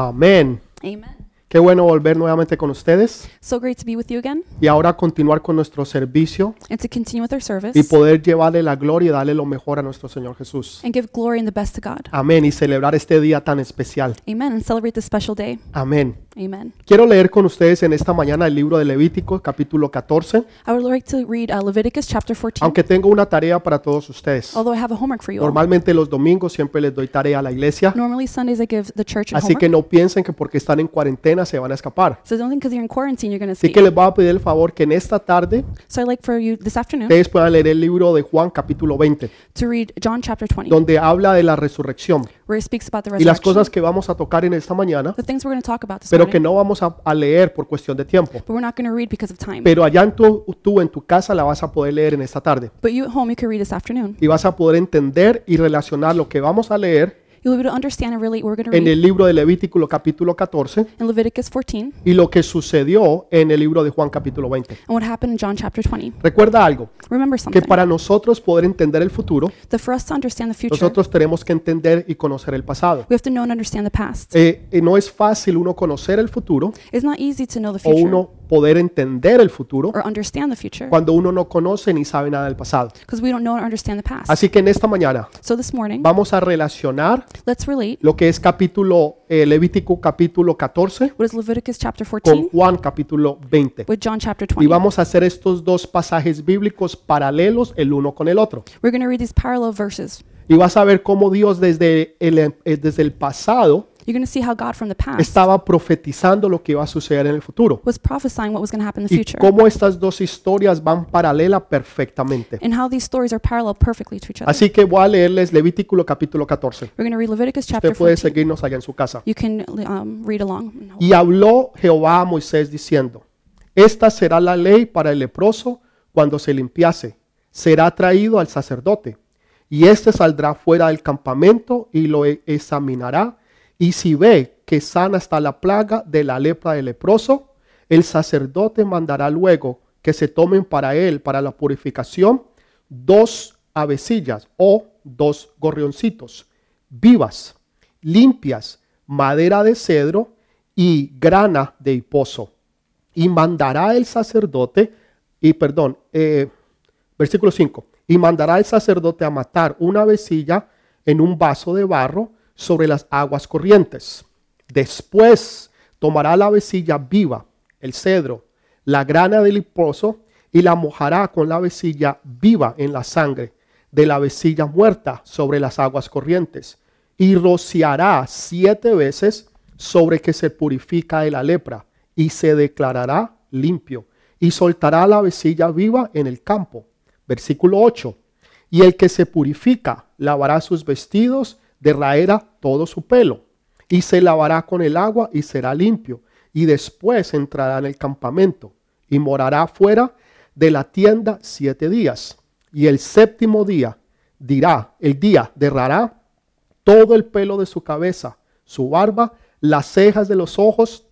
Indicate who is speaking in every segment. Speaker 1: Amén.
Speaker 2: Amen.
Speaker 1: Qué bueno volver nuevamente con ustedes
Speaker 2: So great to be with you again
Speaker 1: y ahora continuar con nuestro servicio
Speaker 2: and to continue with our service
Speaker 1: y poder llevarle la gloria y darle lo mejor a nuestro Señor Jesús.
Speaker 2: and give glory and the best to God.
Speaker 1: Amén. Y celebrar este día tan especial.
Speaker 2: Amen. And celebrate this special day.
Speaker 1: Amén.
Speaker 2: Amen.
Speaker 1: Quiero leer con ustedes en esta mañana el libro de Levítico, capítulo 14,
Speaker 2: I would like to read uh, Leviticus chapter 14.
Speaker 1: aunque tengo una tarea para todos ustedes.
Speaker 2: Although I have a homework for you all.
Speaker 1: Normalmente los domingos siempre les doy tarea a la iglesia,
Speaker 2: Normally Sundays I give the church a
Speaker 1: así
Speaker 2: homework.
Speaker 1: que no piensen que porque están en cuarentena se van a escapar.
Speaker 2: so don't think because you're in quarantine you're going to
Speaker 1: Así
Speaker 2: see.
Speaker 1: que les voy a pedir el favor que en esta tarde
Speaker 2: So I'd like for you this afternoon
Speaker 1: ustedes puedan leer el libro de Juan capítulo 20,
Speaker 2: to read John chapter 20
Speaker 1: donde habla de la resurrección
Speaker 2: where it speaks about the
Speaker 1: y las
Speaker 2: resurrection.
Speaker 1: cosas que vamos a tocar en esta mañana,
Speaker 2: the things we're going to talk about this
Speaker 1: pero que
Speaker 2: morning.
Speaker 1: no vamos a, a leer por cuestión de tiempo.
Speaker 2: But we're not going to read because of time.
Speaker 1: Pero allá en tu- tú, en tu casa, la vas a poder leer en esta tarde
Speaker 2: but you at home you can read this afternoon.
Speaker 1: y vas a poder entender y relacionar lo que vamos a leer
Speaker 2: You'll be able to understand and relate what we're going to
Speaker 1: en
Speaker 2: read
Speaker 1: el libro de Levítico capítulo 14
Speaker 2: in Leviticus 14
Speaker 1: y lo que sucedió en el libro de Juan capítulo 20.
Speaker 2: and what happened in John chapter 20.
Speaker 1: Recuerda algo,
Speaker 2: Remember
Speaker 1: que
Speaker 2: something.
Speaker 1: para nosotros poder entender el futuro,
Speaker 2: that for us to understand the future,
Speaker 1: nosotros tenemos que entender y conocer el pasado.
Speaker 2: we have to know and understand the past.
Speaker 1: Eh, eh, no es fácil uno conocer el futuro
Speaker 2: It's not easy to know the
Speaker 1: o
Speaker 2: future
Speaker 1: uno poder entender el futuro
Speaker 2: or understand the future
Speaker 1: cuando uno no conoce ni sabe nada del pasado.
Speaker 2: because we don't know and understand the past.
Speaker 1: Así que en esta mañana
Speaker 2: So this morning,
Speaker 1: vamos a relacionar
Speaker 2: let's relate
Speaker 1: lo que es capítulo eh, Levítico capítulo 14
Speaker 2: what is Leviticus chapter
Speaker 1: con
Speaker 2: 14
Speaker 1: Juan capítulo 20.
Speaker 2: with John chapter
Speaker 1: Y
Speaker 2: 20.
Speaker 1: vamos a hacer estos dos pasajes bíblicos paralelos el uno con el otro.
Speaker 2: We're going to read these parallel verses.
Speaker 1: Y vas a ver cómo Dios desde el, eh, desde el pasado
Speaker 2: You're going to see how God from the past
Speaker 1: estaba profetizando lo que iba a suceder en el futuro.
Speaker 2: was prophesying what was going to happen in the
Speaker 1: Y
Speaker 2: future
Speaker 1: cómo estas dos historias van paralela perfectamente.
Speaker 2: and how these stories are parallel perfectly to each other.
Speaker 1: Así que voy a leerles Levítico capítulo 14.
Speaker 2: We're going to read Leviticus chapter
Speaker 1: Usted puede
Speaker 2: 14.
Speaker 1: seguirnos allá en su casa.
Speaker 2: You can um, read along.
Speaker 1: Y habló Jehová a Moisés diciendo, Esta será la ley para el leproso cuando se limpiase. Será traído al sacerdote. Y éste saldrá fuera del campamento y lo e- examinará. Y si ve que sana está la plaga de la lepra del leproso, el sacerdote mandará luego que se tomen para él, para la purificación, dos avecillas o dos gorrioncitos vivas, limpias, madera de cedro y grana de hiposo. Y mandará el sacerdote, y perdón, eh, versículo 5, y mandará el sacerdote a matar una vecilla en un vaso de barro sobre las aguas corrientes. Después tomará la vecilla viva, el cedro, la grana del hiposo, y la mojará con la vecilla viva en la sangre de la vecilla muerta sobre las aguas corrientes, y rociará siete veces sobre que se purifica de la lepra, y se declarará limpio, y soltará la vecilla viva en el campo. Versículo 8. Y el que se purifica lavará sus vestidos, derraerá todo su pelo, y se lavará con el agua y será limpio, y después entrará en el campamento, y morará fuera de la tienda siete días. Y el séptimo día dirá, el día derrará todo el pelo de su cabeza, su barba, las cejas de los ojos,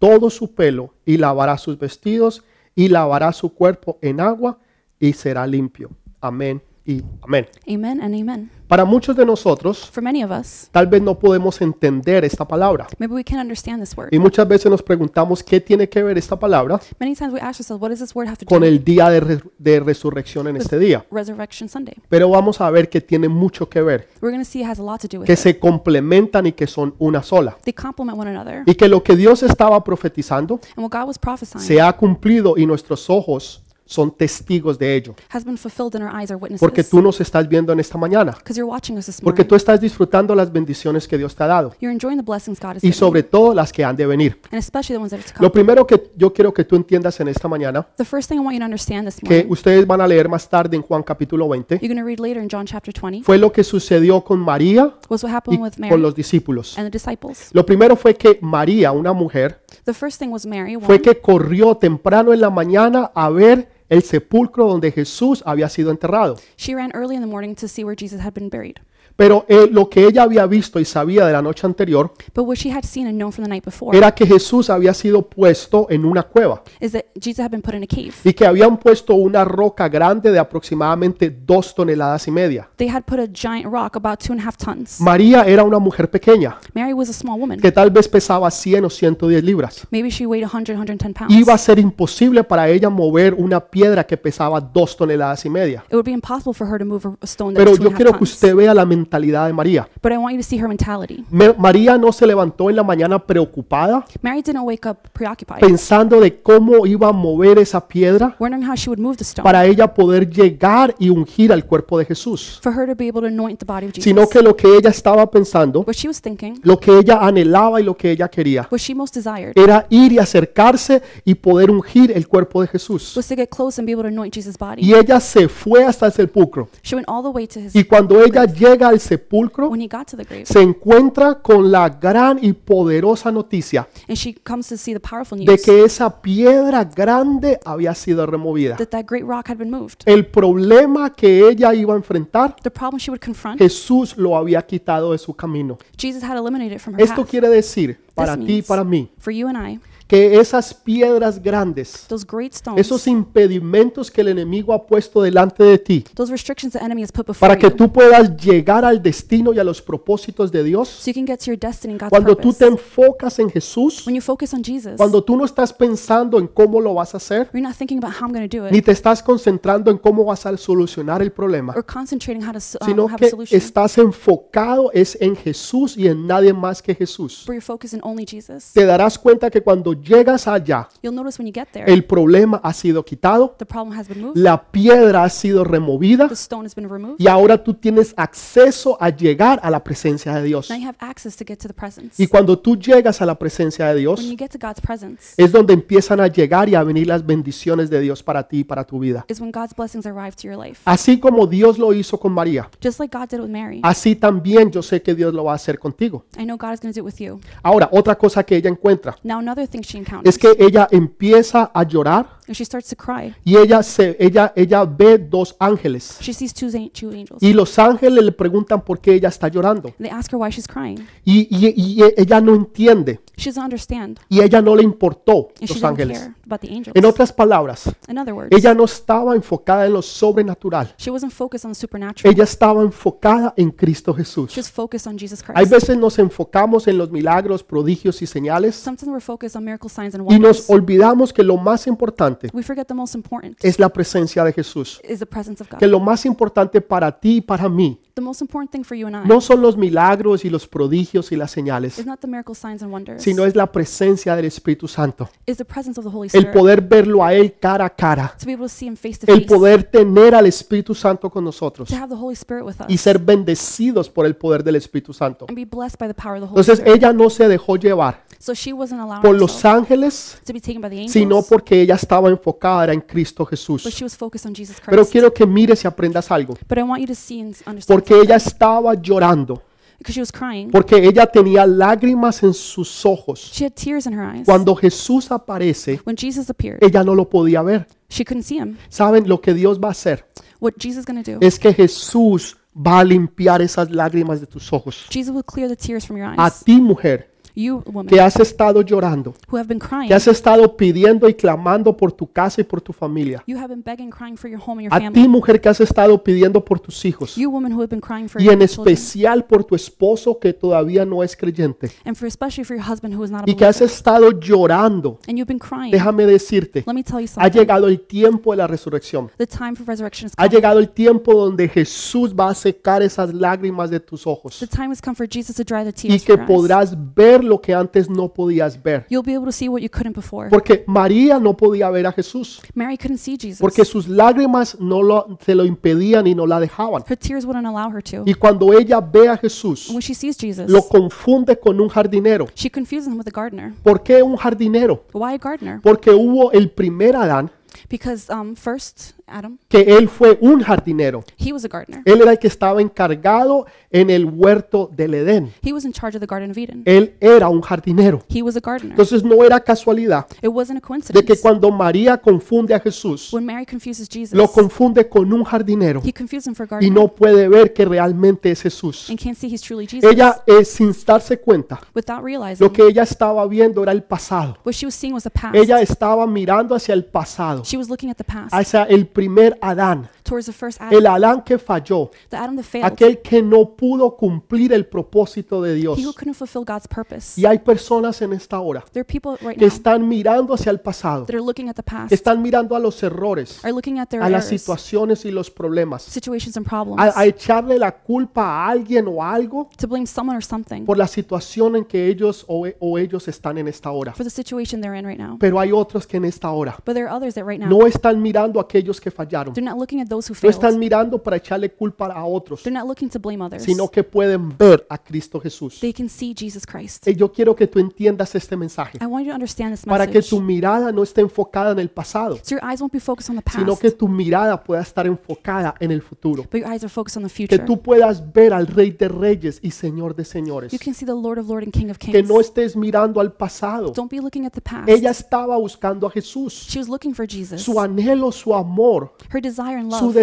Speaker 1: todo su pelo, y lavará sus vestidos, y lavará su cuerpo en agua, y será limpio. Amén y amén.
Speaker 2: Amen and amen.
Speaker 1: Para muchos de nosotros,
Speaker 2: For many of us,
Speaker 1: tal vez no podemos entender esta palabra.
Speaker 2: maybe we can understand this word.
Speaker 1: Y muchas veces nos preguntamos qué tiene que ver esta palabra
Speaker 2: Many times we ask ourselves, what does this word have to do
Speaker 1: con
Speaker 2: with
Speaker 1: el día de, re- de resurrección en este día.
Speaker 2: Resurrection Sunday?
Speaker 1: Pero vamos a ver que tiene mucho que ver,
Speaker 2: We're going to see it has a lot to do with
Speaker 1: que
Speaker 2: it.
Speaker 1: se complementan y que son una sola.
Speaker 2: They complement one another.
Speaker 1: Y que lo que Dios estaba profetizando
Speaker 2: And what God was prophesying
Speaker 1: se ha cumplido y nuestros ojos son testigos de ello.
Speaker 2: has been fulfilled and our eyes are
Speaker 1: Porque
Speaker 2: witnesses.
Speaker 1: tú nos estás viendo en esta mañana.
Speaker 2: Because you're watching us this
Speaker 1: Porque
Speaker 2: morning.
Speaker 1: tú estás disfrutando las bendiciones que Dios te ha dado.
Speaker 2: You're enjoying the blessings God has
Speaker 1: Y
Speaker 2: given you,
Speaker 1: sobre todo las que han de venir.
Speaker 2: and especially the ones that are to come.
Speaker 1: Lo primero que yo quiero que tú entiendas en esta mañana,
Speaker 2: The first thing I want you to understand this
Speaker 1: que
Speaker 2: morning,
Speaker 1: ustedes van a leer más tarde en Juan capítulo 20,
Speaker 2: you're going to read later in John chapter 20,
Speaker 1: fue lo que sucedió con María
Speaker 2: was what
Speaker 1: y
Speaker 2: happened with
Speaker 1: con
Speaker 2: Mary
Speaker 1: los discípulos.
Speaker 2: and the disciples.
Speaker 1: Lo primero fue que María, una mujer,
Speaker 2: The first thing was Mary, one,
Speaker 1: fue que corrió temprano en la mañana a ver el sepulcro donde Jesús había sido enterrado.
Speaker 2: she ran early in the morning to see where Jesus had been buried.
Speaker 1: Pero eh, lo que ella había visto y sabía de la noche anterior
Speaker 2: But what she had seen and known from the night before
Speaker 1: era que Jesús había sido puesto en una cueva
Speaker 2: is that Jesus had been put in a cave.
Speaker 1: y que habían puesto una roca grande de aproximadamente dos toneladas y media.
Speaker 2: They had put a giant rock about two and a half tons.
Speaker 1: María era una mujer pequeña
Speaker 2: Mary was a small woman.
Speaker 1: que tal vez pesaba 100 o 110 libras.
Speaker 2: Maybe she weighed 100, 110 pounds.
Speaker 1: Iba a ser imposible para ella mover una piedra que pesaba dos toneladas y media.
Speaker 2: It would be impossible for her to move a- a stone that
Speaker 1: Pero
Speaker 2: was two
Speaker 1: yo
Speaker 2: and a
Speaker 1: quiero
Speaker 2: half
Speaker 1: que
Speaker 2: tons.
Speaker 1: usted vea la mentalidad de María.
Speaker 2: But I want you to see her mentality.
Speaker 1: Me- María no se levantó en la mañana preocupada
Speaker 2: Mary didn't wake up preoccupied,
Speaker 1: pensando de cómo iba a mover esa piedra
Speaker 2: wondering how she would move the stone
Speaker 1: para ella poder llegar y ungir al cuerpo de Jesús,
Speaker 2: for her to be able to anoint the body of Jesus.
Speaker 1: sino que lo que ella estaba pensando,
Speaker 2: what she was thinking,
Speaker 1: lo que ella anhelaba y lo que ella quería,
Speaker 2: what she most desired,
Speaker 1: era ir y acercarse y poder ungir el cuerpo de Jesús.
Speaker 2: was to get close and be able to anoint Jesus' body.
Speaker 1: Y ella se fue hasta el sepulcro.
Speaker 2: She went all the way to his.
Speaker 1: Y cuando ella llega al sepulcro,
Speaker 2: when he got to the grave,
Speaker 1: se encuentra con la gran y poderosa noticia
Speaker 2: and she comes to see the powerful
Speaker 1: de
Speaker 2: news
Speaker 1: que esa piedra grande había sido removida.
Speaker 2: that that great rock had been moved.
Speaker 1: El problema que ella iba a enfrentar,
Speaker 2: The problem she would confront,
Speaker 1: Jesús lo había quitado de su camino.
Speaker 2: Jesus had eliminated it from her
Speaker 1: Esto
Speaker 2: path.
Speaker 1: quiere decir, para
Speaker 2: This
Speaker 1: ti y
Speaker 2: means-
Speaker 1: para mí,
Speaker 2: For you and I,
Speaker 1: que esas piedras grandes,
Speaker 2: those great stones,
Speaker 1: esos impedimentos que el enemigo ha puesto delante de ti,
Speaker 2: those restrictions the enemy has put before
Speaker 1: para que
Speaker 2: you,
Speaker 1: tú puedas llegar al destino y a los propósitos de Dios,
Speaker 2: so you can get to your destiny and God's
Speaker 1: cuando tú
Speaker 2: purpose.
Speaker 1: te enfocas en Jesús,
Speaker 2: when you focus on Jesus,
Speaker 1: cuando tú no estás pensando en cómo lo vas a hacer,
Speaker 2: you're not thinking about how I'm going to do it
Speaker 1: ni te estás concentrando en cómo vas a solucionar el problema,
Speaker 2: or concentrating how to s- um,
Speaker 1: sino
Speaker 2: have a
Speaker 1: que
Speaker 2: solution.
Speaker 1: estás enfocado es en Jesús y en nadie más que Jesús.
Speaker 2: where you're focusing only Jesus.
Speaker 1: Te darás cuenta que cuando llegas allá,
Speaker 2: You'll notice when you get there,
Speaker 1: el problema ha sido quitado,
Speaker 2: the problem has been moved,
Speaker 1: la piedra ha sido removida
Speaker 2: the stone has been removed.
Speaker 1: y ahora tú tienes acceso a llegar a la presencia de Dios.
Speaker 2: Now you have access to get to the presence.
Speaker 1: Y cuando tú llegas a la presencia de
Speaker 2: When you
Speaker 1: Dios,
Speaker 2: get to God's presence,
Speaker 1: es donde empiezan a llegar y a venir las bendiciones de Dios para ti y para tu vida.
Speaker 2: is when God's blessings arrive to your life.
Speaker 1: Así como Dios lo hizo con María,
Speaker 2: Just like God did with Mary,
Speaker 1: así también yo sé que Dios lo va a hacer contigo.
Speaker 2: I know God is going to do it with you.
Speaker 1: Ahora, otra cosa que ella encuentra
Speaker 2: Now, another thing she encounters
Speaker 1: es que ella empieza a llorar
Speaker 2: and she starts to cry.
Speaker 1: y ella se ella ella ve dos ángeles
Speaker 2: She sees two, an- two angels.
Speaker 1: y los ángeles le preguntan por qué ella está llorando
Speaker 2: They ask her why she's crying.
Speaker 1: y, y- y e- ella no entiende
Speaker 2: She doesn't understand,
Speaker 1: y ella no le importó
Speaker 2: and she
Speaker 1: los
Speaker 2: doesn't
Speaker 1: ángeles.
Speaker 2: care about the angels.
Speaker 1: En otras palabras,
Speaker 2: In other words,
Speaker 1: ella no estaba enfocada en lo sobrenatural.
Speaker 2: she wasn't focused on the supernatural.
Speaker 1: Ella estaba enfocada en Cristo
Speaker 2: She
Speaker 1: Jesús.
Speaker 2: was focused on Jesus
Speaker 1: Hay
Speaker 2: Christ.
Speaker 1: veces nos enfocamos en los milagros, prodigios y señales
Speaker 2: Sometimes we're focused on miracle signs and
Speaker 1: y nos
Speaker 2: wonders.
Speaker 1: olvidamos que lo más importante
Speaker 2: We forget the most important
Speaker 1: es la presencia de Jesús.
Speaker 2: is the presence of
Speaker 1: Que
Speaker 2: God.
Speaker 1: lo más importante para ti y para mí
Speaker 2: The most important thing for you and I
Speaker 1: no son los milagros y los prodigios y las señales,
Speaker 2: is not the miracle signs and wonders,
Speaker 1: sino es la presencia del Espíritu Santo.
Speaker 2: is the presence of the Holy
Speaker 1: El
Speaker 2: Spirit.
Speaker 1: poder verlo a Él cara a cara.
Speaker 2: To be able to see Him face to
Speaker 1: El
Speaker 2: face. To
Speaker 1: poder tener al Espíritu Santo con nosotros
Speaker 2: have the Holy Spirit with
Speaker 1: y
Speaker 2: us
Speaker 1: ser bendecidos por el poder del Espíritu Santo.
Speaker 2: and be blessed by the power of the Holy
Speaker 1: Entonces
Speaker 2: Spirit.
Speaker 1: ella no se dejó llevar
Speaker 2: So she wasn't allowed
Speaker 1: por los
Speaker 2: to
Speaker 1: ángeles,
Speaker 2: be taken by the
Speaker 1: sino
Speaker 2: angels,
Speaker 1: porque ella estaba enfocada era en Cristo
Speaker 2: but
Speaker 1: Jesús.
Speaker 2: she was focused on Jesus
Speaker 1: Pero
Speaker 2: Christ.
Speaker 1: quiero que mires y aprendas algo.
Speaker 2: But I want you to see and understand
Speaker 1: Porque ella estaba llorando,
Speaker 2: because she was crying.
Speaker 1: porque ella tenía lágrimas en sus ojos.
Speaker 2: She had tears in her eyes.
Speaker 1: Cuando eh, Jesús aparece,
Speaker 2: When Jesus appeared,
Speaker 1: ella no lo podía ver.
Speaker 2: she couldn't see Him.
Speaker 1: ¿Saben lo que Dios va a hacer?
Speaker 2: What Jesus is going to do,
Speaker 1: Es que Jesús va a limpiar esas lágrimas de tus ojos.
Speaker 2: Jesus will clear the tears from your
Speaker 1: A
Speaker 2: eyes.
Speaker 1: ti, mujer,
Speaker 2: You,
Speaker 1: que
Speaker 2: woman,
Speaker 1: has estado llorando,
Speaker 2: who have been crying,
Speaker 1: que has estado pidiendo y clamando por tu casa y por tu familia.
Speaker 2: you have been begging, crying for your home and your
Speaker 1: A
Speaker 2: family.
Speaker 1: ti, mujer, que has estado pidiendo por tus hijos.
Speaker 2: You women who have been crying for
Speaker 1: Y
Speaker 2: your
Speaker 1: en
Speaker 2: children,
Speaker 1: especial por tu esposo que todavía no es creyente.
Speaker 2: and for especially for your husband who is not a
Speaker 1: Y que has
Speaker 2: believer,
Speaker 1: estado llorando.
Speaker 2: and you've been crying.
Speaker 1: Déjame decirte,
Speaker 2: Let me tell you
Speaker 1: ha
Speaker 2: something.
Speaker 1: llegado el tiempo de la resurrección.
Speaker 2: The time for resurrection is
Speaker 1: Ha
Speaker 2: come.
Speaker 1: llegado el tiempo donde Jesús va a secar esas lágrimas de tus ojos
Speaker 2: The time has come for Jesus to dry the
Speaker 1: y
Speaker 2: tears
Speaker 1: que
Speaker 2: from your eyes.
Speaker 1: podrás ver lo que antes no podías ver.
Speaker 2: You'll be able to see what you couldn't before.
Speaker 1: Porque María no podía ver a Jesús,
Speaker 2: Mary couldn't see Jesus.
Speaker 1: porque sus lágrimas no lo, se lo impedían y no la dejaban.
Speaker 2: Her tears wouldn't allow her to.
Speaker 1: Y cuando ella ve a Jesús,
Speaker 2: When she sees Jesus,
Speaker 1: lo confunde con un jardinero.
Speaker 2: she confuses him with a gardener.
Speaker 1: ¿Por qué un jardinero?
Speaker 2: Why a gardener?
Speaker 1: Porque hubo el primer Adán
Speaker 2: Because um, first Adam.
Speaker 1: que él fue un jardinero.
Speaker 2: He was a gardener.
Speaker 1: Él era el que estaba encargado en el huerto del Edén.
Speaker 2: He was in charge of the Garden of Eden.
Speaker 1: Él era un jardinero.
Speaker 2: He was a gardener.
Speaker 1: Entonces no era casualidad
Speaker 2: It wasn't
Speaker 1: de
Speaker 2: a
Speaker 1: que
Speaker 2: coincidence.
Speaker 1: cuando María confunde a Jesús,
Speaker 2: When Mary confuses Jesus,
Speaker 1: lo confunde con un jardinero
Speaker 2: he confused him for a
Speaker 1: y
Speaker 2: gardener
Speaker 1: no puede ver que realmente es Jesús.
Speaker 2: and can't see he's truly Jesus.
Speaker 1: Ella, eh, sin darse cuenta,
Speaker 2: Without realizing
Speaker 1: lo que ella estaba viendo era el pasado.
Speaker 2: what she was seeing was the past.
Speaker 1: Ella estaba mirando hacia el pasado,
Speaker 2: She was looking at the past,
Speaker 1: hacia el primer Adán,
Speaker 2: towards the first Adam,
Speaker 1: el Adán que falló,
Speaker 2: the Adam that failed,
Speaker 1: aquel que no pudo cumplir el propósito de
Speaker 2: he who
Speaker 1: Dios.
Speaker 2: couldn't fulfill God's purpose.
Speaker 1: Y hay personas en esta hora
Speaker 2: There are people right
Speaker 1: que
Speaker 2: now
Speaker 1: están mirando hacia el pasado,
Speaker 2: that are looking at the past,
Speaker 1: están mirando a los errores,
Speaker 2: are looking at their
Speaker 1: a las
Speaker 2: errors,
Speaker 1: situaciones y los problemas,
Speaker 2: situations, and
Speaker 1: a, a
Speaker 2: problems,
Speaker 1: echarle la culpa a alguien o algo
Speaker 2: to blame someone or something
Speaker 1: por la situación en que ellos o, e- o ellos están en esta hora.
Speaker 2: for the situation they're in right now.
Speaker 1: Pero hay otros que en esta hora
Speaker 2: But there are others that right now,
Speaker 1: no están mirando a aquellos que fallaron,
Speaker 2: they're not looking at those who
Speaker 1: no están
Speaker 2: failed.
Speaker 1: mirando para echarle culpa a otros,
Speaker 2: They're not looking to blame others.
Speaker 1: sino que pueden ver a Cristo Jesús.
Speaker 2: They can see Jesus Christ.
Speaker 1: Y yo quiero que tú entiendas este mensaje,
Speaker 2: I want you to understand this
Speaker 1: para que
Speaker 2: message.
Speaker 1: tu mirada no esté enfocada en el pasado,
Speaker 2: So your eyes won't be focused on the
Speaker 1: sino
Speaker 2: past,
Speaker 1: que tu mirada pueda estar enfocada en el futuro.
Speaker 2: but your eyes are focused on the
Speaker 1: Que
Speaker 2: future.
Speaker 1: tú puedas ver al Rey de Reyes y Señor de Señores.
Speaker 2: You can see the Lord of Lord and King of
Speaker 1: Que
Speaker 2: Kings.
Speaker 1: no estés mirando al pasado.
Speaker 2: Don't be looking at the past.
Speaker 1: Ella estaba buscando a Jesús.
Speaker 2: She was looking for Jesus.
Speaker 1: Su anhelo, su amor,
Speaker 2: Her desire and
Speaker 1: su
Speaker 2: love,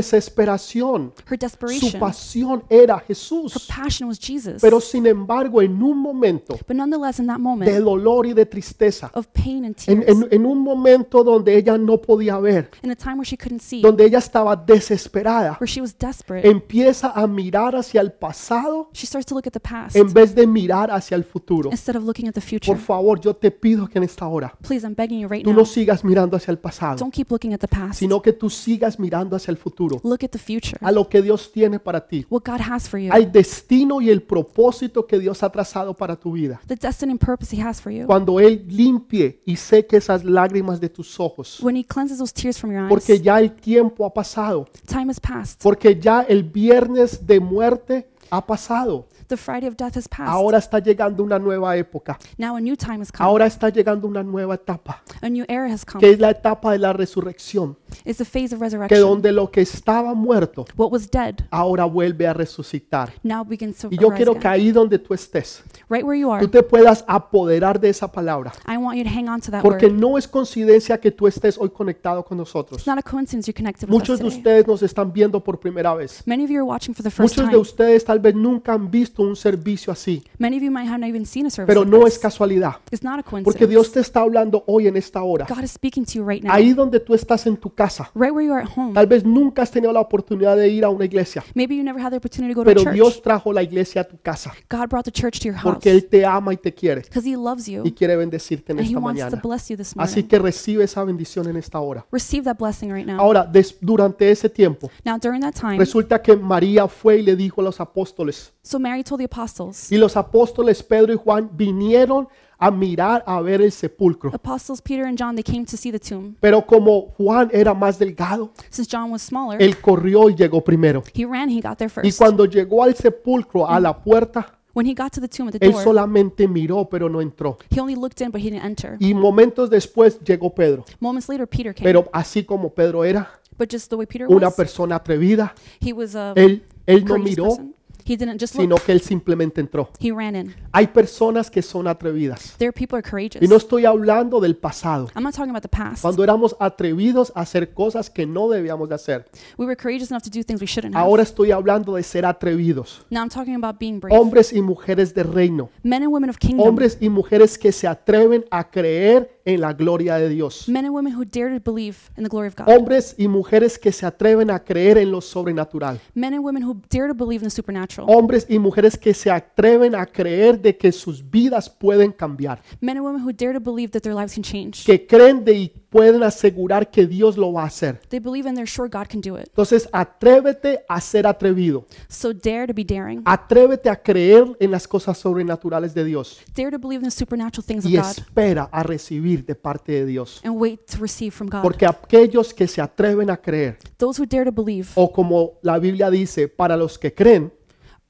Speaker 1: desesperación,
Speaker 2: her
Speaker 1: su
Speaker 2: desperation, her
Speaker 1: pasión era Jesús.
Speaker 2: passion was Jesus.
Speaker 1: Pero sin embargo, en un momento
Speaker 2: But nonetheless, in that
Speaker 1: de
Speaker 2: moment
Speaker 1: dolor y de tristeza,
Speaker 2: of pain and
Speaker 1: en,
Speaker 2: tears,
Speaker 1: en- en un momento donde ella no podía ver,
Speaker 2: in a time where she couldn't see,
Speaker 1: donde ella estaba desesperada,
Speaker 2: where she was desperate,
Speaker 1: empieza a mirar hacia el pasado
Speaker 2: she starts to look at the past
Speaker 1: en vez de mirar hacia el futuro.
Speaker 2: instead of looking at the
Speaker 1: Por
Speaker 2: future.
Speaker 1: favor, yo te pido que en esta hora
Speaker 2: Please, I'm begging you right
Speaker 1: tú no
Speaker 2: now,
Speaker 1: sigas mirando hacia el pasado,
Speaker 2: don't keep looking at the past.
Speaker 1: sino que tú sigas mirando hacia el futuro,
Speaker 2: Look at the future,
Speaker 1: a lo que Dios tiene para ti,
Speaker 2: what God has for you,
Speaker 1: al destino y el propósito que Dios ha trazado para tu vida.
Speaker 2: the destiny and purpose He has for you.
Speaker 1: Cuando Él limpie y seque esas lágrimas de tus ojos,
Speaker 2: When He cleanses those tears from your
Speaker 1: porque
Speaker 2: eyes,
Speaker 1: ya el tiempo ha pasado,
Speaker 2: time has passed.
Speaker 1: porque ya el viernes de muerte ha pasado.
Speaker 2: The Friday of death has passed.
Speaker 1: Ahora está llegando una nueva época.
Speaker 2: Now a new time has come.
Speaker 1: Ahora está llegando una nueva etapa,
Speaker 2: A new era has come.
Speaker 1: que es la etapa de la resurrección,
Speaker 2: It's the phase of
Speaker 1: que
Speaker 2: resurrection.
Speaker 1: donde lo que estaba muerto
Speaker 2: What was dead
Speaker 1: ahora vuelve a resucitar.
Speaker 2: now begins to
Speaker 1: Y yo
Speaker 2: arise
Speaker 1: quiero que
Speaker 2: again.
Speaker 1: ahí donde tú estés,
Speaker 2: Right where you are,
Speaker 1: tú te puedas apoderar de esa palabra,
Speaker 2: I want you to hang on to that
Speaker 1: porque
Speaker 2: word.
Speaker 1: no es coincidencia que tú estés hoy conectado con nosotros.
Speaker 2: It's not a coincidence you're connected with
Speaker 1: Muchos
Speaker 2: us
Speaker 1: de
Speaker 2: today.
Speaker 1: ustedes nos están viendo por primera vez.
Speaker 2: Many of you are watching for the first
Speaker 1: Muchos de
Speaker 2: time.
Speaker 1: ustedes tal vez nunca han visto un servicio así,
Speaker 2: Many of you might have not even seen a service
Speaker 1: pero
Speaker 2: like
Speaker 1: no es
Speaker 2: this.
Speaker 1: casualidad,
Speaker 2: It's not a
Speaker 1: porque Dios
Speaker 2: coincidence.
Speaker 1: te está hablando hoy en esta hora.
Speaker 2: God is speaking to you right now. Hmm.
Speaker 1: Ahí donde tú estás en tu casa,
Speaker 2: Right where you are at home.
Speaker 1: Tal vez nunca has tenido la oportunidad de ir a una iglesia,
Speaker 2: Maybe you never had the opportunity to go to
Speaker 1: pero
Speaker 2: a church.
Speaker 1: Dios trajo la iglesia a tu casa
Speaker 2: God brought the church to your house
Speaker 1: porque Él te ama y te quiere
Speaker 2: because He loves you
Speaker 1: y quiere bendecirte en
Speaker 2: and He
Speaker 1: esta
Speaker 2: wants to
Speaker 1: mañana.
Speaker 2: bless you this
Speaker 1: Así
Speaker 2: morning.
Speaker 1: que recibe esa bendición en esta hora.
Speaker 2: Receive that blessing right now.
Speaker 1: Ahora, des- durante ese tiempo,
Speaker 2: Now, during that time,
Speaker 1: resulta que María fue y le dijo a los apóstoles,
Speaker 2: so Mary told the apostles,
Speaker 1: y los apóstoles Pedro y Juan vinieron a mirar a ver el sepulcro.
Speaker 2: apostles Peter and John, they came to see the tomb.
Speaker 1: Pero como Juan era más delgado,
Speaker 2: Since John was smaller,
Speaker 1: él corrió y llegó primero.
Speaker 2: he ran, he got there
Speaker 1: Y
Speaker 2: first.
Speaker 1: cuando llegó al sepulcro, a la puerta,
Speaker 2: When he got to the tomb at the
Speaker 1: él
Speaker 2: door,
Speaker 1: solamente miró, pero no entró.
Speaker 2: he only looked in, but he didn't enter.
Speaker 1: Y momentos después llegó Pedro.
Speaker 2: Moments later, Peter came.
Speaker 1: Pero así como Pedro era
Speaker 2: But just the way Peter
Speaker 1: una
Speaker 2: was,
Speaker 1: persona atrevida,
Speaker 2: he was a
Speaker 1: él, él no
Speaker 2: courageous
Speaker 1: miró,
Speaker 2: person. He didn't just
Speaker 1: sino
Speaker 2: look.
Speaker 1: que él simplemente entró.
Speaker 2: He ran in.
Speaker 1: Hay personas que son atrevidas.
Speaker 2: There, people
Speaker 1: Y
Speaker 2: are
Speaker 1: no
Speaker 2: courageous.
Speaker 1: estoy hablando del pasado,
Speaker 2: I'm not talking about the past.
Speaker 1: cuando éramos atrevidos a hacer cosas que no debíamos de hacer.
Speaker 2: We were courageous enough to do things we shouldn't have.
Speaker 1: Ahora estoy hablando de ser atrevidos.
Speaker 2: Now I'm talking about being brave.
Speaker 1: Hombres y mujeres de reino.
Speaker 2: Men and women of kingdom.
Speaker 1: Hombres y mujeres que se atreven a creer en la gloria de Dios.
Speaker 2: Men and women who dare to believe in the glory of God.
Speaker 1: Hombres y mujeres que se atreven a creer en lo sobrenatural.
Speaker 2: Men and women who dare to believe in the supernatural.
Speaker 1: hombres y mujeres que se atreven a creer de que sus vidas pueden cambiar,
Speaker 2: Men and women who dare to believe that their lives can change.
Speaker 1: que creen de y pueden asegurar que Dios lo va a hacer.
Speaker 2: They believe and they're sure God can do it.
Speaker 1: Entonces, atrévete a ser atrevido.
Speaker 2: So dare to be
Speaker 1: Ah.
Speaker 2: daring.
Speaker 1: Atrévete a creer en las cosas sobrenaturales de Dios
Speaker 2: Dare to believe in the supernatural things of
Speaker 1: y
Speaker 2: God
Speaker 1: espera a recibir de parte de Dios.
Speaker 2: and wait to receive from God.
Speaker 1: Porque aquellos que se atreven a creer,
Speaker 2: Those who dare to believe,
Speaker 1: o como la Biblia dice, para los que creen,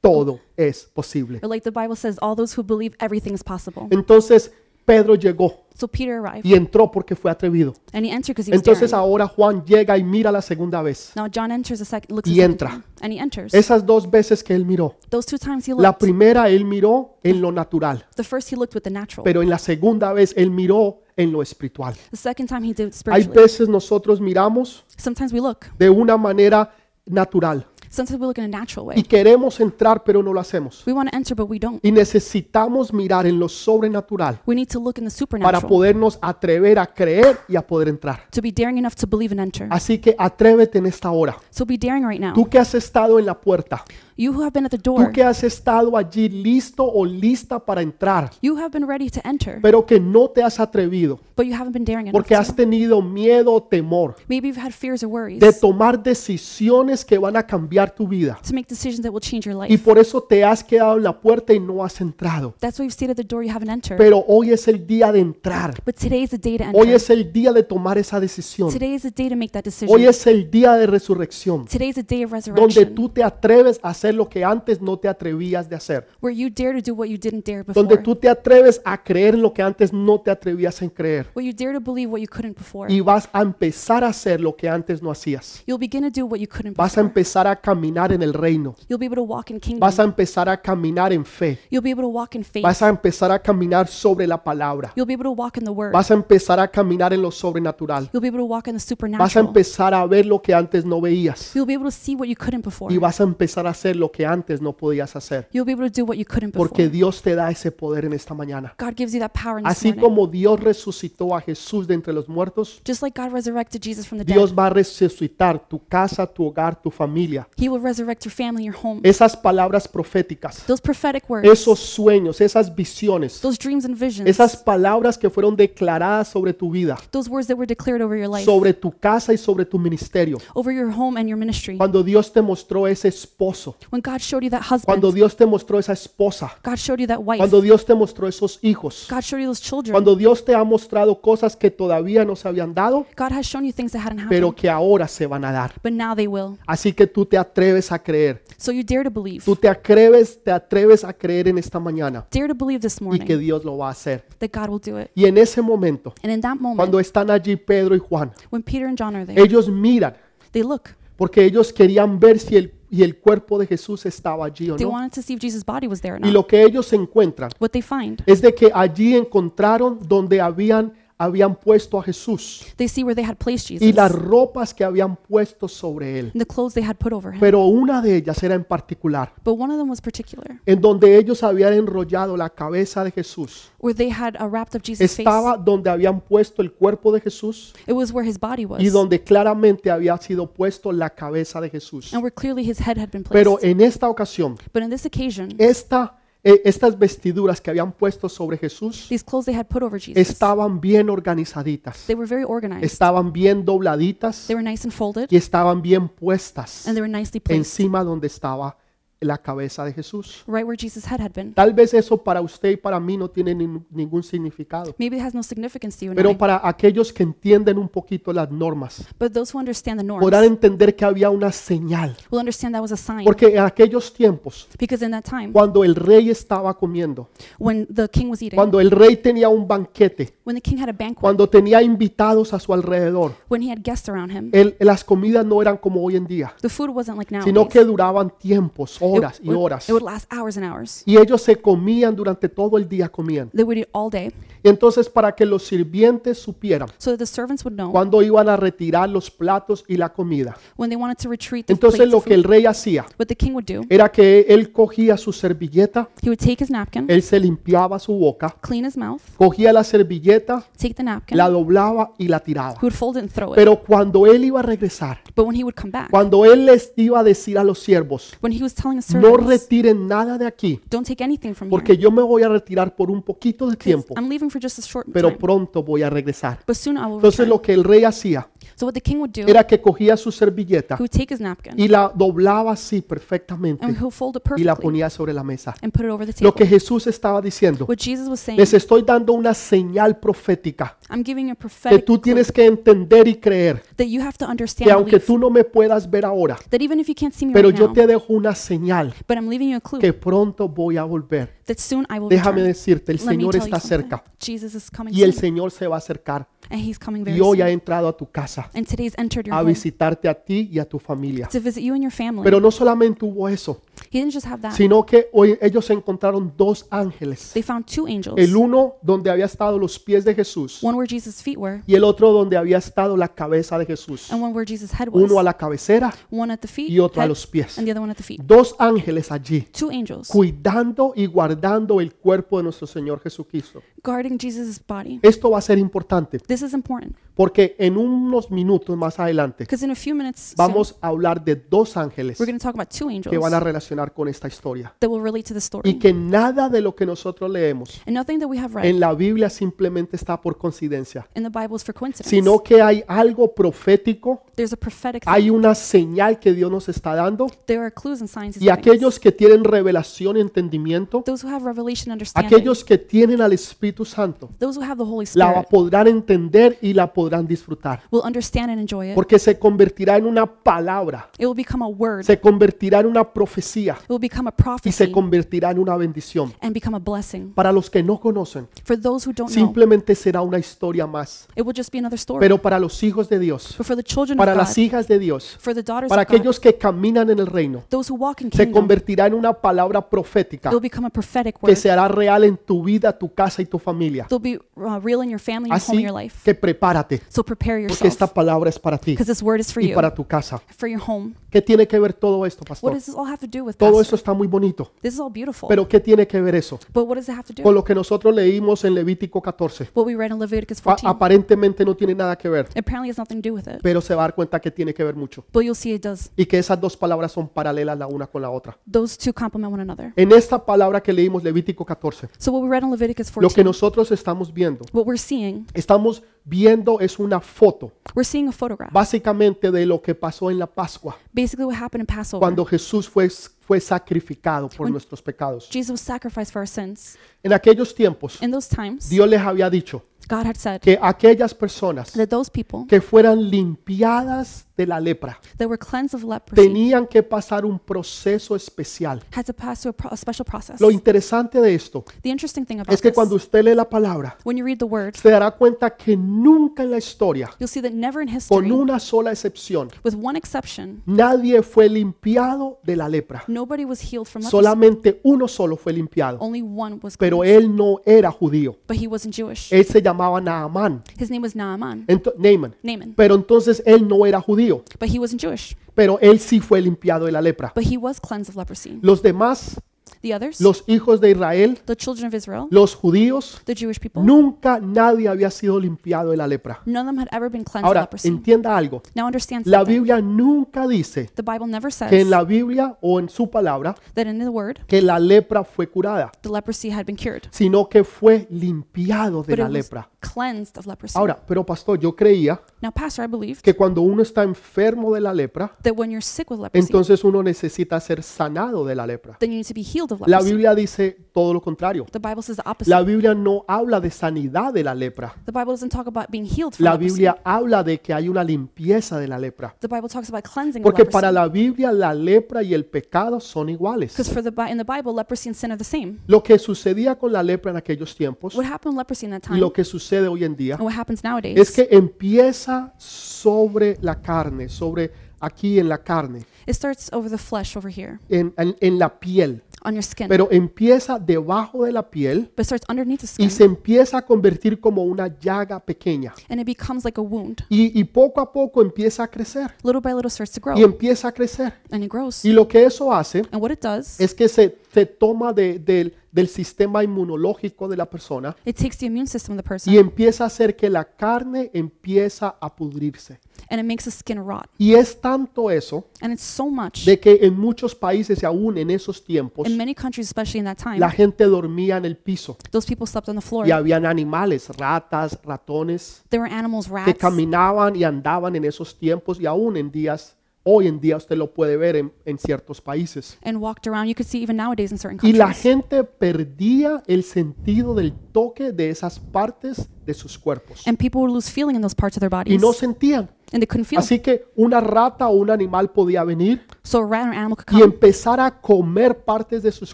Speaker 1: todo es posible.
Speaker 2: or like the Bible says, all those who believe, everything is possible.
Speaker 1: Entonces, Pedro llegó
Speaker 2: So Peter arrived
Speaker 1: y entró porque fue atrevido.
Speaker 2: and he entered because he was
Speaker 1: Entonces
Speaker 2: daring.
Speaker 1: ahora Juan llega y mira la segunda vez.
Speaker 2: Now John enters a second, looks a
Speaker 1: Y
Speaker 2: second
Speaker 1: entra.
Speaker 2: time, and he enters.
Speaker 1: Esas dos veces que él miró.
Speaker 2: Those two times he
Speaker 1: La
Speaker 2: looked.
Speaker 1: primera él miró en lo natural,
Speaker 2: The first he looked with the natural.
Speaker 1: pero en la segunda vez él miró en lo espiritual.
Speaker 2: The second time he did it
Speaker 1: Hay
Speaker 2: spiritually.
Speaker 1: veces nosotros miramos
Speaker 2: Sometimes we look.
Speaker 1: de una manera natural
Speaker 2: Sometimes we look in a natural
Speaker 1: y
Speaker 2: way.
Speaker 1: queremos entrar pero no lo hacemos.
Speaker 2: We want to enter, but we don't.
Speaker 1: Y necesitamos mirar en lo sobrenatural
Speaker 2: We need to look in the
Speaker 1: para
Speaker 2: supernatural
Speaker 1: podernos atrever a creer y a poder entrar.
Speaker 2: to be daring enough to believe and enter.
Speaker 1: Así que atrévete en esta hora.
Speaker 2: So be daring right now.
Speaker 1: Tú que has estado en la puerta,
Speaker 2: You who have been at the
Speaker 1: tú
Speaker 2: door,
Speaker 1: que has estado allí listo o lista para entrar,
Speaker 2: you have been ready to enter,
Speaker 1: pero que no te has atrevido
Speaker 2: but you haven't been daring enough.
Speaker 1: porque
Speaker 2: to.
Speaker 1: has tenido miedo o temor
Speaker 2: Maybe you've had fears or worries
Speaker 1: de tomar decisiones que van a cambiar tu vida.
Speaker 2: to make decisions that will change your
Speaker 1: Y
Speaker 2: life.
Speaker 1: por eso te has quedado en la puerta y no has entrado.
Speaker 2: That's why you've stayed at the door, you haven't entered.
Speaker 1: Pero hoy es el día de entrar.
Speaker 2: But today is the day to
Speaker 1: Hoy
Speaker 2: enter.
Speaker 1: es el día de tomar esa decisión.
Speaker 2: Today is the day to make that
Speaker 1: Hoy
Speaker 2: decision.
Speaker 1: es el día de resurrección.
Speaker 2: Today is the day of
Speaker 1: Donde
Speaker 2: resurrection,
Speaker 1: tú te atreves a hacer lo que antes no te atrevías de hacer.
Speaker 2: where you dare to do what you didn't dare
Speaker 1: Donde
Speaker 2: before,
Speaker 1: tú te atreves a creer en lo que antes no te atrevías en creer.
Speaker 2: where you dare to believe what you couldn't before.
Speaker 1: Y vas a empezar a hacer lo que antes no hacías.
Speaker 2: You'll begin to do what you couldn't
Speaker 1: Vas a
Speaker 2: before.
Speaker 1: empezar a caminar en el reino.
Speaker 2: You'll be able to walk in kingdom.
Speaker 1: Vas a empezar a caminar en fe.
Speaker 2: You'll be able to walk in faith.
Speaker 1: Vas a empezar a caminar sobre la palabra.
Speaker 2: You'll be able to walk in the word.
Speaker 1: Vas a empezar a caminar en lo sobrenatural.
Speaker 2: You'll be able to walk in the
Speaker 1: Vas a
Speaker 2: supernatural.
Speaker 1: empezar a ver lo que antes no veías.
Speaker 2: You'll be able to see what you couldn't before.
Speaker 1: Y vas a empezar a hacer lo que antes no podías hacer.
Speaker 2: You'll be able to do what you couldn't
Speaker 1: Porque
Speaker 2: before.
Speaker 1: Dios te da ese poder en esta mañana.
Speaker 2: God gives you that power in this
Speaker 1: Así
Speaker 2: morning.
Speaker 1: como Dios resucitó a Jesús de entre los muertos,
Speaker 2: Just like God resurrected Jesus from the dead,
Speaker 1: Dios va a resucitar tu casa, tu hogar, tu familia.
Speaker 2: He will resurrect your family, your home.
Speaker 1: Esas palabras proféticas,
Speaker 2: Those prophetic words,
Speaker 1: esos sueños, esas visiones,
Speaker 2: those dreams and visions,
Speaker 1: esas palabras que fueron declaradas sobre tu vida,
Speaker 2: those words that were declared over your life,
Speaker 1: sobre tu casa y sobre tu ministerio.
Speaker 2: over your home and your ministry.
Speaker 1: Cuando Dios te mostró ese esposo,
Speaker 2: When God showed you that husband,
Speaker 1: cuando Dios te mostró esa esposa,
Speaker 2: God showed you that wife,
Speaker 1: cuando Dios te mostró esos hijos,
Speaker 2: God showed you those children,
Speaker 1: cuando Dios te ha mostrado cosas que todavía no se habían dado,
Speaker 2: God has shown you things that hadn't happened,
Speaker 1: pero que ahora se van a dar.
Speaker 2: but now they will.
Speaker 1: Así que tú te atreves a creer,
Speaker 2: So you dare to believe.
Speaker 1: tú te atreves, te atreves a creer en esta mañana
Speaker 2: Dare to believe this
Speaker 1: y
Speaker 2: morning
Speaker 1: que Dios lo va a hacer.
Speaker 2: that God will do it.
Speaker 1: Y en ese momento,
Speaker 2: And in that moment,
Speaker 1: cuando están allí Pedro y Juan,
Speaker 2: when Peter and John are there,
Speaker 1: ellos miran,
Speaker 2: they look.
Speaker 1: porque ellos querían ver si el, y el cuerpo de Jesús estaba allí o
Speaker 2: They
Speaker 1: no.
Speaker 2: wanted to see if Jesus' body was there or
Speaker 1: Y
Speaker 2: not.
Speaker 1: lo que ellos encuentran
Speaker 2: What they find,
Speaker 1: es de que allí encontraron donde habían, habían puesto a Jesús
Speaker 2: they see where they had placed Jesus
Speaker 1: y las ropas que habían puesto sobre él.
Speaker 2: and the clothes they had put over him.
Speaker 1: Pero una de ellas era en particular,
Speaker 2: But one of them was particular,
Speaker 1: en donde ellos habían enrollado la cabeza de Jesús.
Speaker 2: where they had a wrapped of Jesus' face.
Speaker 1: Estaba donde habían puesto el cuerpo de Jesús
Speaker 2: It was where his body was,
Speaker 1: y donde claramente había sido puesto la cabeza de Jesús.
Speaker 2: and where clearly his head had been placed.
Speaker 1: Pero en esta ocasión,
Speaker 2: But on this occasion,
Speaker 1: esta, eh, estas vestiduras que habían puesto sobre Jesús
Speaker 2: these clothes they had put over Jesus,
Speaker 1: estaban bien organizaditas,
Speaker 2: they were very organized.
Speaker 1: estaban bien dobladitas
Speaker 2: They were nice and folded,
Speaker 1: y estaban bien puestas
Speaker 2: and they were nicely placed
Speaker 1: encima donde estaba la cabeza de Jesús.
Speaker 2: right where Jesus' head had been.
Speaker 1: Tal vez eso para usted y para mí no tiene nin- ningún significado,
Speaker 2: Maybe it has no significance to you, and I,
Speaker 1: pero para aquellos que entienden un poquito las normas,
Speaker 2: but those who understand the norms
Speaker 1: podrán entender que había una señal,
Speaker 2: will understand that was a sign.
Speaker 1: porque en aquellos tiempos,
Speaker 2: Because in that time,
Speaker 1: cuando el rey estaba comiendo,
Speaker 2: when the king was eating,
Speaker 1: cuando el rey tenía un banquete,
Speaker 2: when the king had a banquet,
Speaker 1: cuando tenía invitados a su alrededor,
Speaker 2: when he had guests around him,
Speaker 1: el- las comidas no eran como hoy en día,
Speaker 2: the food wasn't like now.
Speaker 1: Eh, sino que duraban tiempos, horas
Speaker 2: it,
Speaker 1: y horas.
Speaker 2: it would last hours and hours.
Speaker 1: Y ellos se comían durante todo el día, comían.
Speaker 2: They would eat all day
Speaker 1: Y entonces para que los sirvientes supieran
Speaker 2: so that the servants would know
Speaker 1: cuándo iban a retirar los platos y la comida.
Speaker 2: when they wanted to retreat the
Speaker 1: Entonces
Speaker 2: plates
Speaker 1: lo
Speaker 2: of
Speaker 1: que Eh, el
Speaker 2: food.
Speaker 1: rey hacía
Speaker 2: What the king would do,
Speaker 1: era que él cogía su servilleta,
Speaker 2: he would take his napkin,
Speaker 1: él se limpiaba su boca,
Speaker 2: clean his mouth,
Speaker 1: cogía la servilleta,
Speaker 2: take the napkin,
Speaker 1: la doblaba y la tiraba.
Speaker 2: he would fold it and throw it.
Speaker 1: Pero cuando él iba a regresar,
Speaker 2: But when he would come back,
Speaker 1: cuando él les iba a decir a los siervos,
Speaker 2: when he was telling his
Speaker 1: no
Speaker 2: servants,
Speaker 1: retiren nada de aquí,
Speaker 2: don't take anything from here.
Speaker 1: porque yo me voy a retirar por un poquito de
Speaker 2: 'cause
Speaker 1: tiempo,
Speaker 2: I'm leaving for just a short
Speaker 1: pero
Speaker 2: time,
Speaker 1: pronto voy a regresar.
Speaker 2: but soon I will
Speaker 1: Entonces
Speaker 2: return.
Speaker 1: lo que el rey hacía
Speaker 2: So what the king would do,
Speaker 1: era que cogía su servilleta
Speaker 2: he would take his napkin
Speaker 1: y la doblaba así perfectamente
Speaker 2: and he would fold it
Speaker 1: y la
Speaker 2: perfectly
Speaker 1: ponía sobre la mesa.
Speaker 2: and put it over the
Speaker 1: Lo
Speaker 2: table.
Speaker 1: que Jesús estaba diciendo,
Speaker 2: What Jesus was saying,
Speaker 1: les estoy dando una señal profética
Speaker 2: I'm giving you a
Speaker 1: que
Speaker 2: prophetic
Speaker 1: tú
Speaker 2: clue
Speaker 1: tienes que entender y creer
Speaker 2: that you have to
Speaker 1: que
Speaker 2: understand
Speaker 1: aunque
Speaker 2: belief,
Speaker 1: tú no me puedas ver ahora,
Speaker 2: that even if you can't see me
Speaker 1: pero
Speaker 2: right
Speaker 1: yo
Speaker 2: now,
Speaker 1: te dejo una señal
Speaker 2: but I'm leaving you a clue
Speaker 1: que pronto voy a volver
Speaker 2: that soon I will
Speaker 1: Déjame
Speaker 2: return.
Speaker 1: decirte, el
Speaker 2: Let me
Speaker 1: Señor
Speaker 2: tell you
Speaker 1: está
Speaker 2: something.
Speaker 1: cerca
Speaker 2: Jesus is coming
Speaker 1: y el
Speaker 2: soon,
Speaker 1: Señor se va a acercar
Speaker 2: and he's coming very
Speaker 1: y hoy ha
Speaker 2: soon.
Speaker 1: entrado a tu casa
Speaker 2: And today's entered your
Speaker 1: a
Speaker 2: home
Speaker 1: visitarte a ti y a tu familia.
Speaker 2: to visit you and your family.
Speaker 1: Pero no solamente hubo eso,
Speaker 2: he didn't just have that.
Speaker 1: sino que hoy ellos encontraron dos ángeles.
Speaker 2: they found two angels.
Speaker 1: El uno donde había estado los pies de Jesús
Speaker 2: one where Jesus' feet were,
Speaker 1: y el otro donde había estado la cabeza de Jesús.
Speaker 2: and one where Jesus' head was.
Speaker 1: Uno a la cabecera
Speaker 2: one at the feet,
Speaker 1: y otro a
Speaker 2: head,
Speaker 1: los pies.
Speaker 2: and the other one at the feet.
Speaker 1: Dos ángeles allí,
Speaker 2: Two angels
Speaker 1: cuidando y guardando el cuerpo de nuestro Señor Jesucristo.
Speaker 2: guarding Jesus' body.
Speaker 1: Esto va a ser importante
Speaker 2: This is important
Speaker 1: porque en unos minutos más adelante
Speaker 2: because in a few minutes soon,
Speaker 1: vamos a hablar de dos ángeles
Speaker 2: we're going to talk about two angels
Speaker 1: que van a relacionar con esta historia.
Speaker 2: that will relate to the story.
Speaker 1: Y que nada de lo que nosotros leemos
Speaker 2: and nothing that we have read
Speaker 1: en la Biblia simplemente está por coincidencia,
Speaker 2: in the Bible is for coincidence.
Speaker 1: sino que hay algo profético,
Speaker 2: There's a prophetic thing.
Speaker 1: hay una señal que Dios nos está dando
Speaker 2: There are clues and signs. he's
Speaker 1: y
Speaker 2: giving us.
Speaker 1: aquellos que tienen revelación y entendimiento,
Speaker 2: those who have revelation understanding,
Speaker 1: aquellos que tienen al Espíritu Santo,
Speaker 2: those who have the Holy Spirit,
Speaker 1: la podrán entender y la podrán disfrutar,
Speaker 2: will understand and enjoy it.
Speaker 1: porque se convertirá en una palabra,
Speaker 2: It will become a word.
Speaker 1: se convertirá en una profecía
Speaker 2: It will become a
Speaker 1: y se
Speaker 2: prophecy
Speaker 1: convertirá en una bendición.
Speaker 2: and become a blessing.
Speaker 1: Para los que no conocen,
Speaker 2: For those who don't know,
Speaker 1: simplemente será una historia más,
Speaker 2: it will just be another story.
Speaker 1: pero para los hijos de Dios,
Speaker 2: But for the children of
Speaker 1: para
Speaker 2: God,
Speaker 1: las hijas de Dios,
Speaker 2: for the daughters
Speaker 1: para
Speaker 2: of God,
Speaker 1: aquellos que caminan en el reino,
Speaker 2: those who walk in
Speaker 1: se
Speaker 2: kingdom, it
Speaker 1: convertirá en una palabra profética
Speaker 2: will become a prophetic
Speaker 1: que
Speaker 2: word.
Speaker 1: se hará real en tu vida, tu casa y tu familia.
Speaker 2: They'll be uh, real in your family, your home,
Speaker 1: Así
Speaker 2: your life.
Speaker 1: que prepárate,
Speaker 2: So prepare
Speaker 1: porque
Speaker 2: yourself
Speaker 1: esta palabra es para ti
Speaker 2: because this word is for
Speaker 1: y
Speaker 2: you,
Speaker 1: para tu casa.
Speaker 2: for your home.
Speaker 1: ¿Qué tiene que ver todo esto,
Speaker 2: What
Speaker 1: pastor?
Speaker 2: does this all have to do with
Speaker 1: Todo
Speaker 2: pastor?
Speaker 1: esto está muy bonito,
Speaker 2: This is all beautiful.
Speaker 1: pero ¿qué tiene que ver eso
Speaker 2: But what does it have to
Speaker 1: con
Speaker 2: do?
Speaker 1: lo que nosotros leímos en Levítico 14?
Speaker 2: What we read in Leviticus
Speaker 1: A-
Speaker 2: 14
Speaker 1: aparentemente no tiene nada que ver,
Speaker 2: apparently has nothing to do with it.
Speaker 1: pero se va a dar cuenta que tiene que ver mucho
Speaker 2: But you'll see it does.
Speaker 1: y que esas dos palabras son paralelas la una con la otra.
Speaker 2: Those two complement one another.
Speaker 1: En esta palabra que leímos, Levítico 14,
Speaker 2: So what we read in Leviticus
Speaker 1: lo que
Speaker 2: 14,
Speaker 1: nosotros estamos viendo,
Speaker 2: what we're seeing,
Speaker 1: estamos viendo es una foto
Speaker 2: we're seeing a photograph.
Speaker 1: básicamente de lo que pasó en la Pascua,
Speaker 2: Basically what happened in Passover.
Speaker 1: cuando Jesús fue, fue sacrificado por nuestros pecados.
Speaker 2: Jesus was sacrificed for our sins.
Speaker 1: En aquellos tiempos,
Speaker 2: In those times,
Speaker 1: Dios les había dicho
Speaker 2: God had said
Speaker 1: que aquellas personas
Speaker 2: that those people
Speaker 1: que fueran limpiadas de la lepra
Speaker 2: that were cleansed of leprosy
Speaker 1: tenían que pasar un proceso especial.
Speaker 2: had to pass through a, pro- a special process.
Speaker 1: Lo
Speaker 2: The
Speaker 1: interesante de esto
Speaker 2: interesting thing about
Speaker 1: es que
Speaker 2: this,
Speaker 1: cuando usted lee la palabra,
Speaker 2: when you read the word,
Speaker 1: se dará cuenta que nunca en la historia,
Speaker 2: you'll see that never in
Speaker 1: con
Speaker 2: history,
Speaker 1: una sola excepción,
Speaker 2: with one exception,
Speaker 1: nadie fue limpiado de la lepra.
Speaker 2: nobody was healed from leprosy.
Speaker 1: Solamente uno solo fue limpiado,
Speaker 2: Only one was
Speaker 1: pero
Speaker 2: cleansed,
Speaker 1: él no era judío.
Speaker 2: but he wasn't Jewish.
Speaker 1: Él se llamaba Naamán,
Speaker 2: His name was Naaman,
Speaker 1: ento- Naaman.
Speaker 2: Naaman,
Speaker 1: Pero entonces él no era judío,
Speaker 2: but he wasn't Jewish,
Speaker 1: pero él sí fue limpiado de la lepra.
Speaker 2: but he was cleansed of leprosy.
Speaker 1: Los demás,
Speaker 2: The others,
Speaker 1: los hijos de Israel,
Speaker 2: the children of Israel,
Speaker 1: los judíos,
Speaker 2: the Jewish people,
Speaker 1: nunca nadie había sido limpiado de la lepra.
Speaker 2: none of them had ever been cleansed of
Speaker 1: Ahora,
Speaker 2: leprosy.
Speaker 1: entienda algo.
Speaker 2: Now understand
Speaker 1: La
Speaker 2: something.
Speaker 1: Biblia nunca dice
Speaker 2: The Bible never
Speaker 1: que en
Speaker 2: says
Speaker 1: la Biblia o en su palabra
Speaker 2: that in the word,
Speaker 1: que la lepra fue curada,
Speaker 2: the leprosy had been cured,
Speaker 1: sino que fue limpiado de
Speaker 2: but
Speaker 1: la
Speaker 2: it was
Speaker 1: lepra.
Speaker 2: cleansed of leprosy.
Speaker 1: Ahora, pero pastor, yo creía
Speaker 2: Now, Pastor, I believed
Speaker 1: que cuando uno está enfermo de la lepra,
Speaker 2: that when you're sick with leprosy,
Speaker 1: entonces uno necesita ser sanado de la lepra.
Speaker 2: then you need to be healed of
Speaker 1: La
Speaker 2: leprosy.
Speaker 1: Biblia dice todo lo contrario.
Speaker 2: The Bible says the opposite.
Speaker 1: La Biblia no habla de sanidad de la lepra.
Speaker 2: The Bible doesn't talk about being healed from
Speaker 1: La
Speaker 2: leprosy.
Speaker 1: Biblia habla de que hay una limpieza de la lepra.
Speaker 2: The Bible talks about cleansing of
Speaker 1: Porque para
Speaker 2: leprosy.
Speaker 1: la Biblia la lepra y el pecado son
Speaker 2: Because
Speaker 1: iguales.
Speaker 2: for the Bi- in the Bible, leprosy and sin are the same.
Speaker 1: Lo que sucedía con la lepra en aquellos tiempos
Speaker 2: What happened with leprosy in that
Speaker 1: y
Speaker 2: time
Speaker 1: lo que sucede hoy en día
Speaker 2: and what happens nowadays
Speaker 1: es que empieza sobre la carne, sobre aquí en la carne,
Speaker 2: It starts over the flesh over here
Speaker 1: en, en- en la piel.
Speaker 2: on your skin,
Speaker 1: Pero empieza debajo de la piel
Speaker 2: but it starts underneath the
Speaker 1: y
Speaker 2: skin
Speaker 1: se empieza a convertir como una llaga pequeña.
Speaker 2: and it becomes like a wound.
Speaker 1: Y, y poco a poco empieza a crecer
Speaker 2: Little by little starts to grow
Speaker 1: y empieza a crecer.
Speaker 2: and it grows.
Speaker 1: Y lo que eso hace
Speaker 2: And what it does,
Speaker 1: es que se, se toma de- del- del sistema inmunológico de la persona
Speaker 2: it takes the immune system of the person
Speaker 1: y empieza a hacer que la carne empieza a pudrirse.
Speaker 2: and it makes the skin rot.
Speaker 1: Y es tanto eso
Speaker 2: And it's so much.
Speaker 1: de que en muchos países y aún en esos tiempos
Speaker 2: In many countries, especially in that time,
Speaker 1: la gente dormía en el piso
Speaker 2: those people slept on the floor.
Speaker 1: y habían animales, ratas, ratones
Speaker 2: There were animals,
Speaker 1: que
Speaker 2: rats,
Speaker 1: caminaban y andaban en esos tiempos y aún en días, hoy en día usted lo puede ver en, en ciertos países.
Speaker 2: and walked around. You could see even nowadays in certain
Speaker 1: Y la
Speaker 2: countries.
Speaker 1: gente perdía el sentido del toque de esas partes de sus cuerpos
Speaker 2: And people would lose feeling in those parts of their
Speaker 1: y
Speaker 2: bodies.
Speaker 1: no sentían
Speaker 2: and they couldn't feel.
Speaker 1: Así que una rata o un animal podía venir
Speaker 2: so a rat or animal could
Speaker 1: y
Speaker 2: come
Speaker 1: empezar a comer partes de sus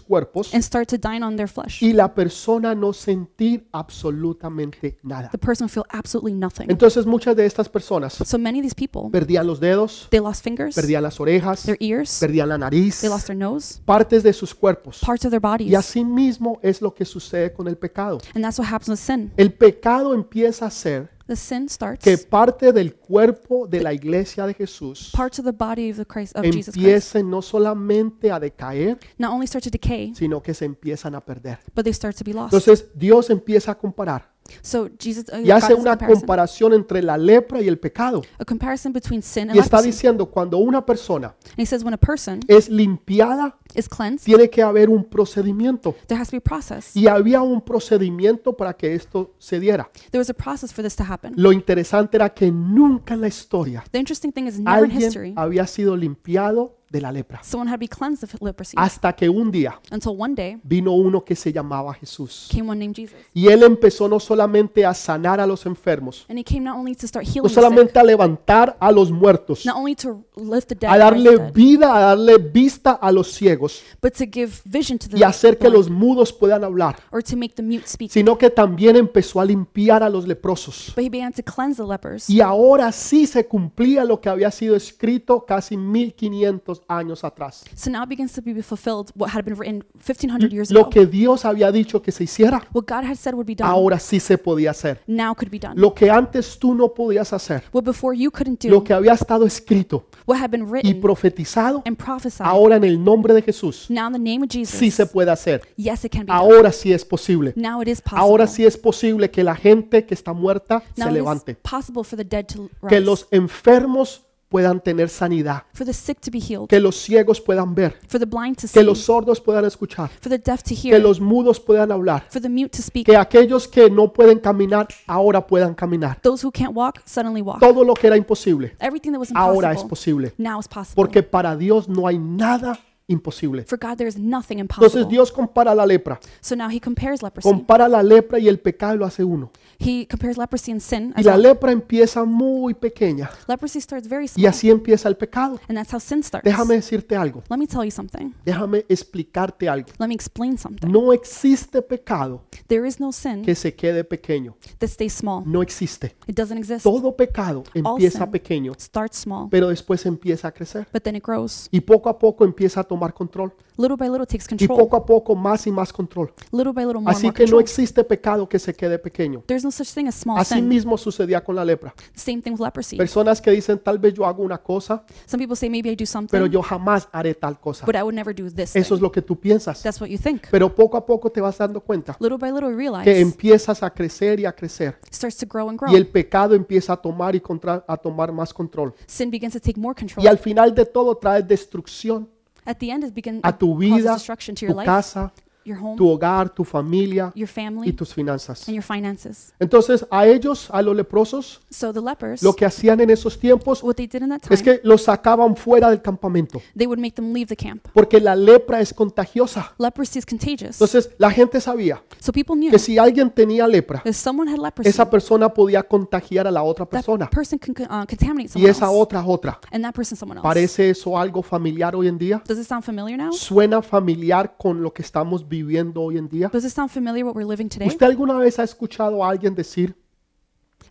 Speaker 1: cuerpos
Speaker 2: and start to dine on their flesh.
Speaker 1: y la persona no sentir absolutamente nada.
Speaker 2: The person would feel absolutely nothing.
Speaker 1: Entonces muchas de estas personas
Speaker 2: So many of these people,
Speaker 1: perdían los dedos,
Speaker 2: they lost fingers,
Speaker 1: perdían las orejas,
Speaker 2: their ears,
Speaker 1: perdían la nariz,
Speaker 2: they lost their nose,
Speaker 1: partes de sus cuerpos.
Speaker 2: parts of their
Speaker 1: Y
Speaker 2: bodies.
Speaker 1: así mismo es lo que sucede con el pecado.
Speaker 2: And that's what happens with sin.
Speaker 1: El pecado empieza a ser
Speaker 2: The sin starts,
Speaker 1: que parte del cuerpo de la iglesia de Jesús
Speaker 2: parts of the body of the Christ of Jesus Christ
Speaker 1: empiecen no solamente a decaer,
Speaker 2: not only start to decay,
Speaker 1: sino que se empiezan a perder.
Speaker 2: but they start to be lost.
Speaker 1: Entonces Dios empieza a comparar
Speaker 2: So Jesus uh,
Speaker 1: y
Speaker 2: God
Speaker 1: hace
Speaker 2: does a
Speaker 1: una
Speaker 2: comparison.
Speaker 1: comparación entre la lepra y el pecado.
Speaker 2: a comparison between sin and
Speaker 1: Y está
Speaker 2: leprosy.
Speaker 1: diciendo, cuando una persona
Speaker 2: And he says when a person
Speaker 1: es limpiada,
Speaker 2: is cleansed,
Speaker 1: tiene que haber un procedimiento.
Speaker 2: there has to be a process.
Speaker 1: Y había un procedimiento para que esto se diera.
Speaker 2: There was a process for this to happen.
Speaker 1: Lo interesante era que nunca en la historia
Speaker 2: The interesting thing is never in history
Speaker 1: alguien había sido limpiado de la lepra.
Speaker 2: someone had to be cleansed of leprosy
Speaker 1: Hasta que un día
Speaker 2: until one day
Speaker 1: vino uno que se llamaba Jesús.
Speaker 2: came one named Jesus.
Speaker 1: Y él empezó no solamente a sanar a los enfermos,
Speaker 2: And he came not only to start
Speaker 1: no
Speaker 2: healing the sick,
Speaker 1: solamente a levantar a los muertos,
Speaker 2: not only to lift the dead,
Speaker 1: a
Speaker 2: and raise the
Speaker 1: darle
Speaker 2: dead,
Speaker 1: vida, a darle vista a los ciegos
Speaker 2: but to give vision to the
Speaker 1: y hacer que
Speaker 2: blind,
Speaker 1: los mudos puedan hablar,
Speaker 2: or to make the mute speak.
Speaker 1: sino que también empezó a limpiar a los leprosos.
Speaker 2: But he began to cleanse the lepers.
Speaker 1: Y ahora sí se cumplía lo que había sido escrito casi 1500 años atrás.
Speaker 2: So now begins to be fulfilled what had been written 1500 years
Speaker 1: Lo
Speaker 2: ago.
Speaker 1: que Dios había dicho que se hiciera,
Speaker 2: What God had said would be done
Speaker 1: ahora sí se podía hacer.
Speaker 2: now could be done.
Speaker 1: Lo que antes tú no podías hacer,
Speaker 2: What before you couldn't
Speaker 1: lo
Speaker 2: do,
Speaker 1: que había estado escrito
Speaker 2: what had been
Speaker 1: y
Speaker 2: written
Speaker 1: profetizado,
Speaker 2: and prophesied,
Speaker 1: ahora en el nombre de Jesús,
Speaker 2: now in the name of
Speaker 1: sí se
Speaker 2: Jesus,
Speaker 1: puede hacer.
Speaker 2: yes, it can be done.
Speaker 1: Ahora sí es posible.
Speaker 2: Now it is
Speaker 1: Ahora
Speaker 2: possible.
Speaker 1: sí es posible que la gente que está muerta se
Speaker 2: Now it is
Speaker 1: levante,
Speaker 2: possible for the dead to
Speaker 1: que
Speaker 2: rise,
Speaker 1: los enfermos puedan tener sanidad,
Speaker 2: for the sick to be healed,
Speaker 1: que los ciegos puedan ver,
Speaker 2: for the blind to
Speaker 1: que
Speaker 2: see,
Speaker 1: los sordos puedan escuchar,
Speaker 2: for the deaf to
Speaker 1: que
Speaker 2: hear,
Speaker 1: los mudos puedan hablar,
Speaker 2: for the mute to speak,
Speaker 1: que aquellos que no pueden caminar ahora puedan caminar.
Speaker 2: those who can't walk suddenly walk.
Speaker 1: Todo lo que era imposible
Speaker 2: Everything that was
Speaker 1: ahora es
Speaker 2: impossible
Speaker 1: posible,
Speaker 2: now is possible.
Speaker 1: porque para Dios no hay nada imposible.
Speaker 2: For God, there is nothing
Speaker 1: Entonces
Speaker 2: impossible.
Speaker 1: Dios compara la lepra,
Speaker 2: So now he compares leprosy.
Speaker 1: compara la lepra y el pecado y lo hace uno.
Speaker 2: He compares leprosy and sin.
Speaker 1: Y
Speaker 2: As
Speaker 1: la
Speaker 2: well.
Speaker 1: lepra empieza muy pequeña
Speaker 2: Leprosy starts very small,
Speaker 1: y así empieza el pecado.
Speaker 2: and that's how sin starts.
Speaker 1: Déjame decirte algo,
Speaker 2: Let me tell you something.
Speaker 1: déjame explicarte algo.
Speaker 2: Let me explain something.
Speaker 1: No existe pecado
Speaker 2: There is no sin
Speaker 1: Mm. que se quede pequeño,
Speaker 2: that stays small.
Speaker 1: no existe.
Speaker 2: It doesn't exist.
Speaker 1: Todo pecado empieza pequeño,
Speaker 2: Starts small,
Speaker 1: pero después empieza a crecer.
Speaker 2: but then it grows.
Speaker 1: y poco a poco empieza a tomar control
Speaker 2: Little by little takes
Speaker 1: y
Speaker 2: control.
Speaker 1: poco a poco más y más control.
Speaker 2: Little by little more and
Speaker 1: Así
Speaker 2: more
Speaker 1: que no
Speaker 2: control.
Speaker 1: existe pecado que se quede pequeño.
Speaker 2: There's no such thing as small
Speaker 1: Así
Speaker 2: sin.
Speaker 1: mismo sucedía con la lepra.
Speaker 2: Same thing with leprosy.
Speaker 1: Personas que dicen tal vez yo hago una cosa,
Speaker 2: Some people say maybe I do
Speaker 1: pero
Speaker 2: something,
Speaker 1: yo jamás haré tal cosa.
Speaker 2: but I would never do this.
Speaker 1: Eso es
Speaker 2: Thing.
Speaker 1: lo que tú piensas.
Speaker 2: That's what you think.
Speaker 1: Pero poco a poco te vas dando cuenta
Speaker 2: Little by little,
Speaker 1: que
Speaker 2: realize
Speaker 1: empiezas a crecer y a crecer
Speaker 2: it starts to grow and
Speaker 1: y
Speaker 2: grow.
Speaker 1: el pecado empieza a tomar y contra- a tomar más control.
Speaker 2: Sin begins to take more
Speaker 1: Y
Speaker 2: control.
Speaker 1: al final de todo trae destrucción
Speaker 2: At the end, it begins
Speaker 1: a tu vida,
Speaker 2: destruction to your
Speaker 1: tu
Speaker 2: life,
Speaker 1: casa,
Speaker 2: your
Speaker 1: tu
Speaker 2: home,
Speaker 1: hogar, tu familia
Speaker 2: your
Speaker 1: y
Speaker 2: family,
Speaker 1: tus finanzas.
Speaker 2: and your finances.
Speaker 1: Entonces a ellos, a los leprosos,
Speaker 2: So the lepers,
Speaker 1: lo que hacían en esos tiempos
Speaker 2: what they did in that
Speaker 1: es
Speaker 2: time,
Speaker 1: que los sacaban fuera del campamento,
Speaker 2: they would make them leave the camp.
Speaker 1: porque la lepra es contagiosa.
Speaker 2: Leprosy is contagious.
Speaker 1: Entonces la gente sabía
Speaker 2: So people knew
Speaker 1: que si alguien tenía lepra,
Speaker 2: if someone had leprosy,
Speaker 1: esa persona podía contagiar a la otra persona
Speaker 2: that person can uh,
Speaker 1: y
Speaker 2: contaminate someone
Speaker 1: esa
Speaker 2: else,
Speaker 1: otra a otra.
Speaker 2: and that person someone else.
Speaker 1: ¿Parece eso algo familiar hoy en día?
Speaker 2: Does it sound familiar now?
Speaker 1: ¿Suena familiar con lo que estamos viviendo hoy en día?
Speaker 2: Does it sound familiar what we're living today?
Speaker 1: ¿Usted alguna vez ha escuchado a alguien decir,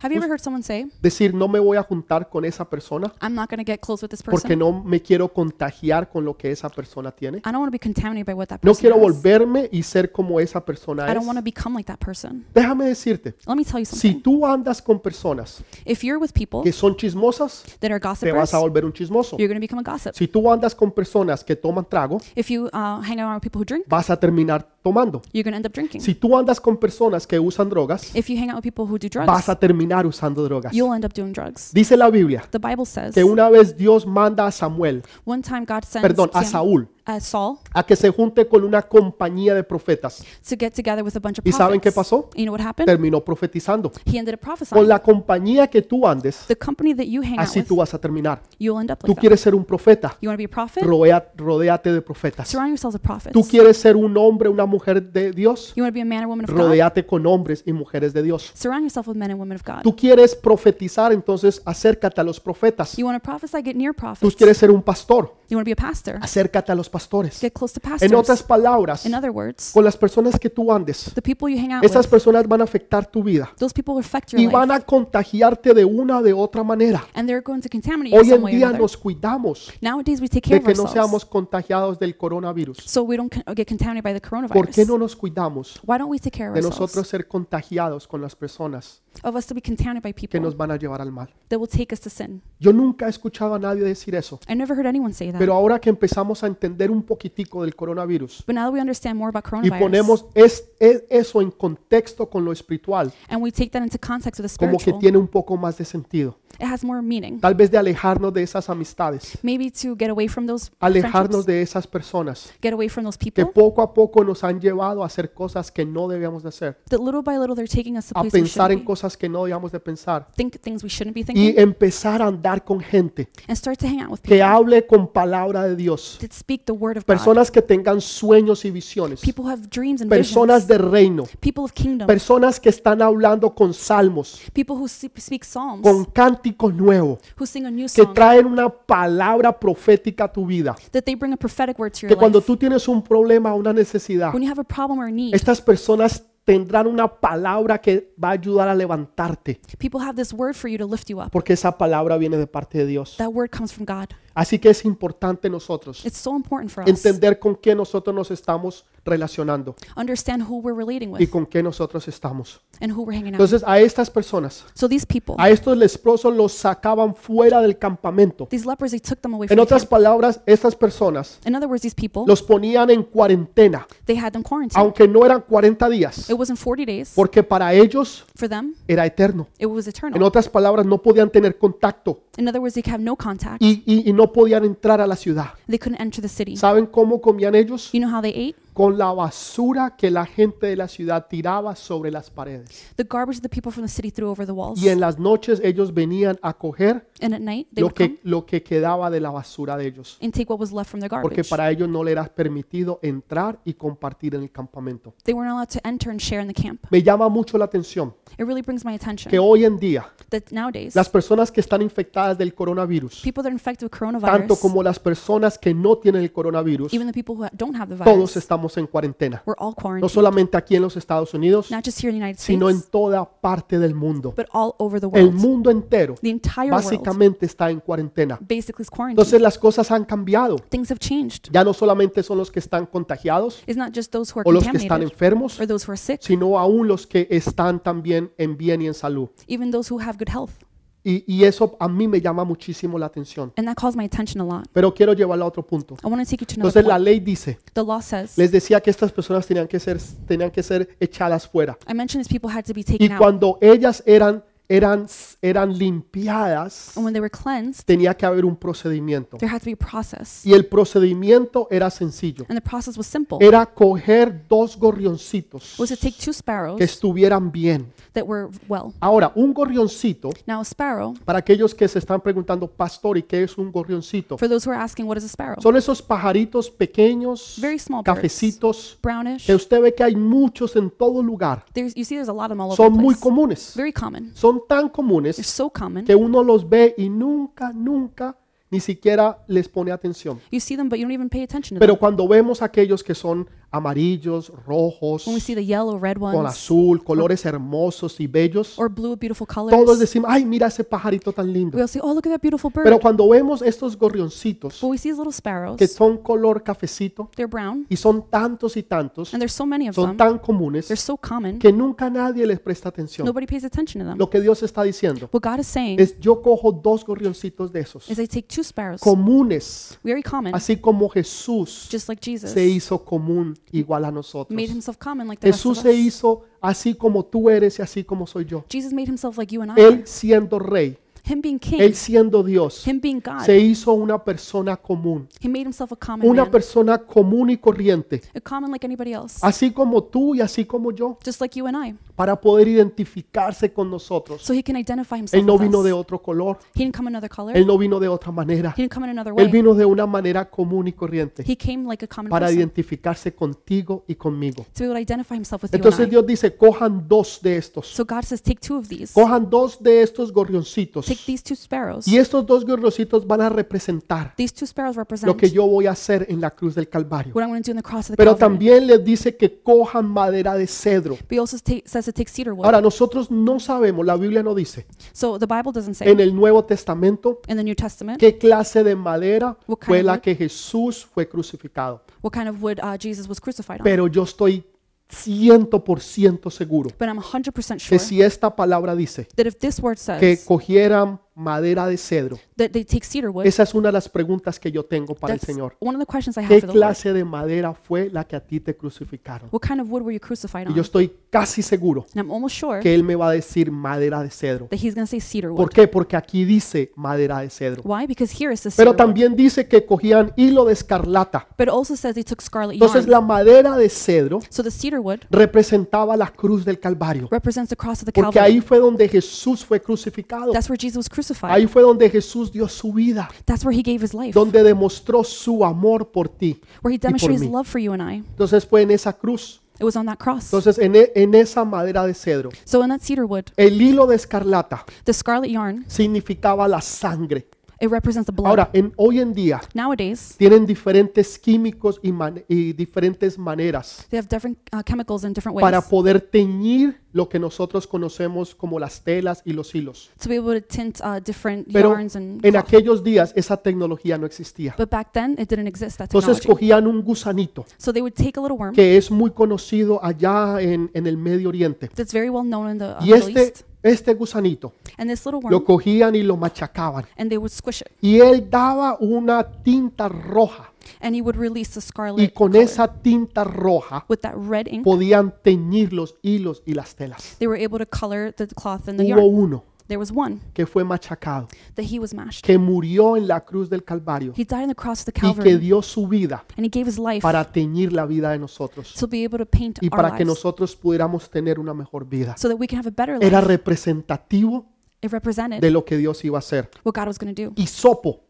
Speaker 2: Have you ever heard someone say,
Speaker 1: decir no me voy a juntar con esa persona
Speaker 2: I'm not going to get close with this
Speaker 1: porque
Speaker 2: person.
Speaker 1: no me quiero contagiar con lo que esa persona tiene?
Speaker 2: I don't want to be contaminated by what that
Speaker 1: No
Speaker 2: person
Speaker 1: quiero
Speaker 2: has.
Speaker 1: volverme y ser como esa persona
Speaker 2: I don't
Speaker 1: es.
Speaker 2: want to become like that person.
Speaker 1: Déjame decirte,
Speaker 2: Let me tell you
Speaker 1: si
Speaker 2: something.
Speaker 1: tú andas con personas
Speaker 2: If you're with people
Speaker 1: que son chismosas,
Speaker 2: that are
Speaker 1: te vas
Speaker 2: gossipers,
Speaker 1: a volver un chismoso.
Speaker 2: you're going to become a gossip.
Speaker 1: Si tú andas con personas que toman trago,
Speaker 2: If you uh, hang around with people who drink,
Speaker 1: vas a terminar tomando.
Speaker 2: you're going to end up drinking.
Speaker 1: Si tú andas con personas que usan drogas,
Speaker 2: If you hang out with people who do
Speaker 1: vas
Speaker 2: drugs,
Speaker 1: a terminar usando drogas.
Speaker 2: you'll end up doing drugs.
Speaker 1: Dice la Biblia
Speaker 2: The Bible says
Speaker 1: que una vez Dios manda a Samuel,
Speaker 2: one time God sends
Speaker 1: perdón, a
Speaker 2: Sam-
Speaker 1: Saúl,
Speaker 2: uh, Saul
Speaker 1: a que se junte con una compañía de profetas.
Speaker 2: to get together with a bunch of
Speaker 1: ¿Y
Speaker 2: prophets.
Speaker 1: saben qué pasó?
Speaker 2: You know what happened?
Speaker 1: Terminó profetizando.
Speaker 2: he ended up prophesying.
Speaker 1: Con la compañía que tú andes,
Speaker 2: the company that you hang out
Speaker 1: así
Speaker 2: with,
Speaker 1: tú vas a terminar.
Speaker 2: you'll end up
Speaker 1: Tú
Speaker 2: like that.
Speaker 1: quieres ser un profeta,
Speaker 2: You want to be a prophet?
Speaker 1: rodea- rodéate de profetas.
Speaker 2: Surround yourselves with prophets.
Speaker 1: Tú quieres ser un hombre, una mujer de Dios,
Speaker 2: you want to be a man or woman of God?
Speaker 1: rodéate con hombres y mujeres de Dios.
Speaker 2: Surround yourself with men and women of God.
Speaker 1: Tú quieres profetizar, entonces acércate a los profetas.
Speaker 2: you want to prophesy? Get near
Speaker 1: Tú
Speaker 2: prophets.
Speaker 1: quieres ser un pastor,
Speaker 2: you want to be a pastor?
Speaker 1: acércate a los pastores.
Speaker 2: Get close to pastors.
Speaker 1: En otras Ah, palabras,
Speaker 2: In other words,
Speaker 1: con las personas que tú andes,
Speaker 2: the people you hang out
Speaker 1: esas
Speaker 2: with,
Speaker 1: personas van a afectar tu vida
Speaker 2: those people affect your
Speaker 1: y
Speaker 2: life,
Speaker 1: van a contagiarte de una o de otra manera.
Speaker 2: and they're going to contaminate you
Speaker 1: Hoy
Speaker 2: some
Speaker 1: en
Speaker 2: way or
Speaker 1: día
Speaker 2: another.
Speaker 1: nos cuidamos
Speaker 2: Nowadays, we take care
Speaker 1: de
Speaker 2: of
Speaker 1: que no
Speaker 2: ourselves,
Speaker 1: seamos contagiados del coronavirus.
Speaker 2: so we don't con- get contaminated by the
Speaker 1: ¿Por qué no
Speaker 2: coronavirus.
Speaker 1: nos cuidamos
Speaker 2: Why don't we take care of
Speaker 1: de
Speaker 2: ourselves?
Speaker 1: nosotros ser contagiados con las personas
Speaker 2: Of us to be contaminated by
Speaker 1: que
Speaker 2: people
Speaker 1: nos van a llevar al mal?
Speaker 2: that will take us to sin.
Speaker 1: Yo nunca he escuchado a nadie decir eso,
Speaker 2: I never heard anyone say that.
Speaker 1: pero ahora que empezamos a entender un poquitico del coronavirus
Speaker 2: but now that we understand more about
Speaker 1: y
Speaker 2: coronavirus,
Speaker 1: ponemos es- es- eso en contexto con lo espiritual,
Speaker 2: and we take that into context with the
Speaker 1: como que
Speaker 2: spiritual,
Speaker 1: tiene un poco más de sentido.
Speaker 2: it has more meaning.
Speaker 1: Tal vez de alejarnos de esas amistades,
Speaker 2: Maybe to get away from those
Speaker 1: alejarnos
Speaker 2: friendships,
Speaker 1: de esas personas
Speaker 2: get away from those
Speaker 1: que
Speaker 2: people
Speaker 1: poco a poco nos han llevado a hacer cosas que no debíamos de hacer,
Speaker 2: that little by little they're taking us to
Speaker 1: a
Speaker 2: places we
Speaker 1: pensar en
Speaker 2: shouldn't be,
Speaker 1: cosas que no debíamos de pensar
Speaker 2: think things we shouldn't be thinking,
Speaker 1: y empezar a andar con gente
Speaker 2: and start to hang out with
Speaker 1: que
Speaker 2: people
Speaker 1: hable con palabra de Dios,
Speaker 2: that speak the word of God.
Speaker 1: personas que tengan sueños y visiones,
Speaker 2: People who have dreams and
Speaker 1: personas
Speaker 2: visions.
Speaker 1: de reino,
Speaker 2: People of kingdom.
Speaker 1: personas que están hablando con salmos,
Speaker 2: people who se- speak psalms.
Speaker 1: con cánticos nuevos,
Speaker 2: who sing a new
Speaker 1: que
Speaker 2: song.
Speaker 1: traen una palabra profética a tu vida,
Speaker 2: that they bring a prophetic word to your
Speaker 1: que cuando
Speaker 2: life.
Speaker 1: tú tienes un problema, una necesidad,
Speaker 2: When you have a problem or a need,
Speaker 1: estas personas tendrán una palabra que va a ayudar a levantarte,
Speaker 2: people have this word for you to lift you up.
Speaker 1: porque esa palabra viene de parte de Dios.
Speaker 2: That word comes from God.
Speaker 1: Así que es importante nosotros
Speaker 2: It's so important for us.
Speaker 1: entender con qué nosotros nos estamos relacionando
Speaker 2: Understand who we're relating
Speaker 1: y
Speaker 2: with
Speaker 1: con qué nosotros estamos.
Speaker 2: and who we're hanging out with.
Speaker 1: Entonces a estas personas,
Speaker 2: So these people,
Speaker 1: a estos leprosos los sacaban fuera del campamento.
Speaker 2: these lepers, they took them away from
Speaker 1: En
Speaker 2: the
Speaker 1: otras
Speaker 2: camp.
Speaker 1: palabras, estas personas
Speaker 2: In other words, these people,
Speaker 1: los ponían en cuarentena,
Speaker 2: they had them quarantined.
Speaker 1: aunque no eran 40 días,
Speaker 2: It wasn't 40 days.
Speaker 1: porque para ellos
Speaker 2: For them,
Speaker 1: era eterno.
Speaker 2: it was
Speaker 1: En
Speaker 2: eternal.
Speaker 1: otras palabras, no podían tener contacto
Speaker 2: In other words, they could have no contact.
Speaker 1: y, y- y no podían entrar a la ciudad.
Speaker 2: They couldn't enter the city.
Speaker 1: ¿Saben cómo comían ellos?
Speaker 2: You know how they ate?
Speaker 1: Con la basura que la gente de la ciudad tiraba sobre las paredes.
Speaker 2: The garbage that the people from the city threw over the walls.
Speaker 1: Y en las noches ellos venían a coger
Speaker 2: And at night, they
Speaker 1: lo
Speaker 2: would come
Speaker 1: que, lo que quedaba de la basura de ellos.
Speaker 2: and take what was left from their
Speaker 1: Porque
Speaker 2: garbage.
Speaker 1: para ellos no les era permitido entrar y compartir en el campamento.
Speaker 2: They weren't allowed to enter and share in the camp.
Speaker 1: Me llama mucho la atención
Speaker 2: It really brings my
Speaker 1: que
Speaker 2: attention
Speaker 1: hoy en día
Speaker 2: that nowadays,
Speaker 1: las personas que están infectadas del coronavirus,
Speaker 2: people that are infected with
Speaker 1: tanto
Speaker 2: coronavirus,
Speaker 1: como las personas que no tienen el coronavirus,
Speaker 2: even the people who don't have the
Speaker 1: todos
Speaker 2: virus,
Speaker 1: estamos en cuarentena.
Speaker 2: we're all
Speaker 1: No
Speaker 2: quarantined.
Speaker 1: solamente aquí en los Estados Unidos,
Speaker 2: Not just here in the United
Speaker 1: sino en
Speaker 2: States,
Speaker 1: toda parte del mundo.
Speaker 2: but all over the
Speaker 1: El
Speaker 2: world.
Speaker 1: mundo entero
Speaker 2: The entire world
Speaker 1: básicamente está en cuarentena.
Speaker 2: basically
Speaker 1: Entonces
Speaker 2: is quarantined.
Speaker 1: las cosas han cambiado.
Speaker 2: Things have changed.
Speaker 1: Ya no solamente son los que están contagiados
Speaker 2: It's not just those who are
Speaker 1: o los que están
Speaker 2: contaminated
Speaker 1: enfermos,
Speaker 2: or those who are sick,
Speaker 1: sino aún los que están también en bien y en salud.
Speaker 2: even those who have good health.
Speaker 1: Y, y eso a mí me llama muchísimo la atención.
Speaker 2: And that calls my attention a lot.
Speaker 1: Pero quiero llevarlo a otro punto.
Speaker 2: I want to take you to another
Speaker 1: Entonces la
Speaker 2: point.
Speaker 1: ley dice,
Speaker 2: The law says,
Speaker 1: les decía que estas personas tenían que ser, tenían que ser echadas fuera.
Speaker 2: I mentioned these people had to be
Speaker 1: Y
Speaker 2: taken out.
Speaker 1: cuando ellas eran, eran, eran limpiadas,
Speaker 2: And when they were cleansed,
Speaker 1: tenía que haber un procedimiento.
Speaker 2: there had to be a process.
Speaker 1: Y el procedimiento era sencillo.
Speaker 2: And the process was simple.
Speaker 1: Era coger dos gorrioncitos
Speaker 2: was to take two
Speaker 1: que
Speaker 2: sparrows
Speaker 1: estuvieran bien.
Speaker 2: that were well.
Speaker 1: Ahora, un gorrioncito,
Speaker 2: Now a sparrow,
Speaker 1: para aquellos que se están preguntando, pastor, ¿y qué es un gorrioncito?
Speaker 2: for those who are asking, what is a sparrow?
Speaker 1: Son esos pajaritos pequeños,
Speaker 2: Very small birds.
Speaker 1: cafecitos,
Speaker 2: Brownish.
Speaker 1: que usted ve que hay muchos en todo lugar.
Speaker 2: There's, you see, there's a lot of them all over
Speaker 1: Son
Speaker 2: the
Speaker 1: muy
Speaker 2: place.
Speaker 1: comunes.
Speaker 2: Very common.
Speaker 1: Son tan
Speaker 2: They're
Speaker 1: comunes
Speaker 2: so common.
Speaker 1: que uno los ve y nunca, nunca, ni siquiera les pone atención.
Speaker 2: You see them, but you don't even pay attention to them.
Speaker 1: Pero cuando vemos aquellos que son amarillos, rojos,
Speaker 2: When we see the yellow, red
Speaker 1: con
Speaker 2: ones,
Speaker 1: azul, colores hermosos y bellos,
Speaker 2: or blue, beautiful
Speaker 1: todos
Speaker 2: colors,
Speaker 1: decimos, ay, mira ese pajarito tan lindo.
Speaker 2: we'll say, oh, look at that beautiful bird.
Speaker 1: Pero cuando vemos estos gorrioncitos
Speaker 2: But we see these little
Speaker 1: que
Speaker 2: sparrows.
Speaker 1: son color cafecito
Speaker 2: They're brown,
Speaker 1: y son tantos y tantos,
Speaker 2: and there's so many of
Speaker 1: son
Speaker 2: them.
Speaker 1: tan comunes
Speaker 2: They're so common.
Speaker 1: que nunca nadie les presta atención.
Speaker 2: Nobody pays attention to them.
Speaker 1: Lo que Dios está diciendo
Speaker 2: What God is saying
Speaker 1: es yo cojo dos gorrioncitos de esos,
Speaker 2: is they take two sparrows,
Speaker 1: comunes,
Speaker 2: very common,
Speaker 1: así como Jesús
Speaker 2: just like Jesus
Speaker 1: se hizo común igual a nosotros.
Speaker 2: made himself common like the rest
Speaker 1: Jesús
Speaker 2: of
Speaker 1: se
Speaker 2: us.
Speaker 1: hizo así como tú eres y así como soy yo.
Speaker 2: Ah. Jesus made himself like you and I.
Speaker 1: Él siendo rey,
Speaker 2: Him being king,
Speaker 1: Él siendo Dios,
Speaker 2: him being God,
Speaker 1: se hizo una persona común,
Speaker 2: he made himself a common
Speaker 1: una
Speaker 2: man,
Speaker 1: persona común y corriente,
Speaker 2: a common like anybody else,
Speaker 1: así como tú y así como yo,
Speaker 2: just like you and I.
Speaker 1: para poder identificarse con nosotros.
Speaker 2: So he can identify himself
Speaker 1: Él no
Speaker 2: with
Speaker 1: vino
Speaker 2: us.
Speaker 1: de otro color,
Speaker 2: He didn't come another color.
Speaker 1: Él no vino de otra manera,
Speaker 2: he didn't come in another way.
Speaker 1: Él vino de una manera común y corriente
Speaker 2: he came like a common
Speaker 1: para
Speaker 2: person
Speaker 1: identificarse contigo y conmigo.
Speaker 2: to be able to identify himself with you
Speaker 1: Entonces
Speaker 2: and I.
Speaker 1: Dios dice, cojan dos de estos,
Speaker 2: So God says, take two of these.
Speaker 1: cojan dos de estos gorrioncitos
Speaker 2: Take these two sparrows.
Speaker 1: y estos dos gorrioncitos van a representar
Speaker 2: These two sparrows represent
Speaker 1: lo que yo voy a hacer en la cruz del Calvario.
Speaker 2: what I'm going to do in the cross of the
Speaker 1: Pero
Speaker 2: Calvary.
Speaker 1: también les dice que cojan madera de cedro.
Speaker 2: But he also ta- says to take cedar wood.
Speaker 1: Ahora, nosotros no sabemos, la Biblia no dice,
Speaker 2: so the Bible doesn't say
Speaker 1: en el Nuevo Testamento,
Speaker 2: in the New Testament
Speaker 1: qué clase de madera
Speaker 2: What kind
Speaker 1: fue
Speaker 2: of
Speaker 1: la
Speaker 2: wood?
Speaker 1: que Jesús fue crucificado.
Speaker 2: what kind of wood uh, Jesus was crucified on.
Speaker 1: Pero yo estoy 100% seguro
Speaker 2: but I'm 100% sure
Speaker 1: que si esta palabra dice
Speaker 2: that if this word says
Speaker 1: que cogieran madera de cedro,
Speaker 2: that they take cedar wood,
Speaker 1: esa es una de las preguntas que yo tengo para el
Speaker 2: that's
Speaker 1: Señor.
Speaker 2: one of the questions I have
Speaker 1: ¿Qué
Speaker 2: for the Lord.
Speaker 1: clase de madera fue la que a ti te crucificaron?
Speaker 2: What kind of wood were you crucified
Speaker 1: Y
Speaker 2: on?
Speaker 1: yo estoy casi seguro
Speaker 2: and I'm almost sure
Speaker 1: que Él me va a decir madera de cedro.
Speaker 2: that he's going to say cedar wood.
Speaker 1: ¿Por qué? Porque aquí dice madera de cedro.
Speaker 2: Why? Because here is the cedar
Speaker 1: Pero
Speaker 2: wood.
Speaker 1: también dice que cogían hilo de escarlata.
Speaker 2: But it also says they took scarlet
Speaker 1: Entonces
Speaker 2: yarn.
Speaker 1: la madera de cedro
Speaker 2: So the cedar wood
Speaker 1: representaba la cruz del Calvario.
Speaker 2: represents the cross of the
Speaker 1: Porque
Speaker 2: Calvary.
Speaker 1: ahí fue donde Jesús fue crucificado.
Speaker 2: That's where Jesus was crucified.
Speaker 1: Ahí fue donde Jesús dio su vida,
Speaker 2: That's where he gave his life.
Speaker 1: donde demostró su amor por ti.
Speaker 2: Where he demonstrated his
Speaker 1: mí.
Speaker 2: love for you and I.
Speaker 1: Entonces fue en esa cruz.
Speaker 2: It was on that cross.
Speaker 1: Entonces en, e- en esa madera de cedro.
Speaker 2: So in that cedar wood,
Speaker 1: El hilo de escarlata
Speaker 2: the scarlet yarn,
Speaker 1: significaba la sangre.
Speaker 2: it represents the blood.
Speaker 1: Ahora, en, hoy en día
Speaker 2: Nowadays,
Speaker 1: tienen diferentes químicos y, man- y diferentes maneras
Speaker 2: they have different uh, chemicals in different
Speaker 1: para
Speaker 2: ways
Speaker 1: poder teñir lo que nosotros conocemos como las telas y los hilos.
Speaker 2: to be able to tint uh, different
Speaker 1: Pero
Speaker 2: yarns and
Speaker 1: en
Speaker 2: cloth.
Speaker 1: aquellos días esa tecnología no existía.
Speaker 2: But back then, it didn't exist, that
Speaker 1: Entonces
Speaker 2: technology.
Speaker 1: cogían un gusanito
Speaker 2: So they would take a little worm
Speaker 1: que es muy conocido allá en, en el Medio Oriente.
Speaker 2: that's very well known in the uh,
Speaker 1: Y
Speaker 2: Middle
Speaker 1: este,
Speaker 2: East.
Speaker 1: este gusanito
Speaker 2: And this little
Speaker 1: lo
Speaker 2: worm,
Speaker 1: cogían y lo machacaban.
Speaker 2: and they would squish it.
Speaker 1: Y él daba una tinta roja.
Speaker 2: And he would release the scarlet
Speaker 1: Y con
Speaker 2: color.
Speaker 1: esa tinta roja
Speaker 2: with that red ink,
Speaker 1: podían teñir los hilos y las telas.
Speaker 2: they were able to color the cloth and the
Speaker 1: Hubo
Speaker 2: yarn.
Speaker 1: uno
Speaker 2: There was one
Speaker 1: que fue machacado,
Speaker 2: that he was mashed.
Speaker 1: que murió en la cruz del Calvario
Speaker 2: He died on the cross of the
Speaker 1: y que
Speaker 2: Calvary,
Speaker 1: dio su vida
Speaker 2: and he gave his life
Speaker 1: para teñir la vida de nosotros
Speaker 2: to be able to paint
Speaker 1: y
Speaker 2: our
Speaker 1: para que
Speaker 2: lives
Speaker 1: nosotros pudiéramos tener una mejor vida.
Speaker 2: so that we can have a better
Speaker 1: Era
Speaker 2: life.
Speaker 1: representativo
Speaker 2: It
Speaker 1: de
Speaker 2: represented
Speaker 1: lo que Dios iba a hacer.
Speaker 2: what God was going to do.
Speaker 1: Hisopo,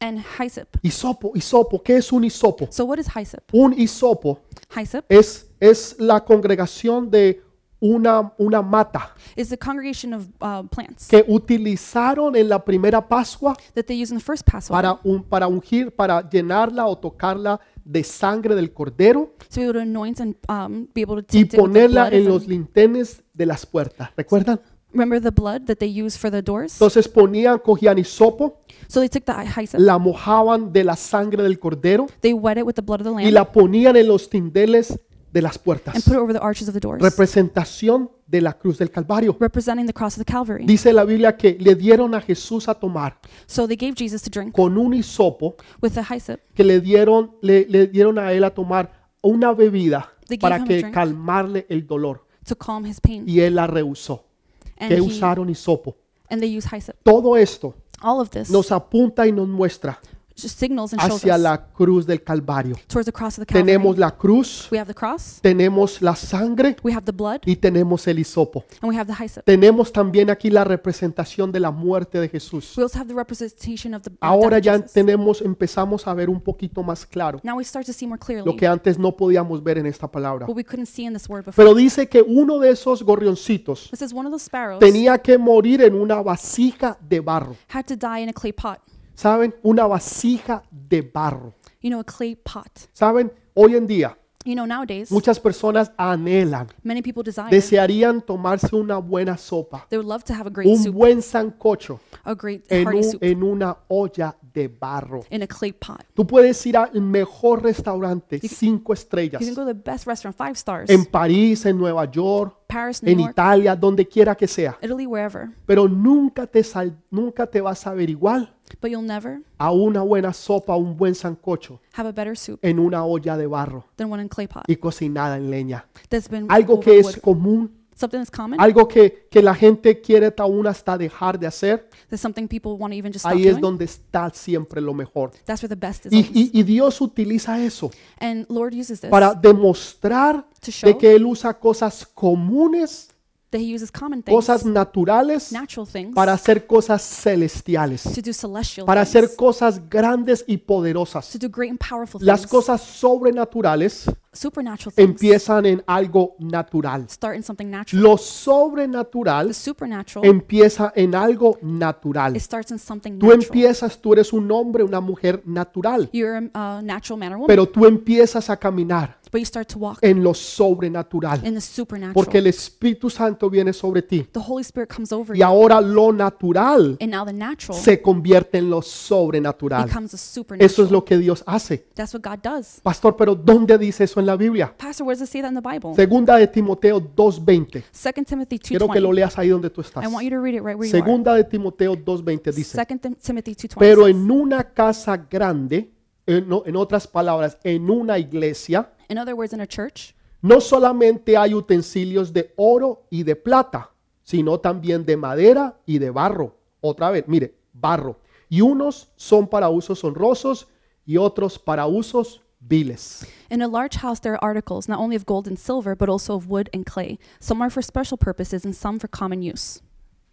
Speaker 2: And hyssop.
Speaker 1: hisopo, hisopo. ¿Qué es un hisopo?
Speaker 2: So what is hyssop?
Speaker 1: Un hisopo
Speaker 2: Hyssop
Speaker 1: es, es la congregación de una, una mata
Speaker 2: is the congregation of uh, plants
Speaker 1: que utilizaron en la primera Pascua
Speaker 2: that they use in the first Passover
Speaker 1: para, un- para ungir, para llenarla o tocarla de sangre del cordero
Speaker 2: to be able to anoint and um, be able to
Speaker 1: y
Speaker 2: tint it with the
Speaker 1: ponerla
Speaker 2: blood.
Speaker 1: en
Speaker 2: of
Speaker 1: los
Speaker 2: them.
Speaker 1: lintenes de las puertas. ¿Recuerdan?
Speaker 2: Remember the blood that they used for the doors?
Speaker 1: Entonces ponían, cogían hisopo,
Speaker 2: So they took the hyssop,
Speaker 1: la mojaban de la sangre del cordero
Speaker 2: they wet it with the blood of the
Speaker 1: y
Speaker 2: lamb,
Speaker 1: la ponían en los tindeles de las
Speaker 2: and
Speaker 1: puertas.
Speaker 2: put it over the arches of the doors.
Speaker 1: Representación de la cruz del Calvario.
Speaker 2: representing the cross of the Calvary.
Speaker 1: Dice la Biblia que le dieron a Jesús a tomar
Speaker 2: So they gave Jesus to drink
Speaker 1: con un hisopo
Speaker 2: with the hyssop.
Speaker 1: que le dieron, le, le dieron a él a tomar una bebida
Speaker 2: They gave
Speaker 1: para
Speaker 2: him a
Speaker 1: que
Speaker 2: drink.
Speaker 1: calmarle el dolor.
Speaker 2: to calm his pain.
Speaker 1: y él la rehusó.
Speaker 2: And,
Speaker 1: Que
Speaker 2: he,
Speaker 1: usaron hisopo.
Speaker 2: and they use hyssop.
Speaker 1: Todo esto
Speaker 2: All of this
Speaker 1: nos apunta y nos muestra
Speaker 2: just signals and shows
Speaker 1: hacia
Speaker 2: us
Speaker 1: la cruz del Calvario.
Speaker 2: towards the cross of the Calvary.
Speaker 1: Tenemos la cruz,
Speaker 2: we have the cross,
Speaker 1: tenemos la sangre
Speaker 2: we have the blood,
Speaker 1: y tenemos el hisopo.
Speaker 2: and we have the hyssop.
Speaker 1: Tenemos también aquí la representación de la muerte de Jesús.
Speaker 2: We also have the representation of the of
Speaker 1: Ahora
Speaker 2: death of
Speaker 1: ya
Speaker 2: Jesus.
Speaker 1: tenemos, empezamos a ver un poquito más claro
Speaker 2: Now we start to see more clearly
Speaker 1: lo que antes no podíamos ver en esta palabra.
Speaker 2: what we couldn't see in this word before.
Speaker 1: Pero dice que uno de esos gorrioncitos
Speaker 2: This is one of those sparrows
Speaker 1: tenía que morir en una vasija de barro.
Speaker 2: had to die in a clay pot.
Speaker 1: ¿Saben? Una vasija de barro.
Speaker 2: You know, a clay pot.
Speaker 1: Saben, hoy en día
Speaker 2: You know, nowadays,
Speaker 1: muchas personas anhelan,
Speaker 2: many people desire,
Speaker 1: desearían tomarse una buena sopa,
Speaker 2: they would love to have a great
Speaker 1: un
Speaker 2: soup,
Speaker 1: buen sancocho
Speaker 2: a great
Speaker 1: en,
Speaker 2: hearty
Speaker 1: un-
Speaker 2: soup
Speaker 1: en una olla de barro.
Speaker 2: in a clay pot.
Speaker 1: Tú puedes ir al mejor restaurante, cinco estrellas,
Speaker 2: You can go to the best restaurant, five stars,
Speaker 1: en París, en Nueva York,
Speaker 2: Paris, New
Speaker 1: en
Speaker 2: York,
Speaker 1: Italia, donde quiera que sea,
Speaker 2: Italy, wherever.
Speaker 1: pero nunca te, sal- nunca te vas a ver igual
Speaker 2: But you'll never
Speaker 1: a una buena sopa, un buen sancocho
Speaker 2: have a better soup
Speaker 1: en una olla de barro
Speaker 2: than one in clay pot
Speaker 1: y cocinada en leña.
Speaker 2: that's been
Speaker 1: Algo
Speaker 2: over
Speaker 1: que es
Speaker 2: wood.
Speaker 1: común
Speaker 2: something that's common.
Speaker 1: Algo que, que la gente quiere aún hasta dejar de hacer.
Speaker 2: That's something people want to even just stop
Speaker 1: Ahí es
Speaker 2: doing.
Speaker 1: donde está siempre lo mejor.
Speaker 2: That's where the best is.
Speaker 1: Y,
Speaker 2: always.
Speaker 1: y- y Dios utiliza eso
Speaker 2: and Lord uses this
Speaker 1: para demostrar
Speaker 2: to show
Speaker 1: de que Él usa cosas comunes,
Speaker 2: that He uses common things,
Speaker 1: cosas naturales,
Speaker 2: natural things,
Speaker 1: para hacer cosas celestiales,
Speaker 2: to do celestial
Speaker 1: para
Speaker 2: things,
Speaker 1: hacer cosas grandes y poderosas.
Speaker 2: to do great and powerful
Speaker 1: Las
Speaker 2: things,
Speaker 1: cosas sobrenaturales
Speaker 2: supernatural things.
Speaker 1: empiezan en algo natural.
Speaker 2: Start in something natural.
Speaker 1: Lo sobrenatural
Speaker 2: The supernatural,
Speaker 1: empieza en algo
Speaker 2: it
Speaker 1: natural.
Speaker 2: starts in something
Speaker 1: Tú
Speaker 2: natural.
Speaker 1: empiezas, tú eres un hombre, una mujer natural,
Speaker 2: You're a uh, natural man or woman,
Speaker 1: pero tú empiezas a caminar
Speaker 2: but you start to walk
Speaker 1: en lo sobrenatural,
Speaker 2: in the supernatural.
Speaker 1: porque el Espíritu Santo viene sobre ti.
Speaker 2: the Holy Spirit comes over
Speaker 1: Y
Speaker 2: you,
Speaker 1: ahora lo natural
Speaker 2: and now the natural
Speaker 1: se convierte en lo sobrenatural.
Speaker 2: becomes a supernatural.
Speaker 1: Eso es lo que Dios hace.
Speaker 2: That's what God does.
Speaker 1: Pastor, pero ¿dónde dice eso en la Biblia?
Speaker 2: Pastor, where does it say that in the Bible?
Speaker 1: Segunda de Timoteo 2.20.
Speaker 2: 2 Timothy
Speaker 1: Quiero que lo
Speaker 2: 2.20.
Speaker 1: leas ahí donde tú estás.
Speaker 2: I want you to read it right where you are.
Speaker 1: Segunda de Timoteo 2.20 dice.
Speaker 2: 2 Tim- Timothy 2.20.
Speaker 1: Pero
Speaker 2: says,
Speaker 1: en una casa grande, en, o- en otras palabras, en una iglesia,
Speaker 2: in other words, in a church,
Speaker 1: no solamente hay utensilios de oro y de plata, sino también de madera y de barro. Otra vez, mire, barro. Y unos son para usos honrosos y otros para usos viles.
Speaker 2: in a large house there are articles not only of gold and silver, but also of wood and clay. Some are for special purposes and some for common use.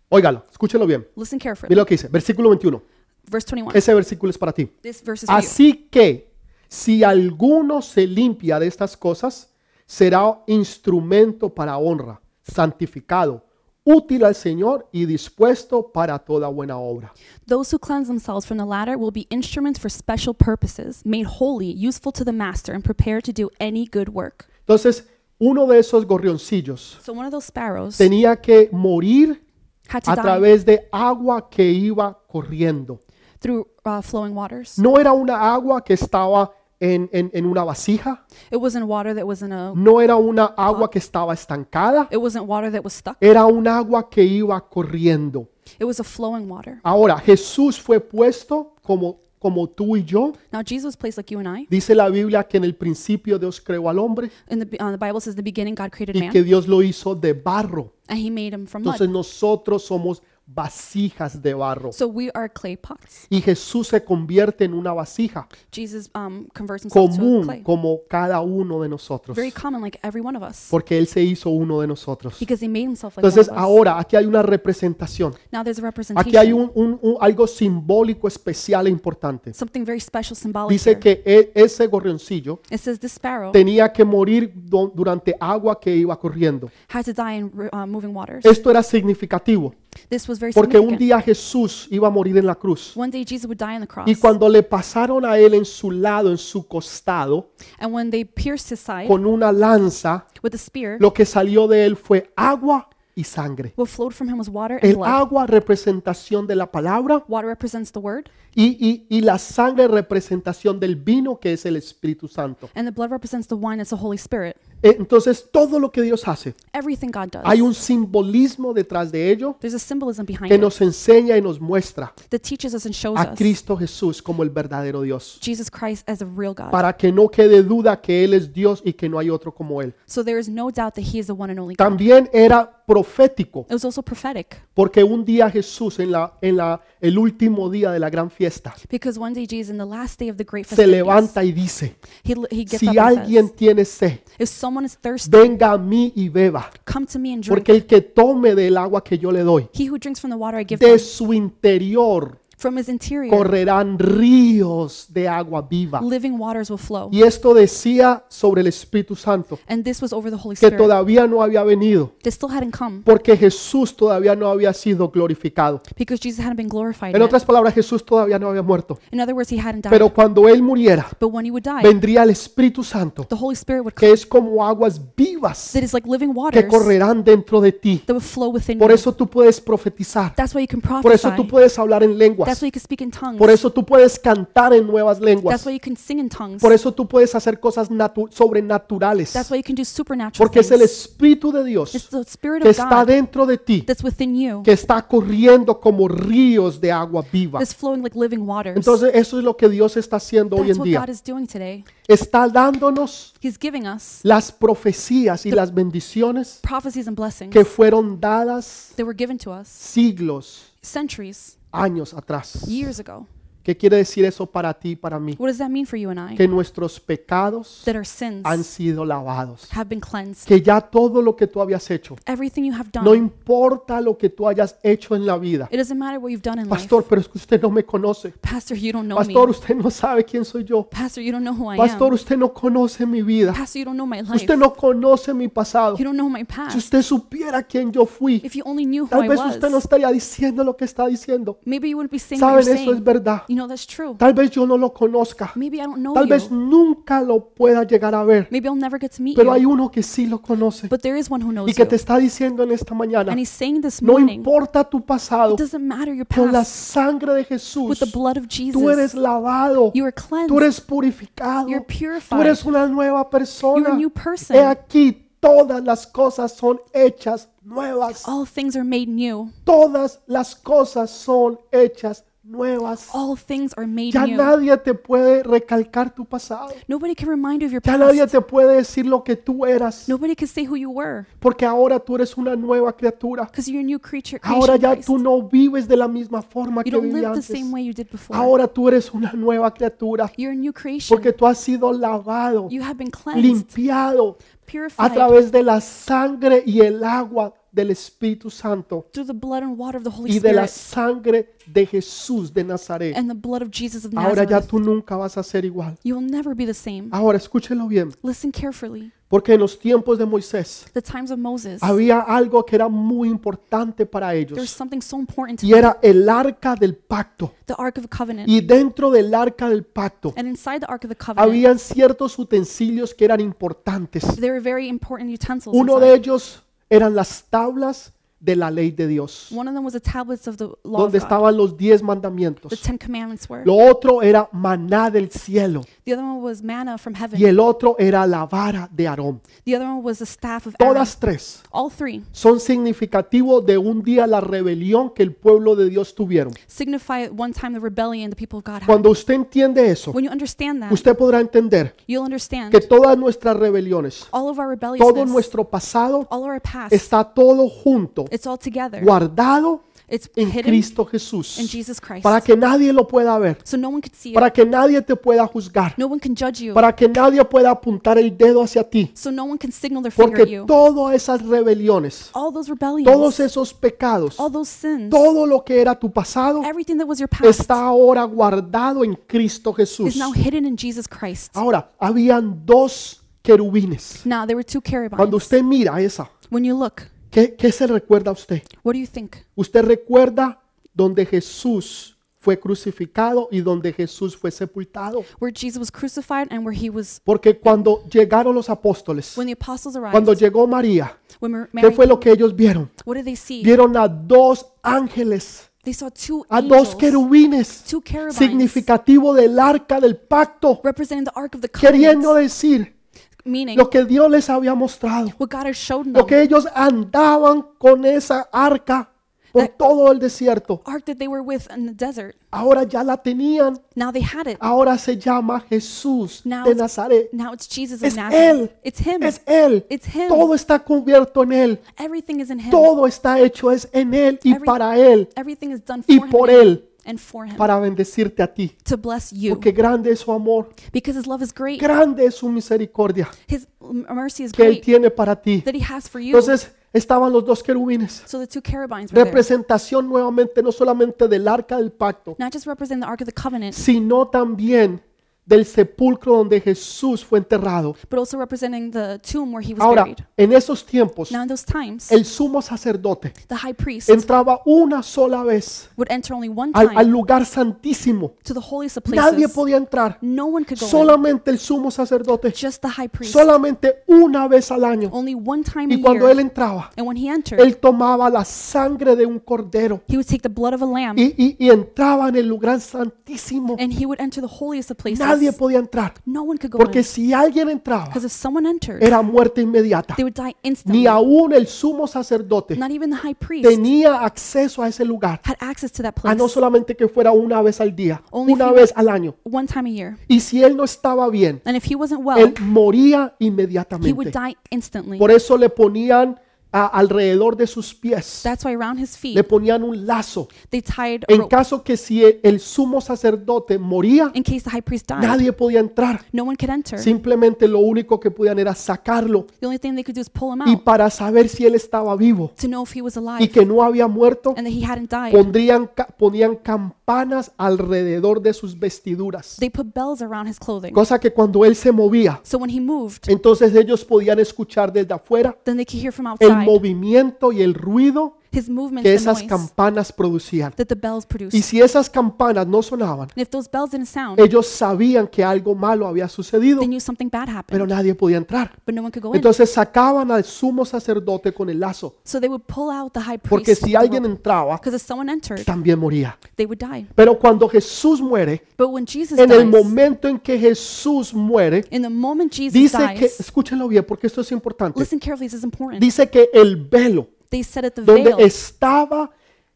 Speaker 1: Óigalo, escúchelo bien.
Speaker 2: Listen carefully.
Speaker 1: Mire lo que dice, versículo 21.
Speaker 2: Verse 21.
Speaker 1: Ese versículo es para ti.
Speaker 2: This verse is for you.
Speaker 1: Así que si alguno se limpia de estas cosas, será instrumento para honra, santificado, útil al Señor y dispuesto para toda buena obra.
Speaker 2: Those who cleanse themselves from the latter will be instruments for special purposes, made holy, useful to the master, and prepared to do any good work.
Speaker 1: Entonces, uno de esos gorrioncillos
Speaker 2: So one of those sparrows
Speaker 1: tenía que morir
Speaker 2: had to
Speaker 1: a
Speaker 2: die
Speaker 1: través de agua que iba corriendo.
Speaker 2: through uh, flowing waters.
Speaker 1: No era una agua que estaba en, en- en una vasija,
Speaker 2: It wasn't water that was in a.
Speaker 1: no era una agua que estaba estancada,
Speaker 2: It wasn't water that was stuck.
Speaker 1: era un agua que iba corriendo.
Speaker 2: It was a flowing water.
Speaker 1: Ahora, Jesús fue puesto como, como tú y yo.
Speaker 2: Now Jesus was placed like you and I.
Speaker 1: Dice la Biblia que en el principio Dios creó al hombre
Speaker 2: In the, uh, the Bible says, in the beginning God created
Speaker 1: y
Speaker 2: man,
Speaker 1: que Dios lo hizo de barro.
Speaker 2: and He made him from
Speaker 1: Entonces
Speaker 2: mud.
Speaker 1: nosotros somos vasijas de barro.
Speaker 2: So we are clay pots.
Speaker 1: Y Jesús se convierte en una vasija
Speaker 2: Jesus um, converts himself to
Speaker 1: común
Speaker 2: clay,
Speaker 1: como cada uno de nosotros.
Speaker 2: very common, like every one of us,
Speaker 1: Porque Él se hizo uno de nosotros.
Speaker 2: because He made Himself like
Speaker 1: Entonces
Speaker 2: one of us.
Speaker 1: ahora aquí hay una representación.
Speaker 2: Now there's a
Speaker 1: Aquí hay
Speaker 2: representation,
Speaker 1: un, un- un- algo simbólico especial e importante.
Speaker 2: something very special, symbolic.
Speaker 1: Dice
Speaker 2: here.
Speaker 1: que e- ese gorrioncillo
Speaker 2: It says this sparrow
Speaker 1: tenía que morir du- durante agua que iba corriendo.
Speaker 2: had to die in uh, moving waters.
Speaker 1: Esto era significativo,
Speaker 2: This was very
Speaker 1: Eh, porque un
Speaker 2: significant.
Speaker 1: día Jesús iba a morir en la cruz.
Speaker 2: One day Jesus would die on the cross,
Speaker 1: Y cuando le pasaron a él en su lado, en su costado,
Speaker 2: and when they pierced his side
Speaker 1: con una lanza,
Speaker 2: with a spear,
Speaker 1: lo que salió de él fue agua y sangre.
Speaker 2: what flowed from him was water and
Speaker 1: El
Speaker 2: blood.
Speaker 1: agua representación de la palabra
Speaker 2: Water represents the Word,
Speaker 1: y, y- y la sangre representación del vino que es el Espíritu Santo.
Speaker 2: and the blood represents the wine. It's the Holy Spirit.
Speaker 1: Eh, Entonces todo lo que Dios hace,
Speaker 2: Everything God does.
Speaker 1: hay un simbolismo detrás de ello
Speaker 2: There's a symbolism behind
Speaker 1: que
Speaker 2: it
Speaker 1: nos enseña y nos muestra
Speaker 2: that teaches us and shows
Speaker 1: a
Speaker 2: us
Speaker 1: Cristo Jesús como el verdadero Dios,
Speaker 2: Jesus Christ as a real God.
Speaker 1: para que no quede duda que Él es Dios y que no hay otro como Él.
Speaker 2: So there is no doubt that He is the one and only God.
Speaker 1: También era profético,
Speaker 2: It was also prophetic
Speaker 1: porque un día Jesús, en, la, en la, el último día de la gran fiesta,
Speaker 2: because one day Jesus, in the last day of the great
Speaker 1: se
Speaker 2: festivities,
Speaker 1: levanta y dice,
Speaker 2: he, he gets
Speaker 1: si
Speaker 2: up and
Speaker 1: alguien
Speaker 2: says,
Speaker 1: tiene sed,
Speaker 2: "If someone is thirsty,
Speaker 1: venga a mí y beba,
Speaker 2: come to me and drink."
Speaker 1: porque el que tome del agua que yo le doy,
Speaker 2: He who drinks from the water I give
Speaker 1: de
Speaker 2: him,
Speaker 1: su interior
Speaker 2: from his interior,
Speaker 1: correrán ríos de agua viva.
Speaker 2: living waters will flow.
Speaker 1: Y esto decía sobre el Espíritu Santo,
Speaker 2: And this was over the Holy
Speaker 1: que
Speaker 2: Spirit.
Speaker 1: todavía no había venido.
Speaker 2: They still hadn't come
Speaker 1: porque Jesús todavía no había sido glorificado.
Speaker 2: because Jesus hadn't been glorified
Speaker 1: En
Speaker 2: yet.
Speaker 1: otras palabras, Jesús todavía no había muerto.
Speaker 2: In other words, he hadn't died.
Speaker 1: Pero cuando Él muriera,
Speaker 2: but when he would die,
Speaker 1: vendría el Espíritu Santo,
Speaker 2: the Holy Spirit would come.
Speaker 1: que es como aguas vivas
Speaker 2: It is like living waters
Speaker 1: que correrán dentro de ti.
Speaker 2: that would flow within
Speaker 1: Por
Speaker 2: you.
Speaker 1: eso tú puedes profetizar,
Speaker 2: That's why you can
Speaker 1: por
Speaker 2: prophesy.
Speaker 1: eso tú puedes hablar en
Speaker 2: That's
Speaker 1: lenguas,
Speaker 2: why you can speak in tongues.
Speaker 1: por eso tú puedes cantar en nuevas
Speaker 2: That's
Speaker 1: lenguas,
Speaker 2: why you can sing in tongues.
Speaker 1: por eso tú puedes hacer cosas natu- sobrenaturales,
Speaker 2: That's why you can do supernatural
Speaker 1: porque es el
Speaker 2: things.
Speaker 1: Espíritu de
Speaker 2: It's
Speaker 1: Dios
Speaker 2: the Spirit
Speaker 1: que
Speaker 2: of
Speaker 1: está
Speaker 2: God
Speaker 1: dentro de ti,
Speaker 2: that's within you,
Speaker 1: que está corriendo como ríos de agua viva.
Speaker 2: that's flowing like living waters.
Speaker 1: Entonces eso es lo que Dios está haciendo hoy
Speaker 2: That's
Speaker 1: en
Speaker 2: what
Speaker 1: día.
Speaker 2: God is doing today.
Speaker 1: está dándonos
Speaker 2: He's giving us
Speaker 1: las profecías y las bendiciones
Speaker 2: prophecies and blessings
Speaker 1: que fueron dadas
Speaker 2: that were given to us
Speaker 1: siglos,
Speaker 2: centuries,
Speaker 1: años atrás.
Speaker 2: years ago.
Speaker 1: ¿Qué quiere decir eso para ti y para mí?
Speaker 2: What does that mean for you and I?
Speaker 1: Que nuestros pecados
Speaker 2: That our sins
Speaker 1: han sido lavados.
Speaker 2: have been cleansed.
Speaker 1: Que ya todo lo que tú habías hecho,
Speaker 2: Everything you have done.
Speaker 1: no importa lo que tú hayas hecho en la vida.
Speaker 2: It doesn't matter what you've done in
Speaker 1: Pastor,
Speaker 2: life.
Speaker 1: pero es que usted no me conoce.
Speaker 2: Pastor, you don't know
Speaker 1: Pastor,
Speaker 2: me.
Speaker 1: usted no sabe quién soy yo.
Speaker 2: Pastor, you don't know who I
Speaker 1: Pastor,
Speaker 2: am.
Speaker 1: usted no conoce mi vida.
Speaker 2: Pastor, you don't know my life.
Speaker 1: Usted no conoce mi pasado.
Speaker 2: You don't know my
Speaker 1: Si
Speaker 2: past.
Speaker 1: usted supiera quién yo fui,
Speaker 2: Ah. If you only knew who
Speaker 1: tal
Speaker 2: I
Speaker 1: vez usted no
Speaker 2: was,
Speaker 1: estaría diciendo lo que está diciendo.
Speaker 2: maybe you wouldn't be saying what
Speaker 1: Saben,
Speaker 2: you're
Speaker 1: eso es
Speaker 2: saying.
Speaker 1: verdad.
Speaker 2: You know that's true.
Speaker 1: Tal vez yo no lo conozca.
Speaker 2: Maybe I don't know
Speaker 1: Tal vez
Speaker 2: you.
Speaker 1: nunca lo pueda llegar a ver.
Speaker 2: Maybe I'll never get to meet
Speaker 1: Pero hay
Speaker 2: you.
Speaker 1: uno que sí lo conoce
Speaker 2: But there is one who
Speaker 1: y
Speaker 2: knows
Speaker 1: que te
Speaker 2: you.
Speaker 1: está diciendo en esta mañana,
Speaker 2: And he's saying this
Speaker 1: no
Speaker 2: morning,
Speaker 1: importa tu pasado,
Speaker 2: it doesn't matter your
Speaker 1: con la
Speaker 2: past.
Speaker 1: sangre de Jesús,
Speaker 2: With the blood of
Speaker 1: tú eres
Speaker 2: Jesus,
Speaker 1: lavado,
Speaker 2: you are
Speaker 1: tú
Speaker 2: cleansed.
Speaker 1: eres purificado,
Speaker 2: You're
Speaker 1: tú
Speaker 2: purified.
Speaker 1: eres una nueva
Speaker 2: You're a
Speaker 1: persona.
Speaker 2: new
Speaker 1: He
Speaker 2: person.
Speaker 1: aquí, todas las cosas son hechas nuevas.
Speaker 2: All things are made new.
Speaker 1: Todas las cosas son hechas nuevas.
Speaker 2: All things are made
Speaker 1: Ya
Speaker 2: new.
Speaker 1: nadie te puede recalcar tu pasado.
Speaker 2: Nobody can remind you of your
Speaker 1: Ya nadie
Speaker 2: past.
Speaker 1: te puede decir lo que tú eras.
Speaker 2: Nobody can say who you were
Speaker 1: Porque ahora tú eres una nueva criatura.
Speaker 2: because you're a new creature. creation
Speaker 1: Ahora
Speaker 2: in
Speaker 1: ya
Speaker 2: Christ.
Speaker 1: tú no vives de la misma forma
Speaker 2: You
Speaker 1: que
Speaker 2: don't
Speaker 1: vivías
Speaker 2: live the
Speaker 1: antes.
Speaker 2: same way you did before.
Speaker 1: Ahora tú eres una nueva criatura.
Speaker 2: You're a new creation.
Speaker 1: Porque tú has sido lavado,
Speaker 2: You have been cleansed,
Speaker 1: limpiado a
Speaker 2: purified
Speaker 1: través de la sangre y el agua del Espíritu Santo
Speaker 2: through the blood and water of the Holy
Speaker 1: y de la
Speaker 2: Spirit
Speaker 1: sangre de Jesús de Nazaret.
Speaker 2: and the blood of Jesus of
Speaker 1: Ahora ya
Speaker 2: Nazareth.
Speaker 1: tú nunca vas a ser igual.
Speaker 2: You will never be the same.
Speaker 1: Ahora escúchelo bien,
Speaker 2: Listen carefully.
Speaker 1: porque en los tiempos de Moisés
Speaker 2: The times of Moses, there
Speaker 1: había algo que era muy importante para
Speaker 2: was
Speaker 1: ellos
Speaker 2: something so important to
Speaker 1: y
Speaker 2: them.
Speaker 1: era el arca del pacto.
Speaker 2: The Ark of the Covenant.
Speaker 1: Y dentro del arca del pacto
Speaker 2: And inside the Ark of the Covenant,
Speaker 1: habían ciertos utensilios que eran importantes.
Speaker 2: there were very important utensils.
Speaker 1: Uno
Speaker 2: inside.
Speaker 1: de ellos eran las tablas de la ley de Dios,
Speaker 2: One of them was the tablets of the law of
Speaker 1: donde
Speaker 2: God.
Speaker 1: estaban los diez
Speaker 2: The
Speaker 1: mandamientos.
Speaker 2: Ten Commandments were.
Speaker 1: Lo otro era maná del cielo
Speaker 2: The other one was manna from
Speaker 1: y
Speaker 2: heaven.
Speaker 1: el otro era la vara de Aarón.
Speaker 2: The other one was the staff of Aaron.
Speaker 1: Todas tres
Speaker 2: All three
Speaker 1: son significativos de un día la rebelión que el pueblo de Dios tuvieron.
Speaker 2: signify at one time the rebellion the people of God had.
Speaker 1: Cuando usted entiende eso,
Speaker 2: When you understand that,
Speaker 1: usted podrá entender
Speaker 2: you'll understand
Speaker 1: que todas nuestras rebeliones,
Speaker 2: all of our
Speaker 1: todo
Speaker 2: rebelliousness,
Speaker 1: nuestro pasado
Speaker 2: all of our past,
Speaker 1: está todo junto,
Speaker 2: it's all together.
Speaker 1: guardado
Speaker 2: It's
Speaker 1: en
Speaker 2: hidden
Speaker 1: Cristo
Speaker 2: in
Speaker 1: Jesús,
Speaker 2: Jesus Christ.
Speaker 1: para que nadie lo pueda ver,
Speaker 2: So no one could see it.
Speaker 1: para que nadie te pueda juzgar,
Speaker 2: No one can judge you.
Speaker 1: para que nadie pueda apuntar el dedo hacia ti,
Speaker 2: So no one can signal their finger at
Speaker 1: porque
Speaker 2: you.
Speaker 1: todas esas rebeliones,
Speaker 2: All those
Speaker 1: todos
Speaker 2: rebellions,
Speaker 1: esos pecados,
Speaker 2: all those sins,
Speaker 1: todo lo que era tu pasado,
Speaker 2: everything that was your past
Speaker 1: Pues está ahora guardado en Cristo Jesús.
Speaker 2: is now hidden in Jesus Christ.
Speaker 1: Ahora, habían dos querubines.
Speaker 2: Now, there were two
Speaker 1: Cuando
Speaker 2: carabines.
Speaker 1: usted mira esa,
Speaker 2: When you look,
Speaker 1: ¿qué, qué se recuerda a usted?
Speaker 2: what do you think?
Speaker 1: Usted recuerda donde Jesús fue crucificado y donde Jesús fue sepultado.
Speaker 2: Where Jesus was crucified and where he was,
Speaker 1: Porque cuando llegaron los apóstoles,
Speaker 2: when the apostles arrived,
Speaker 1: cuando llegó María,
Speaker 2: when Mar-
Speaker 1: ¿qué
Speaker 2: Mary,
Speaker 1: fue lo que ellos vieron?
Speaker 2: what did they see?
Speaker 1: Vieron a dos ángeles,
Speaker 2: They saw two
Speaker 1: a dos
Speaker 2: angels,
Speaker 1: querubines,
Speaker 2: two carabines,
Speaker 1: significativo del arca del pacto,
Speaker 2: representing the Ark of the
Speaker 1: queriendo
Speaker 2: Covenant,
Speaker 1: decir
Speaker 2: meaning
Speaker 1: lo que Dios les había mostrado.
Speaker 2: what God had shown
Speaker 1: lo
Speaker 2: them,
Speaker 1: que ellos andaban con esa arca por
Speaker 2: Eh.
Speaker 1: todo el desierto.
Speaker 2: Ark that they were with in the desert.
Speaker 1: Ahora ya la tenían.
Speaker 2: Now they had it.
Speaker 1: Ahora se llama Jesús
Speaker 2: Now
Speaker 1: de
Speaker 2: it's-
Speaker 1: Nazaret.
Speaker 2: Now it's Jesus
Speaker 1: Es
Speaker 2: of Nazareth.
Speaker 1: él.
Speaker 2: It's him.
Speaker 1: Es Él.
Speaker 2: It's him.
Speaker 1: Todo está cubierto en Él.
Speaker 2: Everything is in him.
Speaker 1: Todo está hecho es en Él y
Speaker 2: Every-
Speaker 1: para Él
Speaker 2: Everything is done
Speaker 1: y
Speaker 2: for
Speaker 1: por
Speaker 2: him
Speaker 1: Él
Speaker 2: and for him
Speaker 1: para bendecirte a ti.
Speaker 2: to bless you
Speaker 1: Porque grande es su amor,
Speaker 2: because his love is great.
Speaker 1: grande es su misericordia
Speaker 2: His m- mercy is
Speaker 1: que Él
Speaker 2: great
Speaker 1: tiene para ti.
Speaker 2: that he has for you.
Speaker 1: Entonces estaban los dos querubines.
Speaker 2: So the two carabines were there.
Speaker 1: Representación nuevamente no solamente del arca del pacto,
Speaker 2: Not just represent the Ark of the Covenant,
Speaker 1: sino también del sepulcro donde Jesús fue enterrado.
Speaker 2: but also representing the tomb where he was
Speaker 1: Ahora,
Speaker 2: buried.
Speaker 1: en esos tiempos,
Speaker 2: Now in those times,
Speaker 1: el sumo sacerdote
Speaker 2: the high priest
Speaker 1: entraba una sola vez
Speaker 2: would enter only one
Speaker 1: al, al
Speaker 2: time
Speaker 1: lugar santísimo.
Speaker 2: to the holiest of
Speaker 1: Nadie
Speaker 2: places.
Speaker 1: podía entrar,
Speaker 2: No one could go in.
Speaker 1: solamente el sumo sacerdote,
Speaker 2: Just the high priest.
Speaker 1: solamente una vez al año.
Speaker 2: Only one time a
Speaker 1: Y cuando él
Speaker 2: year.
Speaker 1: entraba,
Speaker 2: And when he entered,
Speaker 1: él tomaba la sangre de un cordero
Speaker 2: he would take the blood of a lamb
Speaker 1: y, y- y entraba en el lugar santísimo.
Speaker 2: and he would enter the holiest of places.
Speaker 1: Nadie
Speaker 2: house.
Speaker 1: podía entrar.
Speaker 2: No one could go
Speaker 1: Porque
Speaker 2: in.
Speaker 1: si alguien entraba,
Speaker 2: Because if someone entered,
Speaker 1: era muerte inmediata.
Speaker 2: they would die instantly.
Speaker 1: Ni aún el sumo sacerdote
Speaker 2: Not even the high priest
Speaker 1: tenía acceso a ese lugar.
Speaker 2: had access to that
Speaker 1: A no
Speaker 2: place
Speaker 1: solamente que fuera una vez al día,
Speaker 2: Only
Speaker 1: una
Speaker 2: if he-
Speaker 1: vez al año.
Speaker 2: one time a year.
Speaker 1: Y si él no estaba bien,
Speaker 2: And if he wasn't well,
Speaker 1: él moría
Speaker 2: Ah. he would
Speaker 1: inmediatamente.
Speaker 2: die instantly.
Speaker 1: Por eso le ponían a- alrededor de sus pies,
Speaker 2: That's why around his
Speaker 1: le
Speaker 2: feet,
Speaker 1: ponían un lazo.
Speaker 2: they tied a
Speaker 1: En
Speaker 2: rope
Speaker 1: caso que si e- el sumo sacerdote moría,
Speaker 2: in case the high priest died.
Speaker 1: nadie podía entrar.
Speaker 2: No one could enter. The
Speaker 1: Simplemente lo único que podían era sacarlo
Speaker 2: only thing they could do is pull him
Speaker 1: y
Speaker 2: out
Speaker 1: para saber si él estaba vivo
Speaker 2: to know if he was
Speaker 1: y
Speaker 2: alive
Speaker 1: que no había muerto,
Speaker 2: and that he hadn't died.
Speaker 1: pondrían ca- ponían campanas alrededor de sus vestiduras.
Speaker 2: They put bells around his clothing.
Speaker 1: Cosa que cuando él se movía,
Speaker 2: So when he moved,
Speaker 1: entonces ellos podían escuchar desde afuera
Speaker 2: then they could hear from
Speaker 1: el
Speaker 2: outside
Speaker 1: movimiento y el ruido
Speaker 2: his movements
Speaker 1: que
Speaker 2: and
Speaker 1: esas
Speaker 2: Este noise
Speaker 1: campanas producían.
Speaker 2: that the bells produced.
Speaker 1: Y si esas campanas no sonaban,
Speaker 2: And if those bells didn't sound,
Speaker 1: ellos sabían que algo malo había sucedido,
Speaker 2: they knew something bad
Speaker 1: pero
Speaker 2: happened,
Speaker 1: nadie podía entrar.
Speaker 2: but no one could go in.
Speaker 1: Entonces sacaban al sumo sacerdote con el lazo,
Speaker 2: So they would pull out the high
Speaker 1: porque
Speaker 2: priest
Speaker 1: si alguien entraba,
Speaker 2: because if someone entered,
Speaker 1: también moría.
Speaker 2: they would die.
Speaker 1: Pero cuando Jesús muere,
Speaker 2: But when Jesus
Speaker 1: en el
Speaker 2: dies,
Speaker 1: momento en que Jesús muere,
Speaker 2: in the moment Jesus
Speaker 1: dice que,
Speaker 2: dies,
Speaker 1: escúchenlo bien, porque esto es importante,
Speaker 2: listen carefully, this is important.
Speaker 1: dice que el velo
Speaker 2: They said that the
Speaker 1: donde
Speaker 2: veil
Speaker 1: estaba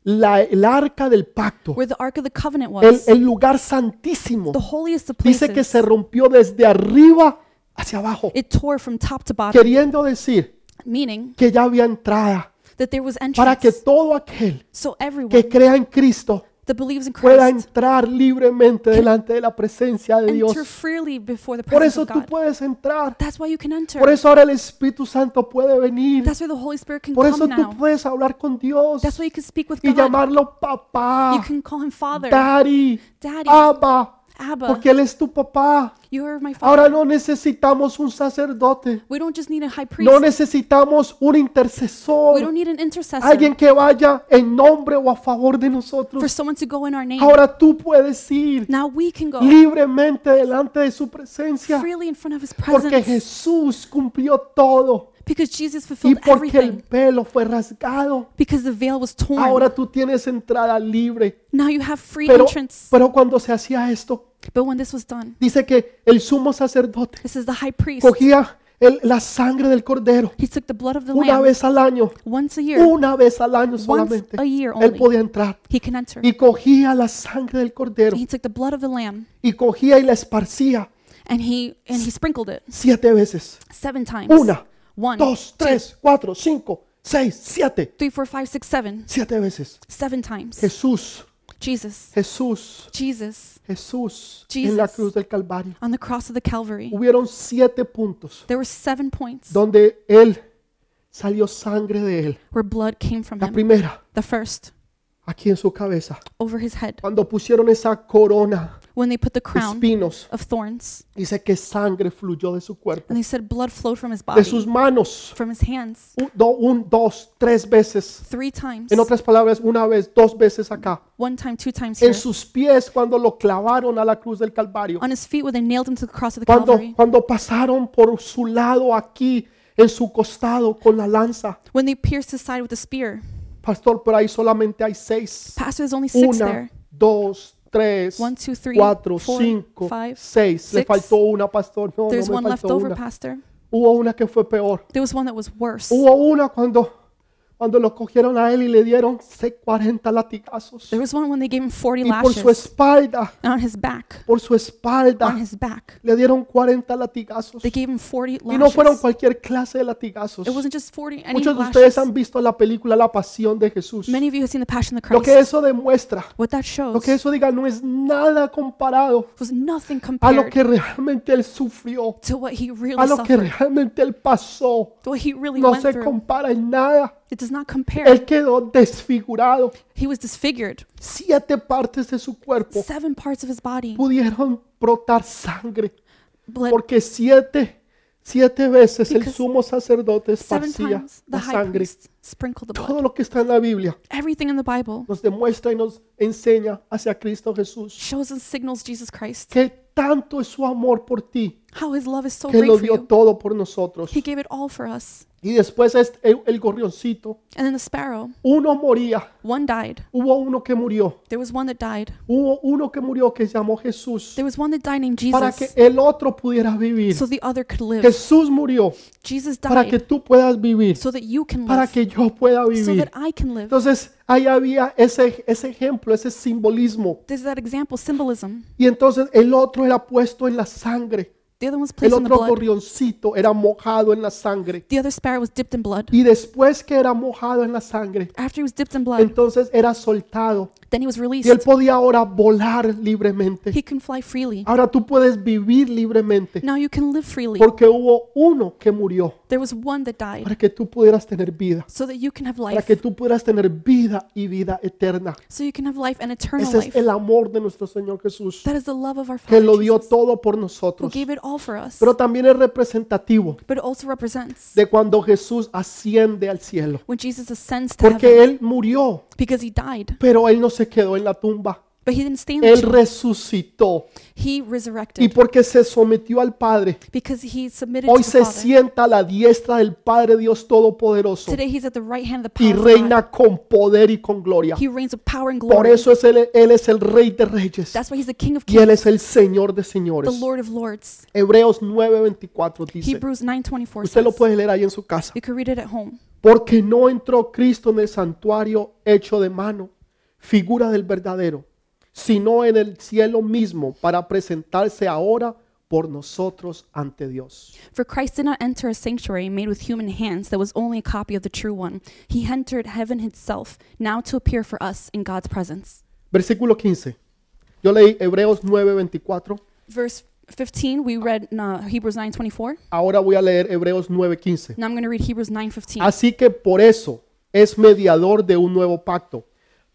Speaker 1: la- el arca del pacto,
Speaker 2: where the Ark of the Covenant
Speaker 1: el,
Speaker 2: was,
Speaker 1: el lugar santísimo,
Speaker 2: the holiest of
Speaker 1: dice que
Speaker 2: places,
Speaker 1: se rompió desde arriba hacia abajo,
Speaker 2: it tore from top to bottom,
Speaker 1: queriendo decir
Speaker 2: meaning
Speaker 1: que ya había entrada
Speaker 2: that there was
Speaker 1: para que
Speaker 2: entrance.
Speaker 1: todo aquel
Speaker 2: So
Speaker 1: que
Speaker 2: everyone
Speaker 1: crea en Cristo
Speaker 2: that believes in
Speaker 1: pueda
Speaker 2: Christ
Speaker 1: entrar libremente delante de la presencia de Dios.
Speaker 2: enter freely before the
Speaker 1: Por
Speaker 2: presence
Speaker 1: eso
Speaker 2: of
Speaker 1: tú
Speaker 2: God.
Speaker 1: puedes entrar.
Speaker 2: That's why you can enter.
Speaker 1: Por eso ahora el Espíritu Santo puede venir.
Speaker 2: That's where the Holy Spirit can
Speaker 1: Por eso
Speaker 2: come
Speaker 1: tú
Speaker 2: now.
Speaker 1: puedes hablar con Dios
Speaker 2: That's why you can speak with
Speaker 1: y
Speaker 2: God.
Speaker 1: llamarlo
Speaker 2: You
Speaker 1: papá,
Speaker 2: can call him Father,
Speaker 1: daddy,
Speaker 2: Daddy,
Speaker 1: abba, ah,
Speaker 2: Abba.
Speaker 1: porque Él es tu papá.
Speaker 2: You are my Father.
Speaker 1: Ahora no necesitamos un sacerdote.
Speaker 2: We don't just need a high priest.
Speaker 1: No necesitamos un
Speaker 2: We
Speaker 1: intercesor,
Speaker 2: don't need an intercessor
Speaker 1: alguien que vaya en nombre o a favor de
Speaker 2: for
Speaker 1: nosotros.
Speaker 2: someone to go in our name.
Speaker 1: Ahora tú puedes ir
Speaker 2: Now we can go
Speaker 1: libremente delante de su presencia,
Speaker 2: freely in front of his
Speaker 1: porque
Speaker 2: presence
Speaker 1: Jesús cumplió todo
Speaker 2: because Jesus
Speaker 1: y
Speaker 2: fulfilled
Speaker 1: porque el
Speaker 2: everything.
Speaker 1: velo fue rasgado.
Speaker 2: Because the veil was torn.
Speaker 1: Ahora tú tienes entrada libre.
Speaker 2: Now you have free
Speaker 1: Pero,
Speaker 2: entrance.
Speaker 1: pero cuando se hacía esto,
Speaker 2: But when this was done,
Speaker 1: dice que el sumo sacerdote
Speaker 2: this is the high priest.
Speaker 1: cogía el- la sangre del cordero
Speaker 2: He took the blood of the
Speaker 1: una
Speaker 2: lamb
Speaker 1: vez al año,
Speaker 2: once a year.
Speaker 1: una vez al año solamente.
Speaker 2: a year
Speaker 1: Él
Speaker 2: only.
Speaker 1: podía entrar
Speaker 2: He can enter.
Speaker 1: y cogía la sangre del cordero
Speaker 2: He took the blood of the lamb
Speaker 1: y cogía y la esparcía
Speaker 2: and he and he sprinkled it
Speaker 1: siete veces.
Speaker 2: seven times.
Speaker 1: Una,
Speaker 2: One,
Speaker 1: dos,
Speaker 2: two,
Speaker 1: tres, cuatro, cinco, seis, siete,
Speaker 2: three, four, five, six, seven.
Speaker 1: siete veces.
Speaker 2: Seven times.
Speaker 1: Jesús,
Speaker 2: Jesus,
Speaker 1: Jesús,
Speaker 2: Jesus,
Speaker 1: Jesús en la cruz del Calvario.
Speaker 2: on the cross of the Calvary,
Speaker 1: Hubieron siete puntos
Speaker 2: there were seven points
Speaker 1: donde Él salió sangre de Él.
Speaker 2: where blood came from
Speaker 1: La
Speaker 2: him.
Speaker 1: primera,
Speaker 2: The first,
Speaker 1: aquí en su cabeza.
Speaker 2: over his head,
Speaker 1: Cuando pusieron esa corona,
Speaker 2: when they put the
Speaker 1: de
Speaker 2: crown
Speaker 1: espinos,
Speaker 2: of thorns,
Speaker 1: dice que sangre fluyó de su cuerpo,
Speaker 2: and they said blood flowed from his
Speaker 1: de sus
Speaker 2: body,
Speaker 1: manos.
Speaker 2: from his hands,
Speaker 1: Un, do- un, dos, tres veces.
Speaker 2: three times,
Speaker 1: En otras palabras, una vez, dos veces acá.
Speaker 2: one time, two times here,
Speaker 1: En sus pies cuando lo clavaron a la cruz del Calvario.
Speaker 2: on his feet when they nailed him to the cross of the
Speaker 1: cuando,
Speaker 2: Calvary,
Speaker 1: cuando pasaron por su lado aquí en su costado con la lanza.
Speaker 2: when they pierced his side with a spear.
Speaker 1: Pastor, por ahí solamente hay seis.
Speaker 2: Pastor, there's only six
Speaker 1: Una,
Speaker 2: there.
Speaker 1: dos, tres,
Speaker 2: One, two, three,
Speaker 1: cuatro,
Speaker 2: four,
Speaker 1: cinco,
Speaker 2: five,
Speaker 1: seis. Le
Speaker 2: six.
Speaker 1: faltó una, pastor. No, no
Speaker 2: There's
Speaker 1: me
Speaker 2: one left
Speaker 1: faltó
Speaker 2: over,
Speaker 1: una.
Speaker 2: Pastor.
Speaker 1: Hubo una que fue peor.
Speaker 2: There was one that was worse.
Speaker 1: Hubo una cuando, cuando lo cogieron a él y le dieron sé, 40 latigazos.
Speaker 2: There was one when they gave him 40
Speaker 1: Y por su
Speaker 2: lashes
Speaker 1: espalda,
Speaker 2: and on his back.
Speaker 1: por su
Speaker 2: On
Speaker 1: espalda,
Speaker 2: his back.
Speaker 1: le dieron 40 latigazos.
Speaker 2: They gave him 40
Speaker 1: Y no fueron
Speaker 2: lashes.
Speaker 1: cualquier clase de latigazos.
Speaker 2: It wasn't just 40 any
Speaker 1: Muchos de ustedes
Speaker 2: lashes.
Speaker 1: han visto la película La Pasión de Jesús.
Speaker 2: Many of you have seen the Passion of the
Speaker 1: Lo que
Speaker 2: Christ.
Speaker 1: eso demuestra,
Speaker 2: What that
Speaker 1: lo que
Speaker 2: shows
Speaker 1: eso diga, no es nada comparado
Speaker 2: was nothing
Speaker 1: a lo
Speaker 2: compared
Speaker 1: que realmente él sufrió,
Speaker 2: to what he
Speaker 1: a
Speaker 2: really
Speaker 1: lo que
Speaker 2: suffered,
Speaker 1: realmente él pasó.
Speaker 2: to what he really
Speaker 1: No
Speaker 2: went
Speaker 1: se
Speaker 2: through.
Speaker 1: compara en nada.
Speaker 2: It does not compare.
Speaker 1: Él quedó desfigurado.
Speaker 2: He was disfigured.
Speaker 1: Siete partes de su cuerpo
Speaker 2: Seven parts of his body
Speaker 1: pudieron brotar sangre,
Speaker 2: bled
Speaker 1: porque siete, siete veces el
Speaker 2: Because
Speaker 1: sumo sacerdote
Speaker 2: seven
Speaker 1: esparcía
Speaker 2: times. The
Speaker 1: la
Speaker 2: high
Speaker 1: sangre.
Speaker 2: priest sprinkled the blood.
Speaker 1: Todo lo que está en la Biblia
Speaker 2: Everything in the Bible
Speaker 1: nos demuestra y nos enseña hacia Cristo Jesús.
Speaker 2: shows and signals Jesus Christ.
Speaker 1: que Tanto es su amor por ti
Speaker 2: How his love is so
Speaker 1: que
Speaker 2: great
Speaker 1: lo
Speaker 2: for
Speaker 1: dio
Speaker 2: you.
Speaker 1: todo por nosotros.
Speaker 2: He gave it all for us.
Speaker 1: Y después este- el, el gorrioncito,
Speaker 2: And then the sparrow,
Speaker 1: uno moría,
Speaker 2: one died.
Speaker 1: hubo uno que murió,
Speaker 2: There was one that died.
Speaker 1: hubo uno que murió que se llamó Jesús,
Speaker 2: There was one that died named
Speaker 1: para que
Speaker 2: Jesus.
Speaker 1: el otro pudiera vivir.
Speaker 2: So the other could live.
Speaker 1: Jesús murió
Speaker 2: Jesus
Speaker 1: para que
Speaker 2: died
Speaker 1: tú puedas vivir,
Speaker 2: so that you can
Speaker 1: para
Speaker 2: live.
Speaker 1: que yo pueda
Speaker 2: So
Speaker 1: vivir.
Speaker 2: that I can live.
Speaker 1: Entonces ahí había ese, ese ejemplo, ese simbolismo.
Speaker 2: There's that example, symbolism.
Speaker 1: Y entonces el otro era puesto en la sangre.
Speaker 2: The other one's
Speaker 1: El
Speaker 2: placed in the
Speaker 1: otro
Speaker 2: blood.
Speaker 1: gorrioncito era mojado en la sangre.
Speaker 2: The other sparrow was dipped in blood.
Speaker 1: Y después que era mojado en la sangre,
Speaker 2: After he was dipped in blood,
Speaker 1: entonces era soltado.
Speaker 2: then he was
Speaker 1: Y él
Speaker 2: released.
Speaker 1: podía ahora volar libremente.
Speaker 2: He can fly freely.
Speaker 1: Ahora tú puedes vivir libremente.
Speaker 2: Now you can live freely.
Speaker 1: Porque hubo uno que murió
Speaker 2: There was one that died
Speaker 1: para que tú pudieras tener vida.
Speaker 2: so that you can have
Speaker 1: Para
Speaker 2: life.
Speaker 1: que tú pudieras tener vida y vida eterna.
Speaker 2: So you can have life and eternal
Speaker 1: Ese
Speaker 2: life.
Speaker 1: es el amor de nuestro Señor Jesús.
Speaker 2: That is the love of our
Speaker 1: Que
Speaker 2: Father
Speaker 1: lo dio
Speaker 2: Jesus,
Speaker 1: todo por
Speaker 2: who
Speaker 1: nosotros.
Speaker 2: gave it all for us.
Speaker 1: Pero también es representativo
Speaker 2: But it also represents
Speaker 1: de cuando Jesús asciende al cielo.
Speaker 2: when Jesus ascends to
Speaker 1: Porque
Speaker 2: heaven
Speaker 1: Él murió,
Speaker 2: because he died,
Speaker 1: pero Él no se quedó en la tumba.
Speaker 2: but he didn't stay in the
Speaker 1: Él
Speaker 2: tomb.
Speaker 1: resucitó.
Speaker 2: He
Speaker 1: Y
Speaker 2: resurrected
Speaker 1: porque se sometió al Padre,
Speaker 2: because he submitted
Speaker 1: hoy
Speaker 2: to the
Speaker 1: se
Speaker 2: Father.
Speaker 1: sienta a la diestra del Padre Dios Todopoderoso
Speaker 2: Today he's at the right hand of the
Speaker 1: y
Speaker 2: power of God.
Speaker 1: reina con poder y con gloria.
Speaker 2: He reigns with power and
Speaker 1: Por
Speaker 2: glory.
Speaker 1: eso es él, Él es el Rey de Reyes
Speaker 2: That's why he's the King of
Speaker 1: y Él
Speaker 2: Kings,
Speaker 1: es el Señor de
Speaker 2: the
Speaker 1: Señores.
Speaker 2: Lord of Lords.
Speaker 1: Hebreos 9:24 dice,
Speaker 2: Hebrews 9:24
Speaker 1: usted lo
Speaker 2: says.
Speaker 1: puede leer ahí en su casa.
Speaker 2: You can read it at home.
Speaker 1: Porque no entró Cristo en el santuario hecho de mano, figura del verdadero, sino en el cielo mismo para presentarse ahora por nosotros ante Dios.
Speaker 2: For Christ did not enter a sanctuary made with human hands that was only a copy of the true one. He entered heaven itself, now to appear for us in God's presence.
Speaker 1: Versículo 15. Yo leí Hebreos 9:24,
Speaker 2: Verse 15, we read in, uh, Hebrews 9:24.
Speaker 1: ahora voy a leer Hebreos 9:15.
Speaker 2: Now I'm going to read Hebrews 9:15.
Speaker 1: Así que por eso es mediador de un nuevo pacto,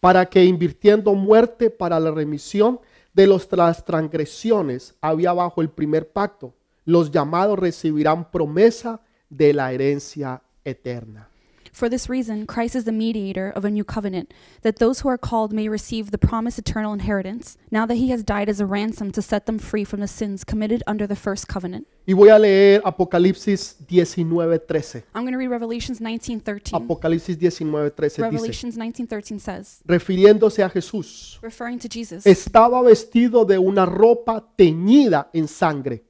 Speaker 1: para que invirtiendo muerte para la remisión de los- las transgresiones había bajo el primer pacto, los llamados recibirán promesa de la herencia eterna.
Speaker 2: For this reason, Christ is the mediator of a new covenant, that those who are called may receive the promised eternal inheritance, now that he has died as a ransom to set them free from the sins committed under the first covenant.
Speaker 1: Y voy a leer Apocalipsis 19:13.
Speaker 2: I'm going to read Revelations 19:13.
Speaker 1: Apocalipsis 19:13 dice,
Speaker 2: Revelations 19:13 says,
Speaker 1: refiriéndose a Jesús,
Speaker 2: referring to Jesus.
Speaker 1: estaba vestido de una ropa teñida en sangre.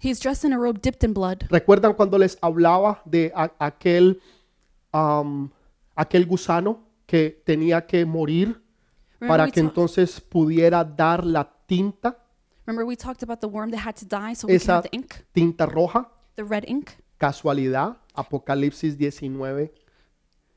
Speaker 2: He's dressed in a robe dipped in blood.
Speaker 1: ¿Recuerdan cuando les hablaba de a- aquel, am, aquel gusano que tenía que morir
Speaker 2: Remember
Speaker 1: para
Speaker 2: we,
Speaker 1: que
Speaker 2: ta-
Speaker 1: entonces pudiera dar la tinta,
Speaker 2: remember we talked about the worm that had to die so we can
Speaker 1: esa
Speaker 2: have the ink,
Speaker 1: tinta roja?
Speaker 2: the red ink.
Speaker 1: Casualidad, Apocalipsis 19,
Speaker 2: Is it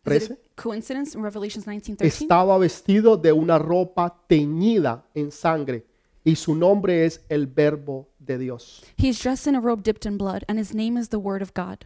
Speaker 1: 13.
Speaker 2: a coincidence in Revelations 19:13?
Speaker 1: Estaba vestido de una ropa teñida en sangre y su nombre es el Verbo de Dios.
Speaker 2: He's dressed in a robe dipped in blood, and his name is the Word of God.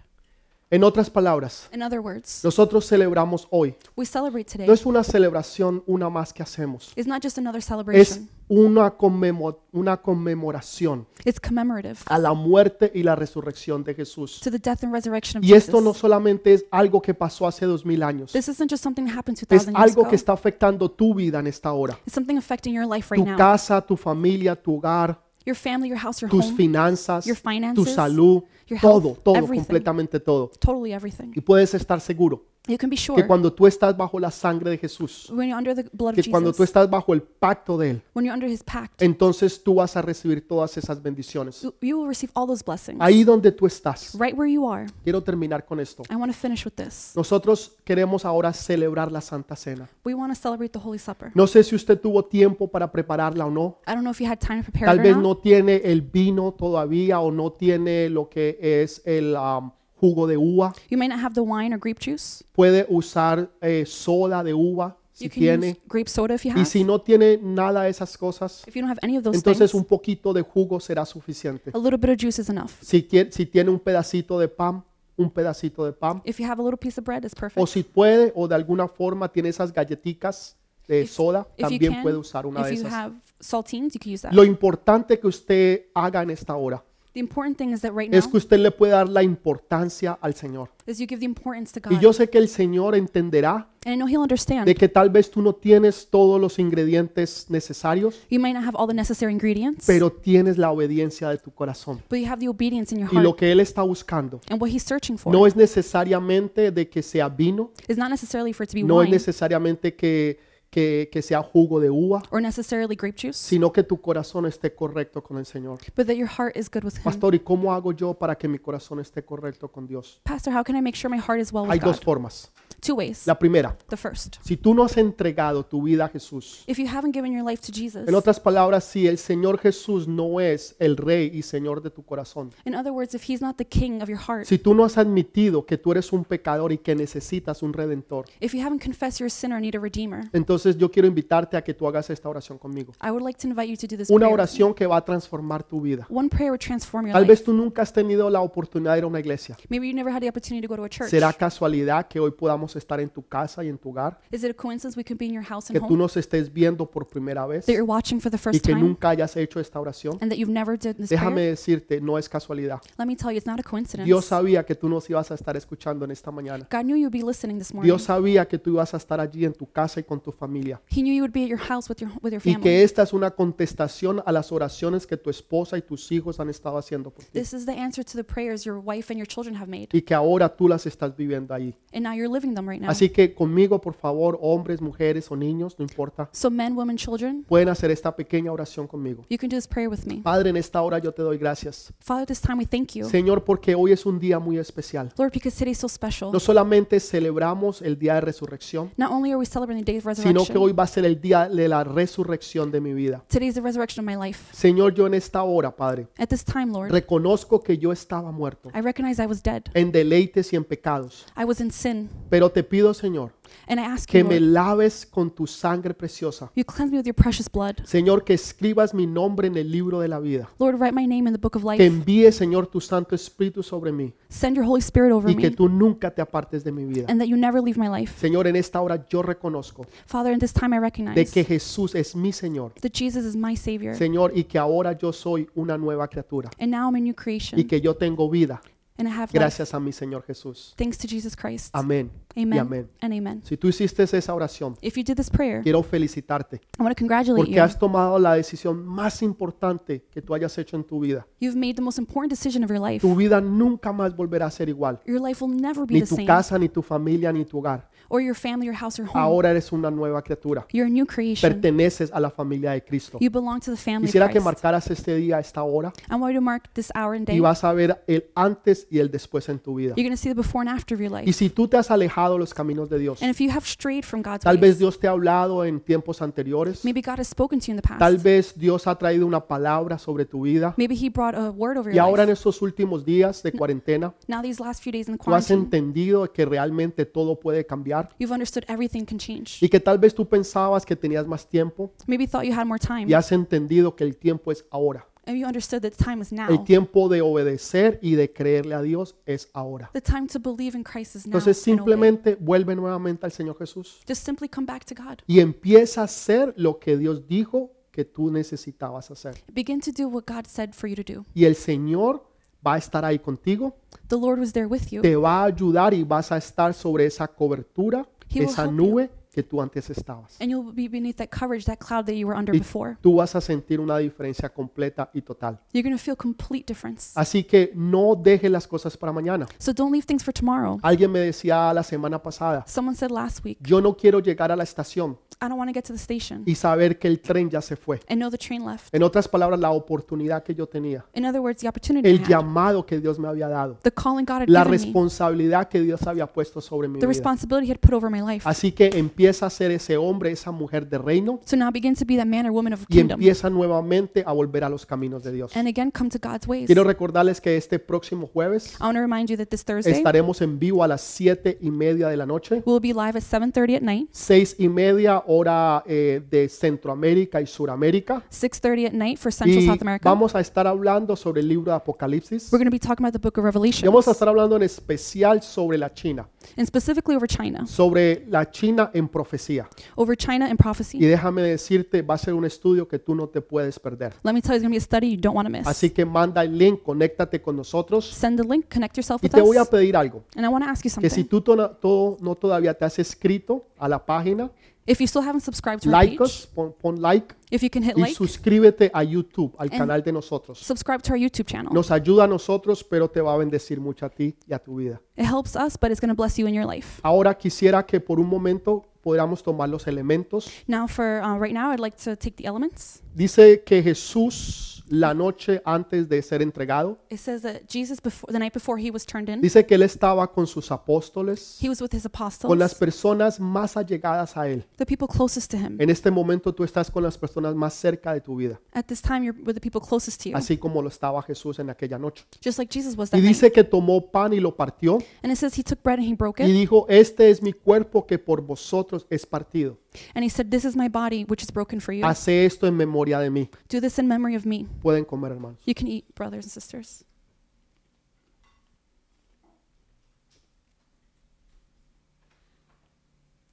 Speaker 1: En otras palabras,
Speaker 2: In other words,
Speaker 1: nosotros celebramos hoy.
Speaker 2: we celebrate today.
Speaker 1: No es una celebración una más que hacemos.
Speaker 2: It's not just another
Speaker 1: es
Speaker 2: celebration.
Speaker 1: una, conmemo- una conmemoración
Speaker 2: It's commemorative
Speaker 1: a la muerte y la resurrección de Jesús.
Speaker 2: to the death and resurrection of
Speaker 1: Y esto no
Speaker 2: Jesus.
Speaker 1: solamente es algo que pasó hace dos mil años,
Speaker 2: This isn't just something that happened
Speaker 1: es
Speaker 2: 2,000 years
Speaker 1: algo
Speaker 2: ago.
Speaker 1: que está afectando tu vida en esta hora.
Speaker 2: It's something affecting your life right
Speaker 1: Tu
Speaker 2: now.
Speaker 1: casa, tu familia, tu hogar,
Speaker 2: Your family, your house, your
Speaker 1: tus
Speaker 2: home,
Speaker 1: finanzas,
Speaker 2: your finances,
Speaker 1: tu salud,
Speaker 2: your health,
Speaker 1: todo, todo,
Speaker 2: everything.
Speaker 1: completamente todo.
Speaker 2: totally everything.
Speaker 1: Y puedes estar seguro
Speaker 2: You can be
Speaker 1: que
Speaker 2: sure
Speaker 1: cuando tú estás bajo la sangre de Jesús,
Speaker 2: when you're under the blood of
Speaker 1: que cuando tú
Speaker 2: Jesus,
Speaker 1: estás bajo el pacto de Él,
Speaker 2: when you're under his pact,
Speaker 1: entonces tú vas a recibir todas esas bendiciones.
Speaker 2: you- you will receive all those blessings.
Speaker 1: Ahí donde tú estás.
Speaker 2: Right where you are.
Speaker 1: Quiero terminar con esto.
Speaker 2: I want to finish with this.
Speaker 1: Nosotros queremos ahora celebrar la Santa Cena.
Speaker 2: We want to celebrate the Holy Supper.
Speaker 1: No sé si usted tuvo tiempo para prepararla o no.
Speaker 2: I don't know if you had time to prepare
Speaker 1: Tal
Speaker 2: it or
Speaker 1: vez
Speaker 2: not.
Speaker 1: no tiene el vino todavía o no tiene lo que es el am, jugo de uva.
Speaker 2: You may not have the wine or grape juice.
Speaker 1: Puede usar eh, soda de uva si
Speaker 2: you can use
Speaker 1: tiene.
Speaker 2: grape soda if you
Speaker 1: Y
Speaker 2: have.
Speaker 1: si no tiene nada de esas cosas,
Speaker 2: if you don't have any of those
Speaker 1: entonces un
Speaker 2: things,
Speaker 1: poquito de jugo será suficiente.
Speaker 2: a little bit of juice is enough.
Speaker 1: Si, quie- si tiene un pedacito de pan, un pedacito de pan.
Speaker 2: If you have a little piece of bread, it's perfect.
Speaker 1: O si puede, o de alguna forma tiene esas galletitas de
Speaker 2: If-
Speaker 1: soda,
Speaker 2: if you
Speaker 1: también
Speaker 2: can,
Speaker 1: puede usar una de
Speaker 2: if you
Speaker 1: esas.
Speaker 2: have saltines, you can use that.
Speaker 1: Lo importante que usted haga en esta hora
Speaker 2: The important thing is that right now
Speaker 1: es que usted le puede dar la importancia al Señor.
Speaker 2: is you give the importance to
Speaker 1: Y
Speaker 2: God.
Speaker 1: yo sé que el Señor entenderá
Speaker 2: and I know He'll understand.
Speaker 1: de que tal vez tú no tienes todos los ingredientes necesarios,
Speaker 2: you might not have all the necessary ingredients,
Speaker 1: pero tienes la obediencia de tu corazón.
Speaker 2: but you have the obedience in your
Speaker 1: Y
Speaker 2: heart.
Speaker 1: lo que Él está buscando
Speaker 2: and what He's searching for
Speaker 1: no es necesariamente de que sea vino,
Speaker 2: is not necessarily for it to be
Speaker 1: no es
Speaker 2: wine
Speaker 1: necesariamente que, que, que sea jugo de uva,
Speaker 2: or necessarily grape juice,
Speaker 1: sino que tu corazón esté correcto con el Señor.
Speaker 2: but that your heart is good with Him.
Speaker 1: Pastor, ¿y cómo hago yo para que mi corazón esté correcto con Dios?
Speaker 2: Pastor, how can I make sure my heart is well
Speaker 1: Hay
Speaker 2: with
Speaker 1: dos
Speaker 2: God?
Speaker 1: formas.
Speaker 2: Two ways.
Speaker 1: La primera,
Speaker 2: The first,
Speaker 1: si tú no has entregado tu vida a Jesús,
Speaker 2: if you haven't given your life to Jesus,
Speaker 1: en otras palabras, si el Señor Jesús no es el Rey y Señor de tu corazón,
Speaker 2: in other words, if He's not the King of your heart,
Speaker 1: si tú no has admitido que tú eres un pecador y que necesitas un redentor,
Speaker 2: if you haven't confessed you're a sinner and need a Redeemer,
Speaker 1: entonces yo quiero invitarte a que tú hagas esta oración conmigo.
Speaker 2: I would like to invite you to do this
Speaker 1: Una
Speaker 2: prayer.
Speaker 1: oración que va a transformar tu vida.
Speaker 2: One prayer would transform your
Speaker 1: Tal
Speaker 2: life.
Speaker 1: vez tú nunca has tenido la oportunidad de ir a una iglesia.
Speaker 2: Maybe you never had the opportunity to go to a church.
Speaker 1: ¿Será casualidad que hoy podamos estar en tu casa y en tu hogar?
Speaker 2: Is it a coincidence we could be in your house and
Speaker 1: Que tú
Speaker 2: home,
Speaker 1: nos estés viendo por primera vez
Speaker 2: that you're watching for the
Speaker 1: y
Speaker 2: first
Speaker 1: que
Speaker 2: time,
Speaker 1: nunca hayas hecho esta oración?
Speaker 2: and that you've never done this
Speaker 1: Déjame
Speaker 2: prayer?
Speaker 1: decirte, no es casualidad.
Speaker 2: Let me tell you, it's not a coincidence.
Speaker 1: Dios sabía que tú nos ibas a estar escuchando en esta mañana.
Speaker 2: God knew you'd be listening this morning.
Speaker 1: Dios sabía que tú ibas a estar allí en tu casa y con tu familia.
Speaker 2: He knew you would be at your house with your with your
Speaker 1: Y
Speaker 2: family.
Speaker 1: que esta es una contestación a las oraciones que tu esposa y tus hijos han estado haciendo por ti.
Speaker 2: This is the answer to the prayers your wife and your children have made,
Speaker 1: Y que ahora tú las estás viviendo ahí.
Speaker 2: and now you're living them right now.
Speaker 1: Así que conmigo, por favor, hombres, mujeres o niños, no importa,
Speaker 2: So, men, women, children,
Speaker 1: pueden hacer esta pequeña oración conmigo.
Speaker 2: you can do this prayer with me.
Speaker 1: Padre, en esta hora yo te doy gracias.
Speaker 2: Father, this time we thank you,
Speaker 1: Señor, porque hoy es un día muy especial.
Speaker 2: Lord, because today is so special.
Speaker 1: No solamente celebramos el día de resurrección,
Speaker 2: Not only are we celebrating the day of
Speaker 1: sino que hoy
Speaker 2: resurrection,
Speaker 1: va a ser el día de la resurrección de mi vida.
Speaker 2: today is the resurrection of my life.
Speaker 1: Señor, yo en esta hora, Padre,
Speaker 2: At this time, Lord,
Speaker 1: reconozco que yo estaba muerto
Speaker 2: I recognize I was dead.
Speaker 1: en deleites y en pecados,
Speaker 2: I was in sin,
Speaker 1: pero te pido, Señor,
Speaker 2: and I ask
Speaker 1: que
Speaker 2: you,
Speaker 1: me
Speaker 2: Lord,
Speaker 1: laves con tu sangre preciosa.
Speaker 2: you cleanse me with your precious blood.
Speaker 1: Señor, que escribas mi nombre en el libro de la vida.
Speaker 2: Lord, write my name in the book of
Speaker 1: que
Speaker 2: life.
Speaker 1: envíe, Señor, tu Santo Espíritu sobre mí
Speaker 2: Send your Holy Spirit over
Speaker 1: y que
Speaker 2: me,
Speaker 1: tú nunca te apartes de mi vida.
Speaker 2: and that you never leave my life.
Speaker 1: Señor, en esta hora yo reconozco
Speaker 2: Father, in this time I
Speaker 1: de
Speaker 2: recognize
Speaker 1: que Jesús es mi Señor,
Speaker 2: that Jesus is my Savior,
Speaker 1: Señor, y que ahora yo soy una nueva criatura
Speaker 2: and now I'm a new
Speaker 1: y
Speaker 2: creation,
Speaker 1: que yo tengo vida
Speaker 2: and I have life
Speaker 1: gracias a mi Señor Jesús.
Speaker 2: thanks to Jesus Christ.
Speaker 1: Amén y
Speaker 2: Amen
Speaker 1: amén.
Speaker 2: and amen.
Speaker 1: Si tú hiciste esa oración,
Speaker 2: If you did this prayer,
Speaker 1: quiero felicitarte
Speaker 2: I want to congratulate
Speaker 1: porque
Speaker 2: you.
Speaker 1: has tomado la decisión más importante que tú hayas hecho en tu vida.
Speaker 2: You've made the most important decision of your life.
Speaker 1: Tu vida nunca más volverá a ser igual,
Speaker 2: Your life will never be
Speaker 1: ni
Speaker 2: the
Speaker 1: tu
Speaker 2: same,
Speaker 1: casa, ni tu familia, ni tu hogar.
Speaker 2: or your family, your house, or home.
Speaker 1: Ahora eres una nueva criatura.
Speaker 2: You're a new creation.
Speaker 1: perteneces a la familia de Cristo.
Speaker 2: You belong to the family
Speaker 1: Quisiera
Speaker 2: of
Speaker 1: que
Speaker 2: Christ.
Speaker 1: marcaras este día, esta hora,
Speaker 2: I want you to mark this hour and day.
Speaker 1: y
Speaker 2: You're
Speaker 1: vas a ver el antes y el después en tu vida.
Speaker 2: going to see the before and after of your
Speaker 1: Y
Speaker 2: life.
Speaker 1: si tú te has alejado de los caminos de Dios,
Speaker 2: And if you have strayed from God's
Speaker 1: tal vez
Speaker 2: ways,
Speaker 1: Dios te ha hablado en tiempos anteriores,
Speaker 2: maybe God has spoken to you in the
Speaker 1: tal
Speaker 2: past.
Speaker 1: vez Dios ha traído una palabra sobre tu vida,
Speaker 2: Maybe He brought a word over
Speaker 1: y
Speaker 2: your
Speaker 1: ahora en
Speaker 2: life.
Speaker 1: estos últimos días de cuarentena,
Speaker 2: Now these last few days in the
Speaker 1: tú has
Speaker 2: quarantine,
Speaker 1: entendido que realmente todo puede cambiar
Speaker 2: you've understood everything can change.
Speaker 1: y que tal vez tú pensabas que tenías más tiempo
Speaker 2: Maybe you thought you had more time,
Speaker 1: y has entendido que el tiempo es ahora.
Speaker 2: and you understood that time is
Speaker 1: El
Speaker 2: now.
Speaker 1: tiempo de obedecer y de creerle a Dios es ahora.
Speaker 2: The time to believe in Christ is now.
Speaker 1: Entonces
Speaker 2: and obey.
Speaker 1: simplemente vuelve nuevamente al Señor Jesús
Speaker 2: Just simply come back to God.
Speaker 1: y empieza a hacer lo que Dios dijo que tú necesitabas hacer.
Speaker 2: Begin to do what God said for you to do.
Speaker 1: Y el Señor va a estar ahí contigo,
Speaker 2: The Lord was there with you.
Speaker 1: te va a ayudar y vas a estar sobre esa cobertura,
Speaker 2: He will
Speaker 1: esa
Speaker 2: help
Speaker 1: nube que tú antes estabas.
Speaker 2: and you'll be beneath that coverage, that cloud that you were under
Speaker 1: Y
Speaker 2: before.
Speaker 1: tú vas a sentir una diferencia completa y total.
Speaker 2: You're going to feel complete difference.
Speaker 1: Así que no dejes las cosas para mañana.
Speaker 2: So don't leave things for tomorrow.
Speaker 1: Alguien me decía la semana pasada,
Speaker 2: Someone said last week,
Speaker 1: yo no quiero llegar a la estación
Speaker 2: I don't want to get to the station
Speaker 1: y saber que el tren ya se fue.
Speaker 2: and know the train left.
Speaker 1: En otras palabras, la oportunidad que yo tenía.
Speaker 2: In other words, the opportunity, I
Speaker 1: el
Speaker 2: had,
Speaker 1: llamado que Dios me había dado,
Speaker 2: the calling God had
Speaker 1: la
Speaker 2: given me,
Speaker 1: responsabilidad que Dios había puesto sobre mi
Speaker 2: the
Speaker 1: vida.
Speaker 2: responsibility He had put over my life.
Speaker 1: Así que empieza a ser ese hombre, esa mujer de reino
Speaker 2: So now begin to be that man or woman of
Speaker 1: y
Speaker 2: kingdom
Speaker 1: empieza nuevamente a volver a los caminos de Dios.
Speaker 2: and again come to God's ways.
Speaker 1: Quiero recordarles que este próximo jueves
Speaker 2: I want to remind you that this Thursday
Speaker 1: estaremos en vivo a las siete y media de la noche,
Speaker 2: we'll be live at 7:30 at night,
Speaker 1: seis y media o hora eh, de Centroamérica y Suramérica.
Speaker 2: 6.30 at night for Central
Speaker 1: Y
Speaker 2: South America.
Speaker 1: vamos a estar hablando sobre el libro de Apocalipsis.
Speaker 2: We're going to be talking about the book of
Speaker 1: Y
Speaker 2: Revelation,
Speaker 1: vamos a estar hablando en especial sobre la China,
Speaker 2: and specifically over China,
Speaker 1: sobre la China en profecía.
Speaker 2: over China and
Speaker 1: Y
Speaker 2: prophecy.
Speaker 1: déjame decirte, va a ser un estudio que tú no te puedes perder.
Speaker 2: Let me tell you, it's going to be a study you don't want to miss.
Speaker 1: Así que manda el link, conéctate con nosotros.
Speaker 2: Send the link, connect yourself
Speaker 1: Y
Speaker 2: with
Speaker 1: te voy a
Speaker 2: us,
Speaker 1: pedir algo,
Speaker 2: and I want to ask you
Speaker 1: que si
Speaker 2: something.
Speaker 1: tú to- to- no todavía te has escrito a la página,
Speaker 2: If you still haven't subscribed to our
Speaker 1: like
Speaker 2: page,
Speaker 1: us, pon, pon like
Speaker 2: if you can hit
Speaker 1: y
Speaker 2: like,
Speaker 1: suscríbete a YouTube, al
Speaker 2: And-
Speaker 1: canal de nosotros.
Speaker 2: subscribe to our YouTube channel.
Speaker 1: Nos ayuda a nosotros, pero te va a bendecir mucho a ti y a tu vida.
Speaker 2: It helps us, but it's going to bless you in your life.
Speaker 1: Ahora quisiera que por un momento podamos tomar los elementos.
Speaker 2: Now, for uh, right now, I'd like to take the elements.
Speaker 1: Dice que Jesús la noche antes de ser entregado,
Speaker 2: It says that Jesus, before the night before he was turned in,
Speaker 1: dice que él estaba con sus apóstoles,
Speaker 2: he was with his
Speaker 1: con las
Speaker 2: apostles,
Speaker 1: personas más allegadas a él.
Speaker 2: the people closest to him.
Speaker 1: En este momento tú estás con las personas más cerca de tu vida,
Speaker 2: At this time, you're with the people closest to you,
Speaker 1: así como lo estaba Jesús en aquella noche.
Speaker 2: just like Jesus was
Speaker 1: Y
Speaker 2: that night.
Speaker 1: dice que tomó pan y lo partió
Speaker 2: And it says he took bread and he broke
Speaker 1: y
Speaker 2: it,
Speaker 1: dijo, este es mi cuerpo que por vosotros es partido.
Speaker 2: and he said, "This is my body, which is broken for you.
Speaker 1: Hace esto en memoria de mí.
Speaker 2: Do this in memory of me."
Speaker 1: Pueden comer, hermanos.
Speaker 2: You can eat, brothers and sisters.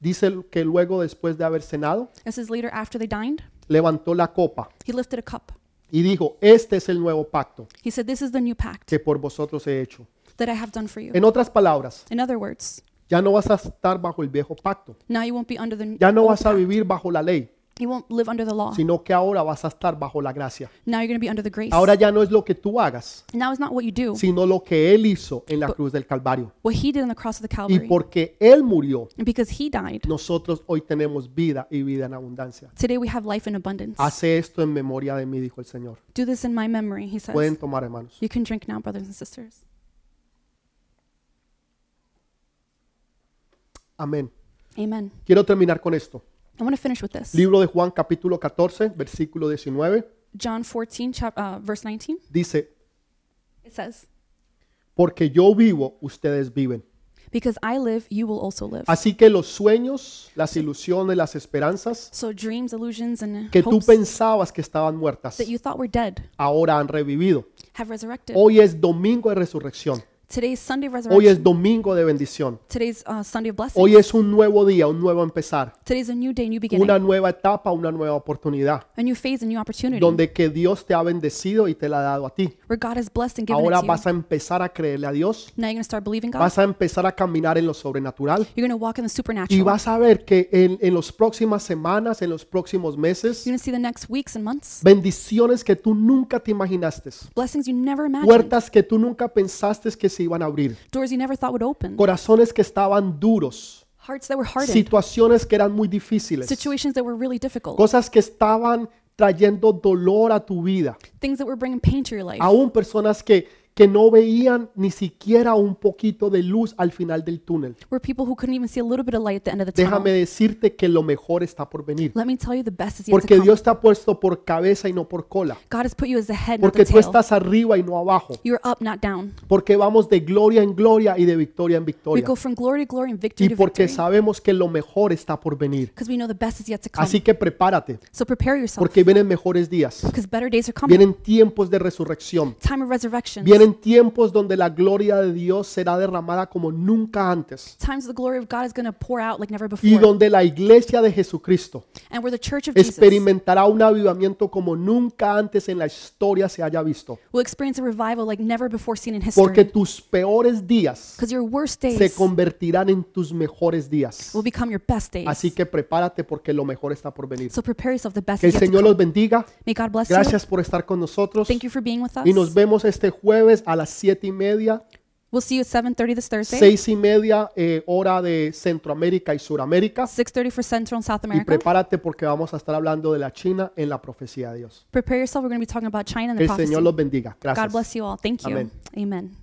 Speaker 1: Dice que luego, después de haber cenado,
Speaker 2: It says later, after they dined,
Speaker 1: levantó la copa
Speaker 2: he lifted a cup.
Speaker 1: y dijo, este es el nuevo pacto
Speaker 2: He said, "This is the new pact
Speaker 1: que por vosotros he hecho.
Speaker 2: that I have done for you."
Speaker 1: En otras palabras,
Speaker 2: In other words,
Speaker 1: ya no vas a estar bajo el viejo pacto,
Speaker 2: now you won't be under the n-
Speaker 1: ya no
Speaker 2: old
Speaker 1: vas a
Speaker 2: pact.
Speaker 1: vivir bajo la ley,
Speaker 2: You won't live under the law.
Speaker 1: sino que ahora vas a estar bajo la gracia.
Speaker 2: Now you're going to be under the grace.
Speaker 1: Ahora ya no es lo que tú hagas,
Speaker 2: Now it's not what you do,
Speaker 1: sino lo que Él hizo en la cruz del Calvario.
Speaker 2: what he did on the cross of the
Speaker 1: Y
Speaker 2: Calvary.
Speaker 1: porque Él murió,
Speaker 2: And because he died,
Speaker 1: nosotros hoy tenemos vida y vida en abundancia.
Speaker 2: today we have life in abundance.
Speaker 1: Hace esto en memoria de mí, dijo el Señor.
Speaker 2: Do this in my memory, he says.
Speaker 1: Pueden tomar, hermanos.
Speaker 2: You can drink now, brothers and sisters.
Speaker 1: Amén.
Speaker 2: Amen.
Speaker 1: Quiero terminar con esto.
Speaker 2: I want to finish with this.
Speaker 1: Libro de Juan capítulo 14, versículo 19,
Speaker 2: John 14, chap- uh, verse 19.
Speaker 1: dice,
Speaker 2: It says,
Speaker 1: porque yo vivo, ustedes viven.
Speaker 2: Because I live, you will also live.
Speaker 1: Así que los sueños, las ilusiones, las esperanzas
Speaker 2: So dreams, illusions, and
Speaker 1: que tú
Speaker 2: hopes
Speaker 1: pensabas que estaban muertas,
Speaker 2: that you thought were dead
Speaker 1: ahora han revivido.
Speaker 2: have resurrected.
Speaker 1: Hoy es domingo de resurrección.
Speaker 2: Today's Sunday of
Speaker 1: Hoy es
Speaker 2: resurrection.
Speaker 1: domingo de bendición.
Speaker 2: Today's uh, Sunday of blessing.
Speaker 1: Hoy es un nuevo día, un nuevo empezar,
Speaker 2: Today's a new day, new beginning,
Speaker 1: una nueva etapa, una nueva oportunidad,
Speaker 2: a new phase, a new opportunity
Speaker 1: donde que Dios te ha bendecido y te la ha dado a ti.
Speaker 2: where God has blessed and given it
Speaker 1: Ahora
Speaker 2: to you.
Speaker 1: vas a empezar a creerle a Dios,
Speaker 2: Now you're going to start believing God.
Speaker 1: vas a empezar a caminar en lo sobrenatural
Speaker 2: You're going to walk in the
Speaker 1: y
Speaker 2: supernatural.
Speaker 1: vas a ver que en, en las próximas semanas, en los próximos meses,
Speaker 2: You're going to see the next weeks and months.
Speaker 1: bendiciones que tú nunca te imaginaste,
Speaker 2: Blessings you never imagined.
Speaker 1: puertas que tú nunca pensaste que se iban a abrir,
Speaker 2: Doors you never thought would open.
Speaker 1: corazones que estaban duros,
Speaker 2: Hearts that were hardened.
Speaker 1: situaciones que eran muy difíciles,
Speaker 2: Situations that were really difficult.
Speaker 1: cosas que estaban trayendo dolor a tu vida,
Speaker 2: Things that were bringing pain to your life.
Speaker 1: aún personas que, que no veían ni siquiera un poquito de luz al final del túnel.
Speaker 2: Were people who couldn't even see a little bit of light at the end of the tunnel.
Speaker 1: Déjame decirte que lo mejor está por venir,
Speaker 2: Let me tell you, the best is yet
Speaker 1: porque
Speaker 2: to come.
Speaker 1: Dios te ha puesto por cabeza y no por cola,
Speaker 2: God has put you as the head, not
Speaker 1: porque
Speaker 2: the
Speaker 1: tú
Speaker 2: tail.
Speaker 1: estás arriba y no abajo,
Speaker 2: You're up, not down.
Speaker 1: porque vamos de gloria en gloria y de victoria en
Speaker 2: We
Speaker 1: victoria.
Speaker 2: go from glory to glory and victory
Speaker 1: y
Speaker 2: to
Speaker 1: porque
Speaker 2: victory.
Speaker 1: sabemos que lo mejor está por venir.
Speaker 2: Because we know the best is yet to come.
Speaker 1: Así que prepárate,
Speaker 2: So prepare yourself.
Speaker 1: porque vienen mejores días,
Speaker 2: Because better days are coming.
Speaker 1: vienen tiempos de resurrección,
Speaker 2: Time of resurrection.
Speaker 1: vienen tiempos donde la gloria de Dios será derramada como nunca antes
Speaker 2: Times the glory of God is going to pour out like never
Speaker 1: y
Speaker 2: before.
Speaker 1: donde la iglesia de Jesucristo
Speaker 2: And we're the church of Jesus.
Speaker 1: experimentará un avivamiento como nunca antes en la historia se haya visto,
Speaker 2: will experience a revival like never before seen in
Speaker 1: porque
Speaker 2: history.
Speaker 1: tus peores días
Speaker 2: Because your worst
Speaker 1: se
Speaker 2: days
Speaker 1: convertirán en tus mejores días.
Speaker 2: will become your best days.
Speaker 1: Así que prepárate porque lo mejor está por venir.
Speaker 2: so prepare yourself the best
Speaker 1: Que el
Speaker 2: is yet to
Speaker 1: Señor
Speaker 2: come.
Speaker 1: los bendiga.
Speaker 2: May God bless you.
Speaker 1: Gracias por estar con nosotros.
Speaker 2: Thank you for being with us.
Speaker 1: Y nos vemos este jueves a las siete y media,
Speaker 2: we'll see you at 7.30 this Thursday,
Speaker 1: seis y media eh, hora de Centroamérica y Suramérica.
Speaker 2: 6.30 for Central and South
Speaker 1: Y
Speaker 2: America.
Speaker 1: prepárate porque vamos a estar hablando de la China en la profecía de Dios.
Speaker 2: prepare yourself. We're going to be talking about China and
Speaker 1: Que
Speaker 2: the
Speaker 1: el
Speaker 2: prophecy.
Speaker 1: Señor los bendiga.
Speaker 2: God
Speaker 1: Gracias.
Speaker 2: bless you all. Thank you.
Speaker 1: Amén.
Speaker 2: Amen.